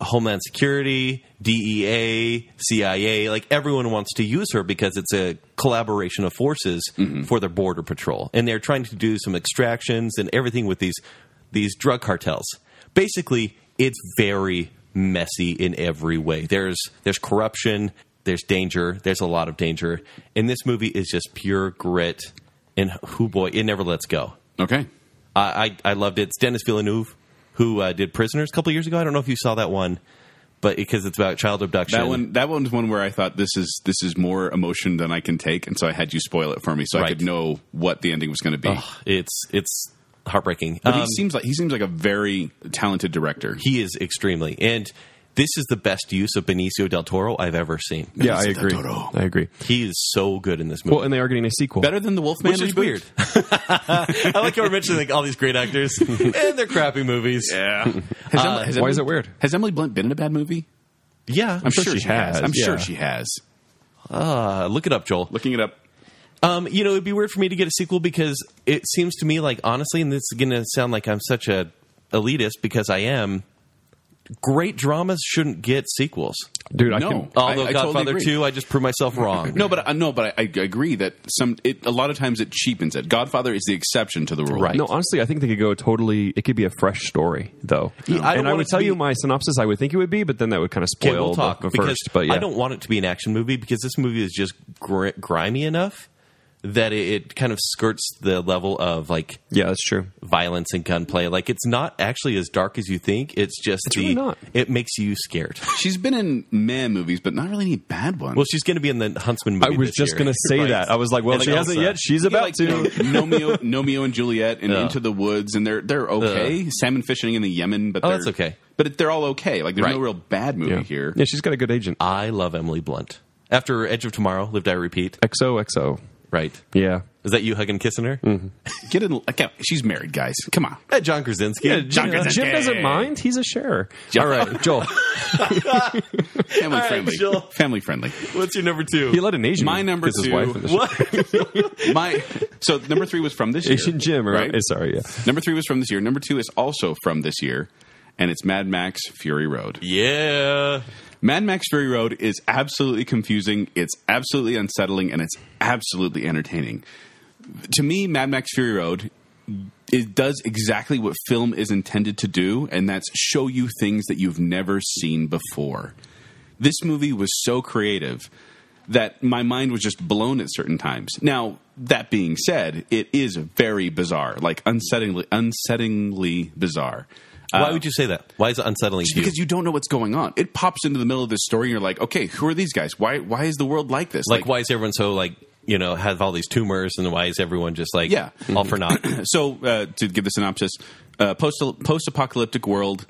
Speaker 5: Homeland Security, E DEA, CIA, like everyone wants to use her because it's a collaboration of forces for the border patrol. And they're trying to do some extractions and everything with these these drug cartels. Basically, it's very messy in every way. There's there's corruption, there's danger, there's a lot of danger. And this movie is just pure grit and who boy, it never lets go.
Speaker 2: Okay.
Speaker 5: I, I I loved it. It's Dennis Villeneuve who uh, did Prisoners a couple years ago. I don't know if you saw that one, but because it's about child abduction.
Speaker 2: That one, that one's one where I thought this is this is more emotion than I can take, and so I had you spoil it for me, so I
Speaker 5: Right.
Speaker 2: could know what the ending was going to be.
Speaker 5: Ugh, it's it's heartbreaking.
Speaker 2: But
Speaker 5: Um,
Speaker 2: he seems like he seems like a very talented director.
Speaker 5: he is extremely, and this is the best use of Benicio del Toro I've ever seen.
Speaker 3: Yeah, I
Speaker 2: Benicio del
Speaker 3: agree.
Speaker 2: Toro.
Speaker 3: I agree.
Speaker 5: He is so good in this movie.
Speaker 3: Well, and they are getting a sequel.
Speaker 2: Better than the Wolfman
Speaker 5: which is
Speaker 2: reboot?
Speaker 5: weird. I like how we're mentioning like all these great actors and their crappy movies.
Speaker 2: Yeah.
Speaker 3: Uh, why is it weird?
Speaker 2: Has Emily Blunt been in a bad movie?
Speaker 5: Yeah,
Speaker 2: I'm sure, she, has. I'm sure
Speaker 3: yeah.
Speaker 2: she has.
Speaker 5: Uh, look it up, Joel.
Speaker 2: Looking it up.
Speaker 5: Um, you know, it'd be weird for me to get a sequel because it seems to me like honestly, and this is going to sound like I'm such a elitist because I am. Great dramas shouldn't get sequels.
Speaker 3: Dude, I
Speaker 2: no.
Speaker 3: can.
Speaker 2: I-
Speaker 5: Although
Speaker 2: I totally
Speaker 5: Godfather
Speaker 2: agree.
Speaker 5: 2, I just proved myself wrong.
Speaker 2: No, but I no, but I, I agree that some it, a lot of times it cheapens it. Godfather is the exception to the rule.
Speaker 5: Right.
Speaker 3: No, honestly, I think they could go totally. It could be a fresh story, though.
Speaker 5: I don't
Speaker 3: and I
Speaker 5: want
Speaker 3: would
Speaker 5: it to
Speaker 3: tell you
Speaker 5: be-
Speaker 3: my synopsis. I would think it would be, but then that would kind of spoil
Speaker 5: Okay, we'll
Speaker 3: the-
Speaker 5: talk
Speaker 3: the,
Speaker 5: because
Speaker 3: first. But yeah,
Speaker 5: I don't want it to be an action movie because this movie is just gr- grimy enough that it, it kind of skirts the level of like
Speaker 3: yeah, that's true.
Speaker 5: violence and gunplay. Like it's not actually as dark as you think. It's just the
Speaker 3: really not.
Speaker 5: it makes you scared.
Speaker 2: She's been in meh movies, but not really any bad ones.
Speaker 5: Well, she's going to be in the Huntsman movie.
Speaker 3: I was
Speaker 5: this
Speaker 3: just
Speaker 5: year.
Speaker 3: gonna say
Speaker 5: Right.
Speaker 3: that. I was like, well,
Speaker 5: And
Speaker 3: she hasn't
Speaker 5: Elsa.
Speaker 3: yet. She's
Speaker 2: Yeah,
Speaker 3: about
Speaker 2: like,
Speaker 3: to.
Speaker 2: you know, Nomeo, Nomeo and Juliet and
Speaker 5: Yeah.
Speaker 2: Into the Woods, and they're they're okay. Salmon fishing in the Yemen, but
Speaker 5: Oh,
Speaker 2: they're,
Speaker 5: that's okay.
Speaker 2: But it- they're all okay. Like there's no
Speaker 5: Right.
Speaker 2: real bad movie
Speaker 3: yeah.
Speaker 2: here.
Speaker 3: yeah, she's got a good agent.
Speaker 5: I love Emily Blunt. After Edge of Tomorrow, Lived I Repeat.
Speaker 3: XOXO.
Speaker 5: Right.
Speaker 3: Yeah.
Speaker 5: Is that you hugging kissing her?
Speaker 2: Get in. Like, yeah, she's married, guys. Come on.
Speaker 5: Eh, John Krasinski.
Speaker 2: John Krasinski.
Speaker 3: Jim doesn't mind. He's a sharer.
Speaker 2: All
Speaker 3: All right, Joel.
Speaker 2: Family
Speaker 5: right,
Speaker 2: friendly.
Speaker 5: Jill.
Speaker 2: Family friendly.
Speaker 5: What's your number two?
Speaker 3: He let an Asian.
Speaker 2: My number
Speaker 3: kiss his
Speaker 2: two-
Speaker 3: wife in the show.
Speaker 5: what?
Speaker 2: My so number three was from this year.
Speaker 3: Asian Jim, right? Eh,
Speaker 2: right?
Speaker 3: Sorry, yeah.
Speaker 2: Number three was from this year. Number two is also from this year, and it's Mad Max Fury Road.
Speaker 5: yeah.
Speaker 2: Mad Max Fury Road is absolutely confusing, it's absolutely unsettling, and it's absolutely entertaining. To me, Mad Max Fury Road it does exactly what film is intended to do, and that's show you things that you've never seen before. This movie was so creative that my mind was just blown at certain times. Now, that being said, it is very bizarre, like unsettlingly, unsettlingly bizarre.
Speaker 5: Why would you say that? Why is it unsettling you?
Speaker 2: Uh, Because you don't know what's going on. It pops into the middle of this story, and you're like, okay, who are these guys? Why why is the world like this?
Speaker 5: like, why is everyone so like you know have all these tumors and why is everyone just like
Speaker 2: Yeah.
Speaker 5: all for naught?
Speaker 2: so uh, to give the synopsis, uh, post post apocalyptic world,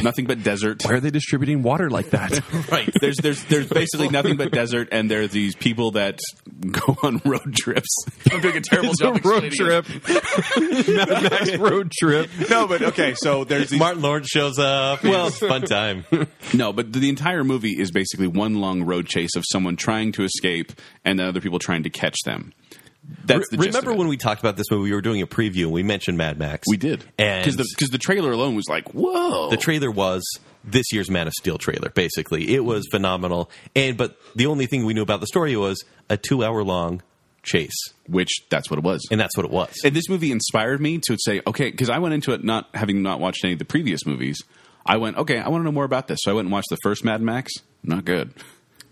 Speaker 2: nothing but desert.
Speaker 3: Why are they distributing water like that?
Speaker 5: right.
Speaker 2: There's there's there's basically nothing but desert, and there are these people that go on road trips. I'm doing a terrible
Speaker 3: it's a road trip. Mad Max road trip.
Speaker 2: No, but okay. So there's these
Speaker 5: Martin Lawrence shows up. Well, fun time.
Speaker 2: No, but the entire movie is basically one long road chase of someone trying to escape and then other people trying to catch them. That's the gist
Speaker 5: Remember
Speaker 2: of it.
Speaker 5: when we talked about this movie? We were doing a preview and we mentioned Mad Max.
Speaker 2: we did
Speaker 5: and
Speaker 2: because the, 'cause the trailer alone was like whoa
Speaker 5: the trailer was this year's Man of Steel trailer. Basically, it
Speaker 2: Hmm.
Speaker 5: was phenomenal. And but the only thing we knew about the story was a two-hour-long chase,
Speaker 2: which that's what it was.
Speaker 5: and that's what it was.
Speaker 2: And this movie inspired me to say okay because I went into it not having not watched any of the previous movies. I went okay I want to know more about this, so I went and watched the first Mad Max. Not good.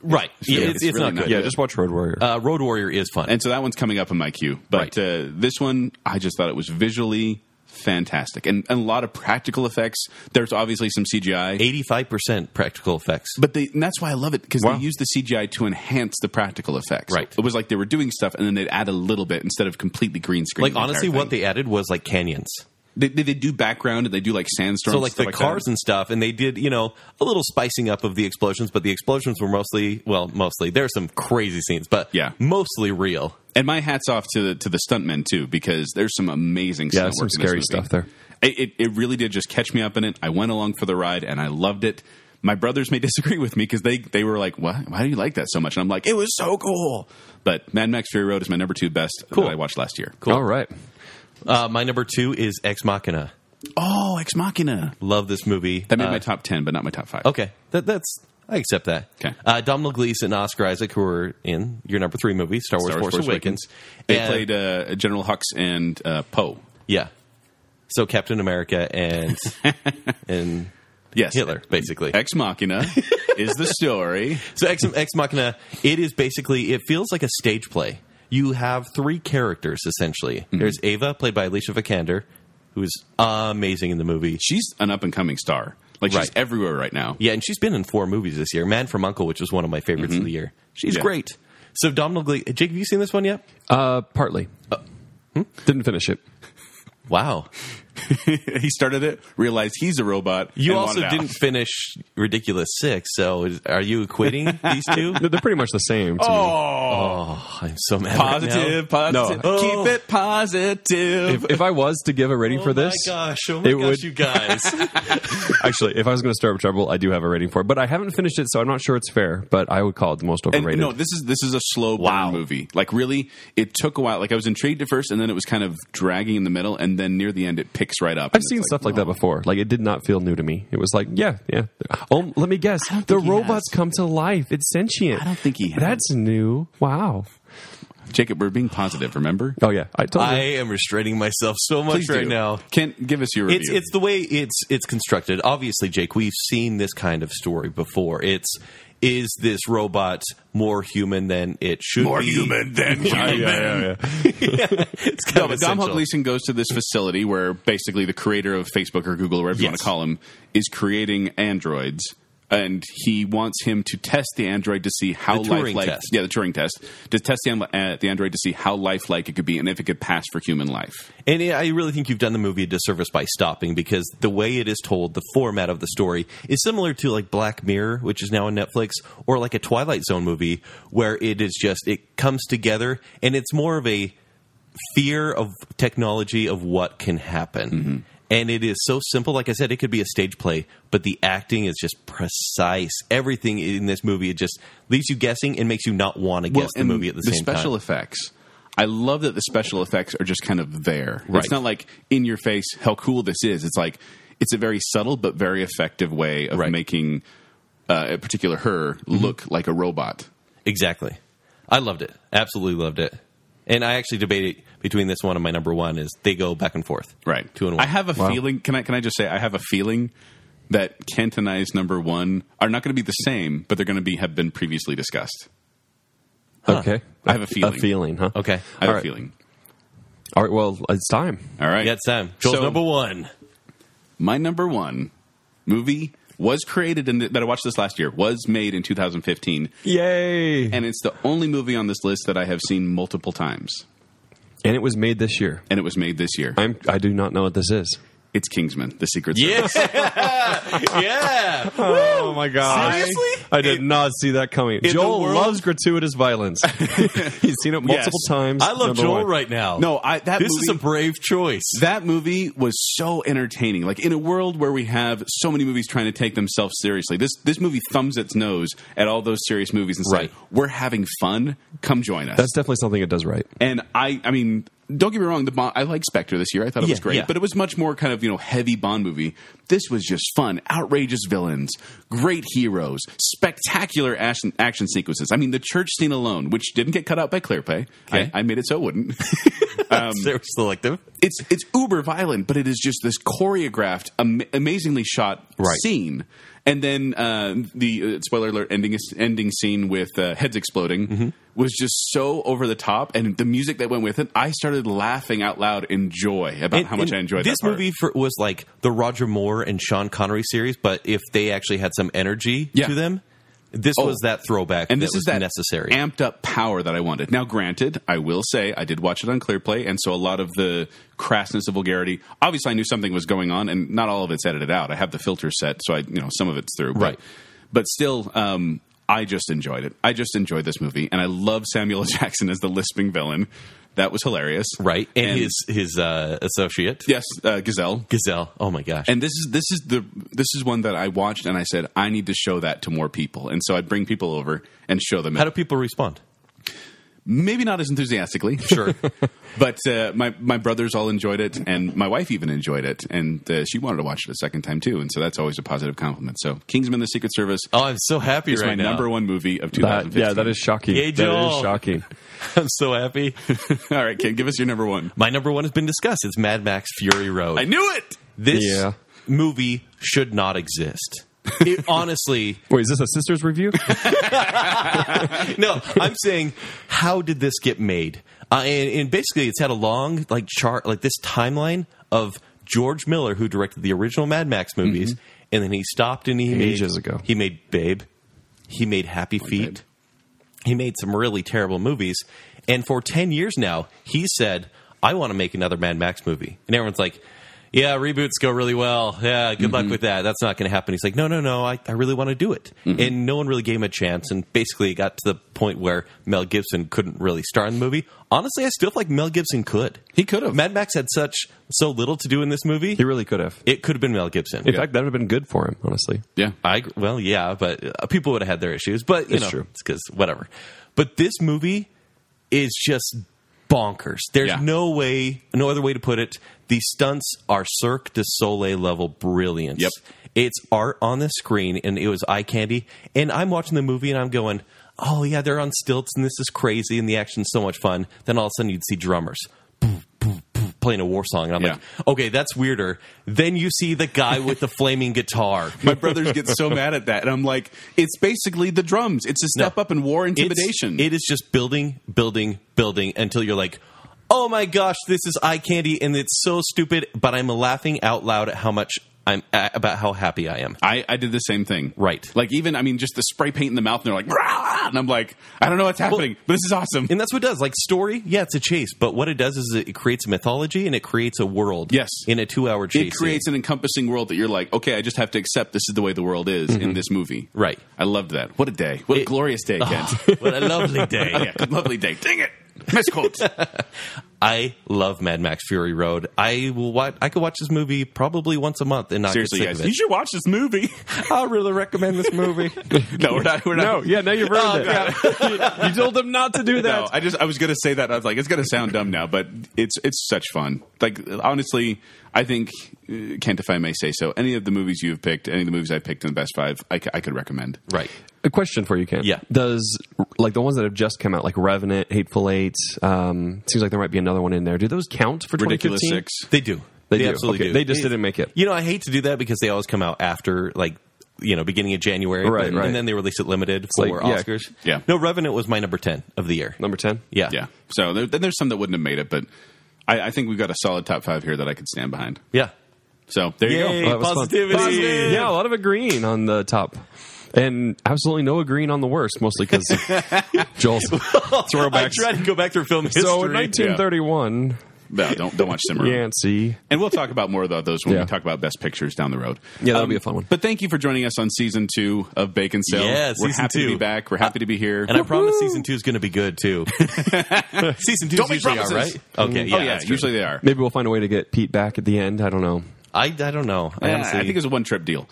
Speaker 5: right? Yeah, it's,
Speaker 2: it's
Speaker 5: it's
Speaker 2: really
Speaker 5: not good.
Speaker 3: Yeah, just watch Road Warrior.
Speaker 5: Uh, Road Warrior is fun.
Speaker 2: And so that one's coming up in my queue. But
Speaker 5: Right.
Speaker 2: uh, this one, I just thought it was visually fantastic and, and a lot of practical effects. There's obviously some CGI.
Speaker 5: Eighty-five percent practical effects.
Speaker 2: But they, and that's why I love it because
Speaker 3: Wow.
Speaker 2: they use the CGI to enhance the practical effects.
Speaker 5: Right.
Speaker 2: It was like they were doing stuff and then they'd add a little bit instead of completely green screen.
Speaker 5: like honestly, what they added was like canyons.
Speaker 2: they, they they do background and they do like sandstorms.
Speaker 5: so like
Speaker 2: stuff
Speaker 5: the cars
Speaker 2: that.
Speaker 5: and stuff and they did you know a little spicing up of the explosions but the explosions were mostly well mostly there are some crazy scenes but
Speaker 2: Yeah.
Speaker 5: mostly real
Speaker 2: and my hats off to the to the stuntmen too because there's some amazing
Speaker 3: Yeah,
Speaker 2: stunt work
Speaker 3: some
Speaker 2: in this
Speaker 3: scary
Speaker 2: movie.
Speaker 3: stuff there.
Speaker 2: It, it it really did just catch me up in it. I went along for the ride and I loved it. My brothers may disagree with me because they they were like, "Why why do you like that so much?" And I'm like, "It was so cool." But Mad Max Fury Road is my number two best that I watched last year.
Speaker 3: All right.
Speaker 5: uh, my number two is ex machina
Speaker 2: Oh, Ex Machina.
Speaker 5: love this movie
Speaker 2: That made my
Speaker 5: Uh,
Speaker 2: top ten, but not my top five.
Speaker 5: okay that, that's i accept that
Speaker 2: Okay.
Speaker 5: uh, domhnall gleeson and oscar isaac who are in your number three movie star wars,
Speaker 2: Star Wars
Speaker 5: force, awakens,
Speaker 2: They
Speaker 5: And-
Speaker 2: played uh, General Hux and uh, Poe.
Speaker 5: yeah so captain america and and
Speaker 2: Yes,
Speaker 5: hitler basically
Speaker 2: Ex Machina is the story.
Speaker 5: So Ex, Ex Machina, it is basically it feels like a stage play. You have three characters essentially.
Speaker 2: Mm-hmm.
Speaker 5: There's Ava, played by Alicia Vikander, who is amazing in the movie.
Speaker 2: She's an up and coming star. Like she's
Speaker 5: Right.
Speaker 2: everywhere right now.
Speaker 5: Yeah, and she's been in four movies this year. Man from Uncle, which was one of my favorites of the year. She's
Speaker 2: Mm-hmm. Yeah.
Speaker 5: great. So Domhnall Gleeson, Jake, have you seen this one yet?
Speaker 3: Uh, partly. Didn't Uh, finish it.
Speaker 5: Wow.
Speaker 2: he started it, realized he's a robot.
Speaker 5: You
Speaker 2: and
Speaker 5: also
Speaker 2: wanted out.
Speaker 5: didn't finish Ridiculous Six, so is, are you equating these two?
Speaker 3: They're they're pretty much the same. To me.
Speaker 5: Oh, I'm so mad. right now.
Speaker 2: Positive, positive.
Speaker 5: No. Oh.
Speaker 2: Keep it positive.
Speaker 3: If, if I was to give a rating
Speaker 5: Oh
Speaker 3: for this,
Speaker 5: my gosh! Oh my
Speaker 3: it
Speaker 5: gosh!
Speaker 3: would-
Speaker 5: You guys.
Speaker 3: actually, if I was going to start with Trouble, I do have a rating for it, but I haven't finished it, so I'm not sure it's fair. But I would call it the most
Speaker 2: and
Speaker 3: overrated.
Speaker 2: no, this is this is a slow burn
Speaker 5: Wow.
Speaker 2: movie. Like really, it took a while. Like I was intrigued at first, and then it was kind of dragging in the middle, and then near the end, it picks right up.
Speaker 3: I've seen stuff like that before. Like it did not feel new to me. It was like, yeah, yeah. Oh, let me guess. The
Speaker 2: he
Speaker 3: robots come to life. It's sentient.
Speaker 2: I don't think he has.
Speaker 3: That's new. Wow.
Speaker 2: that. Jacob, we're being positive. Remember,
Speaker 3: Oh yeah, I told
Speaker 5: I
Speaker 3: you.
Speaker 5: am restraining myself so much
Speaker 2: Please
Speaker 5: right
Speaker 2: do.
Speaker 5: now.
Speaker 2: Kent, give us your review.
Speaker 5: It's it's the way it's it's constructed. Obviously, Jake, we've seen this kind of story before. It's is this robot more human than it should
Speaker 2: more
Speaker 5: be?
Speaker 2: human than human.
Speaker 5: It's kind
Speaker 2: No,
Speaker 5: of
Speaker 2: but Dom
Speaker 5: essential.
Speaker 2: Hoagleason goes to this facility where basically the creator of Facebook or Google, or whatever you want
Speaker 5: Yes.
Speaker 2: to call him, is creating androids, and he wants him to test the android to see how
Speaker 5: The Turing
Speaker 2: lifelike,
Speaker 5: test.
Speaker 2: yeah, the Turing test, to test the, uh, the android to see how lifelike it could be and if it could pass for human life.
Speaker 5: And I really think you've done the movie a disservice by stopping because the way it is told, the format of the story is similar to like Black Mirror, which is now on Netflix, or like a Twilight Zone movie where it is just it comes together and it's more of a fear of technology of what can happen. And it is so simple. Like I said, it could be a stage play, but the acting is just precise. Everything in this movie it just leaves you guessing and makes you not want to guess the
Speaker 2: and
Speaker 5: movie at the, same
Speaker 2: special
Speaker 5: time.
Speaker 2: effects. I love that the special effects are just kind of there.
Speaker 5: Right.
Speaker 2: It's not like in your face how cool this is. It's like it's a very subtle but very effective way of
Speaker 5: Right. Mm-hmm.
Speaker 2: making uh, a particular her look like a robot.
Speaker 5: Exactly. I loved it. Absolutely loved it. And I actually debated between this one and my number one is they go back and forth.
Speaker 2: Right.
Speaker 5: Two and one.
Speaker 2: I have a
Speaker 3: Wow.
Speaker 2: feeling. Can I can I just say I have a feeling that Kent and I's number one are not going to be the same, but they're going to be have been previously discussed.
Speaker 3: Okay.
Speaker 2: I have a
Speaker 3: A
Speaker 2: feeling.
Speaker 3: feeling, huh?
Speaker 5: Okay.
Speaker 2: I have
Speaker 3: All
Speaker 2: a
Speaker 3: right.
Speaker 2: feeling.
Speaker 3: All right. Well, it's time.
Speaker 2: All right.
Speaker 5: Yeah, it's time. Joel's
Speaker 2: So-
Speaker 5: number one.
Speaker 2: my number one movie was created in the, that I watched this last year was made in 2015,
Speaker 3: Yay! And,
Speaker 2: and it's the only movie on this list that I have seen multiple times,
Speaker 3: it was made this year.
Speaker 2: and it was made this year.
Speaker 3: I'm. I do not know what this is.
Speaker 2: It's Kingsman: The Secret Service.
Speaker 5: Yes. yeah.
Speaker 3: Oh my god!
Speaker 5: Seriously?
Speaker 3: I did not see that coming. Joel
Speaker 5: world-
Speaker 3: loves gratuitous violence. He's seen it multiple
Speaker 2: Yes.
Speaker 3: times.
Speaker 5: I love
Speaker 3: Number
Speaker 5: Joel
Speaker 3: one.
Speaker 5: right now.
Speaker 2: No, I that
Speaker 5: This
Speaker 2: movie,
Speaker 5: is a brave choice.
Speaker 2: That movie was so entertaining. Like in a world where we have so many movies trying to take themselves seriously, this this movie thumbs its nose at all those serious movies and
Speaker 5: Right.
Speaker 2: say, "We're having fun. Come join us."
Speaker 3: That's definitely something it does right.
Speaker 2: and I, I mean, don't get me wrong. The Bond, I like Spectre this year. I thought it was
Speaker 5: Yeah,
Speaker 2: great,
Speaker 5: yeah.
Speaker 2: but it was much more kind of you know heavy Bond movie. This was just fun, outrageous villains, great heroes, spectacular action, action sequences. I mean, the church scene alone, which didn't get cut out by Clearpay,
Speaker 5: Okay.
Speaker 2: I, I made it so it wouldn't. Um,
Speaker 5: They're selective.
Speaker 2: it's it's uber violent, but it is just this choreographed, am- amazingly shot
Speaker 5: Right.
Speaker 2: scene. And then uh, the uh, spoiler alert ending ending scene with uh, heads exploding
Speaker 5: Mm-hmm.
Speaker 2: was just so over the top, and the music that went with it, I started laughing out loud in joy about
Speaker 5: And-
Speaker 2: how much
Speaker 5: and
Speaker 2: I enjoyed
Speaker 5: this
Speaker 2: that part.
Speaker 5: movie. For, was like the Roger Moore and Sean Connery series, but if they actually had some energy
Speaker 2: Yeah.
Speaker 5: to them, this
Speaker 2: Oh.
Speaker 5: was that throwback.
Speaker 2: and
Speaker 5: that
Speaker 2: this
Speaker 5: was
Speaker 2: is that
Speaker 5: necessary.
Speaker 2: amped up power that I wanted. Now, granted, I will say I did watch it on ClearPlay, and so a lot of the crassness and vulgarity. Obviously, I knew something was going on, and not all of it's edited out. I have the filter set, so I you know some of it's through, but,
Speaker 5: Right.
Speaker 2: But still, um, I just enjoyed it. I just enjoyed this movie, and I love Samuel L. Jackson as the lisping villain. That was hilarious,
Speaker 5: right, and, his his uh, associate
Speaker 2: yes, uh, Gazelle.
Speaker 5: Gazelle. Oh my gosh.
Speaker 2: And this is this is the this is one that I watched, and I said I need to show that to more people, and so I'd bring people over and show them. it
Speaker 5: How do people respond?
Speaker 2: maybe not as enthusiastically,
Speaker 5: Sure.
Speaker 2: but uh, my my brothers all enjoyed it, and my wife even enjoyed it, and uh, she wanted to watch it a second time too, and so that's always a positive compliment. So, Kingsman: The Secret Service
Speaker 5: Oh, I'm so happy
Speaker 2: is
Speaker 5: right
Speaker 2: my
Speaker 5: now.
Speaker 2: number one movie of
Speaker 3: That,
Speaker 2: 2015.
Speaker 3: yeah, that is shocking.
Speaker 5: Yay,
Speaker 3: that
Speaker 5: Joel.
Speaker 3: is shocking.
Speaker 5: I'm so happy.
Speaker 2: all right. Ken, give us your number one.
Speaker 5: My number one has been discussed. It's Mad Max Fury Road.
Speaker 2: I knew it.
Speaker 5: this
Speaker 3: Yeah.
Speaker 5: movie should not exist. It, honestly,
Speaker 3: Wait, is this a sister's review?
Speaker 5: no. I'm saying, how did this get made? Uh, and, and basically, it's had a long like chart, like this timeline of George Miller, who directed the original Mad Max movies,
Speaker 2: Mm-hmm.
Speaker 5: and then he stopped and he
Speaker 3: Ages
Speaker 5: made,
Speaker 3: ago.
Speaker 5: He made Babe. He made Happy Feet.
Speaker 2: Babe.
Speaker 5: he made some really terrible movies and for 10 years now he said I want to make another Mad Max movie. And everyone's like, yeah, reboots go really well. Yeah, good
Speaker 2: Mm-hmm.
Speaker 5: luck with that. That's not going to happen. He's like, no, no, no. I, I really want to do it.
Speaker 2: Mm-hmm.
Speaker 5: And no one really gave him a chance. And basically, it got to the point where Mel Gibson couldn't really star in the movie. Honestly, I still feel like Mel Gibson could.
Speaker 2: He could have.
Speaker 5: Mad Max had such so little to do in this movie.
Speaker 3: He really could have.
Speaker 5: it could have been Mel Gibson.
Speaker 3: In fact, that would have been good for him, honestly.
Speaker 2: Yeah.
Speaker 5: I well, yeah, but uh, people would have had their issues. But you
Speaker 3: It's
Speaker 5: know,
Speaker 3: true.
Speaker 5: it's because whatever. But this movie is just bonkers. There's
Speaker 2: Yeah.
Speaker 5: no way, no other way to put it. The stunts are Cirque du Soleil level brilliance.
Speaker 2: Yep.
Speaker 5: It's art on the screen, and it was eye candy. And I'm watching the movie, and I'm going, "Oh yeah, they're on stilts, and this is crazy, and the action's so much fun." Then all of a sudden, you'd see drummers. boom, boom, boom, Playing a war song, and I'm
Speaker 2: Yeah.
Speaker 5: like, okay, that's weirder. Then you see the guy with the flaming guitar.
Speaker 2: My brothers get so mad at that, and I'm like, it's basically the drums. It's a step
Speaker 5: No.
Speaker 2: up in war
Speaker 5: It's-
Speaker 2: intimidation.
Speaker 5: It is just building, building, building until you're like, oh my gosh, this is eye candy, and it's so stupid. But I'm laughing out loud at how much I'm a- about how happy I am.
Speaker 2: I, I did the same thing.
Speaker 5: Right.
Speaker 2: Like even I mean just the spray paint in the mouth and they're like "Rah!" and I'm like, I don't know what's happening, but this is awesome.
Speaker 5: And that's what it does. Like story, yeah, it's a chase, but what it does is it creates a mythology and it creates a world.
Speaker 2: Yes.
Speaker 5: in a two-hour chase,
Speaker 2: It
Speaker 5: scene.
Speaker 2: creates an encompassing world that you're like, okay, I just have to accept this is the way the world is
Speaker 3: Mm-hmm.
Speaker 2: in this movie.
Speaker 5: Right.
Speaker 2: I loved that. What a day. What a
Speaker 5: It-
Speaker 2: glorious day,
Speaker 5: Oh,
Speaker 2: Kent.
Speaker 5: what a lovely day.
Speaker 2: yeah, good, lovely day. Dang it. Misquotes.
Speaker 5: I love Mad Max Fury Road. I will watch. I could watch this movie probably once a month and not
Speaker 2: Seriously,
Speaker 5: get sick
Speaker 2: guys,
Speaker 5: of
Speaker 2: you
Speaker 5: it.
Speaker 2: should watch this movie.
Speaker 5: I really recommend this movie.
Speaker 2: no, we're not. We're
Speaker 3: No,
Speaker 2: not.
Speaker 3: yeah, now you've ruined it. you told them not to do that.
Speaker 2: No, I just I was gonna say that I was like it's gonna sound dumb now, but it's it's such fun. Like honestly, I think uh, Kent, if I may say so, any of the movies you've picked, any of the movies I picked in the best five, I, c- I could recommend.
Speaker 5: right.
Speaker 3: A question for you, Ken.
Speaker 5: Yeah.
Speaker 3: Does like the ones that have just come out, like Revenant, Hateful Eight, um, seems like there might be another one in there. Do those count for
Speaker 2: Ridiculous
Speaker 3: 2015?
Speaker 2: six.
Speaker 5: They do.
Speaker 3: They
Speaker 5: They,
Speaker 3: do.
Speaker 5: absolutely
Speaker 3: Okay,
Speaker 5: do.
Speaker 3: they just didn't make it.
Speaker 5: You know, I hate to do that because they always come out after like you know beginning of January,
Speaker 3: Right,
Speaker 5: and,
Speaker 3: right.
Speaker 5: and then they release it limited for
Speaker 3: like, yeah.
Speaker 5: Oscars.
Speaker 2: Yeah.
Speaker 5: No, Revenant was my number ten of the year.
Speaker 3: Number ten.
Speaker 5: Yeah.
Speaker 2: Yeah. So there, then there's some that wouldn't have made it, but I, I think we've got a solid top five here that I could stand behind.
Speaker 5: Yeah.
Speaker 2: So there
Speaker 5: Yay.
Speaker 2: you go.
Speaker 3: that was fun.
Speaker 5: Positivity. Positive.
Speaker 3: Yeah, a lot of agreeing on the top, and absolutely no agreeing on the worst, mostly because Joel's.
Speaker 5: I tried to go back through film history.
Speaker 3: So in 1931,
Speaker 2: No, don't don't watch Simmer.
Speaker 3: Yancey.
Speaker 2: And we'll talk about more about those when
Speaker 3: Yeah.
Speaker 2: we talk about best pictures down the road. Um,
Speaker 3: Yeah, that'll be a fun one.
Speaker 2: But thank you for joining us on season two of Bacon Sale.
Speaker 5: Yeah,
Speaker 2: we're
Speaker 5: season
Speaker 2: happy to
Speaker 5: two.
Speaker 2: be back. We're happy to be here.
Speaker 5: and I promise season two is going to be good too. season two
Speaker 2: Don't make
Speaker 5: is usually all
Speaker 2: promises.
Speaker 5: right. Okay. Yeah.
Speaker 2: oh yeah,
Speaker 5: that's true.
Speaker 2: usually they are.
Speaker 3: Maybe we'll find a way to get Pete back at the end. I don't know.
Speaker 5: I I don't know. I
Speaker 2: Yeah,
Speaker 5: honestly
Speaker 2: I think it's a one trip deal.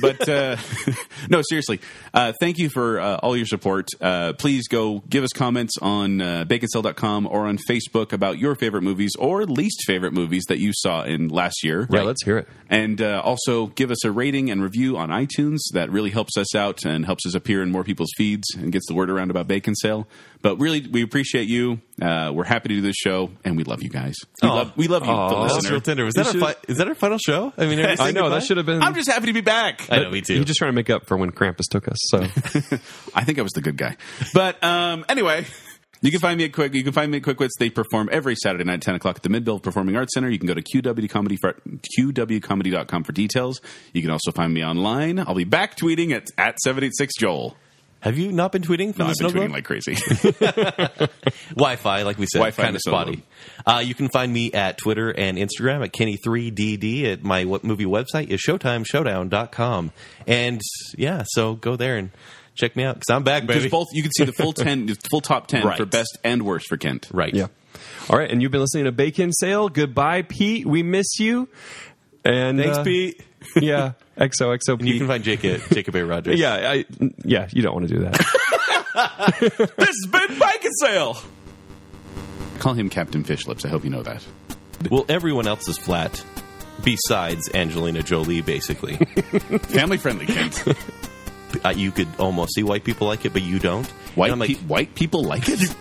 Speaker 2: But uh, no, seriously, uh, thank you for uh, all your support. Uh, please go give us comments on uh, baconcell.com or on Facebook about your favorite movies or least favorite movies that you saw in last year.
Speaker 3: Yeah, let's hear it.
Speaker 2: And uh, also give us a rating and review on iTunes. That really helps us out and helps us appear in more people's feeds and gets the word around about Bacon Sale. But really, we appreciate you. Uh, we're happy to do this show, and we love you guys. We,
Speaker 5: Aw.
Speaker 2: love, we love you, the
Speaker 3: Aw.
Speaker 5: That was
Speaker 2: listener.
Speaker 5: real tender. Was
Speaker 3: You
Speaker 5: that our
Speaker 3: should-
Speaker 5: fi- is that our final show? I mean,
Speaker 3: I know that should have been.
Speaker 2: I'm just happy to be back.
Speaker 5: I know me too.
Speaker 3: You're just trying to make up for when Krampus took us. So
Speaker 2: I think I was the good guy. But um, anyway, you can find me at Quick. You can find me at Quick Wits. They perform every Saturday night, ten o'clock at the Midville Performing Arts Center. You can go to QW Comedy for QWComedy.com for details. You can also find me online. I'll be back tweeting at at seven eight six Joel.
Speaker 5: have you not been tweeting from
Speaker 2: No,
Speaker 5: the
Speaker 2: I've been
Speaker 5: snow globe?
Speaker 2: tweeting like crazy.
Speaker 5: Wi-Fi, like we said,
Speaker 2: Wi-Fi
Speaker 5: kind
Speaker 2: is so
Speaker 5: of spotty. Uh, you can find me at Twitter and Instagram at Kenny3DD. At my what movie website is ShowtimeShowdown.com. And yeah, so go there and check me out because I'm back,
Speaker 2: Because
Speaker 5: baby.
Speaker 2: both you can see the full ten, the full top ten
Speaker 5: Right.
Speaker 2: for best and worst for Kent.
Speaker 5: right.
Speaker 3: yeah. All right, and you've been listening to Bacon Sale. Goodbye, Pete. We miss you. And
Speaker 5: Thanks,
Speaker 3: uh,
Speaker 5: Pete.
Speaker 3: Yeah. XOXO.
Speaker 5: You
Speaker 3: Pete.
Speaker 5: can find Jake at Jacob A. Rogers.
Speaker 3: yeah. I, yeah. You don't want to do that.
Speaker 2: This has been Bacon Sale. Call him Captain Fish Lips. I hope you know that.
Speaker 5: Well, everyone else is flat besides Angelina Jolie, basically.
Speaker 2: Family friendly, Kent.
Speaker 5: uh, you could almost see white people like it, but you don't. And
Speaker 2: White,
Speaker 5: I'm like,
Speaker 2: pe- white people like it.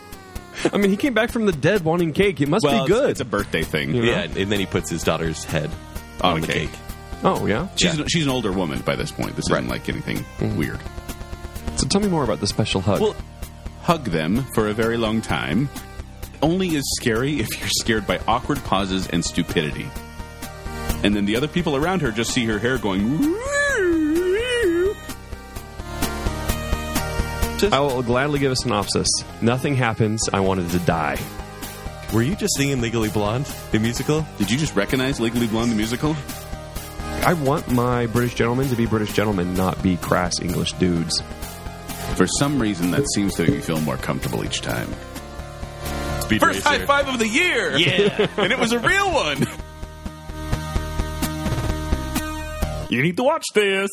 Speaker 3: I mean, he came back from the dead wanting cake. It must
Speaker 2: Well,
Speaker 3: be good.
Speaker 2: It's, it's a birthday thing.
Speaker 5: yeah, and then he puts his daughter's head
Speaker 2: On
Speaker 5: on,
Speaker 2: the
Speaker 5: the
Speaker 2: cake.
Speaker 5: cake.
Speaker 3: oh, yeah.
Speaker 2: She's, an, she's an older woman by this point. This isn't like anything weird.
Speaker 3: So tell me more about the special hug.
Speaker 2: Well, hug them for a very long time. Only is scary if you're scared by awkward pauses and stupidity. And then the other people around her just see her hair going.
Speaker 3: I will gladly give a synopsis. Nothing happens. I wanted to die.
Speaker 5: Were you just singing Legally Blonde, the musical?
Speaker 2: Did you just recognize Legally Blonde the musical?
Speaker 3: I want my British gentlemen to be British gentlemen, not be crass English dudes.
Speaker 2: For some reason, that seems to make me feel more comfortable each time.
Speaker 5: Speed
Speaker 2: First
Speaker 5: Racer.
Speaker 2: high five of the year! Yeah! and it was a real one! You need to watch this!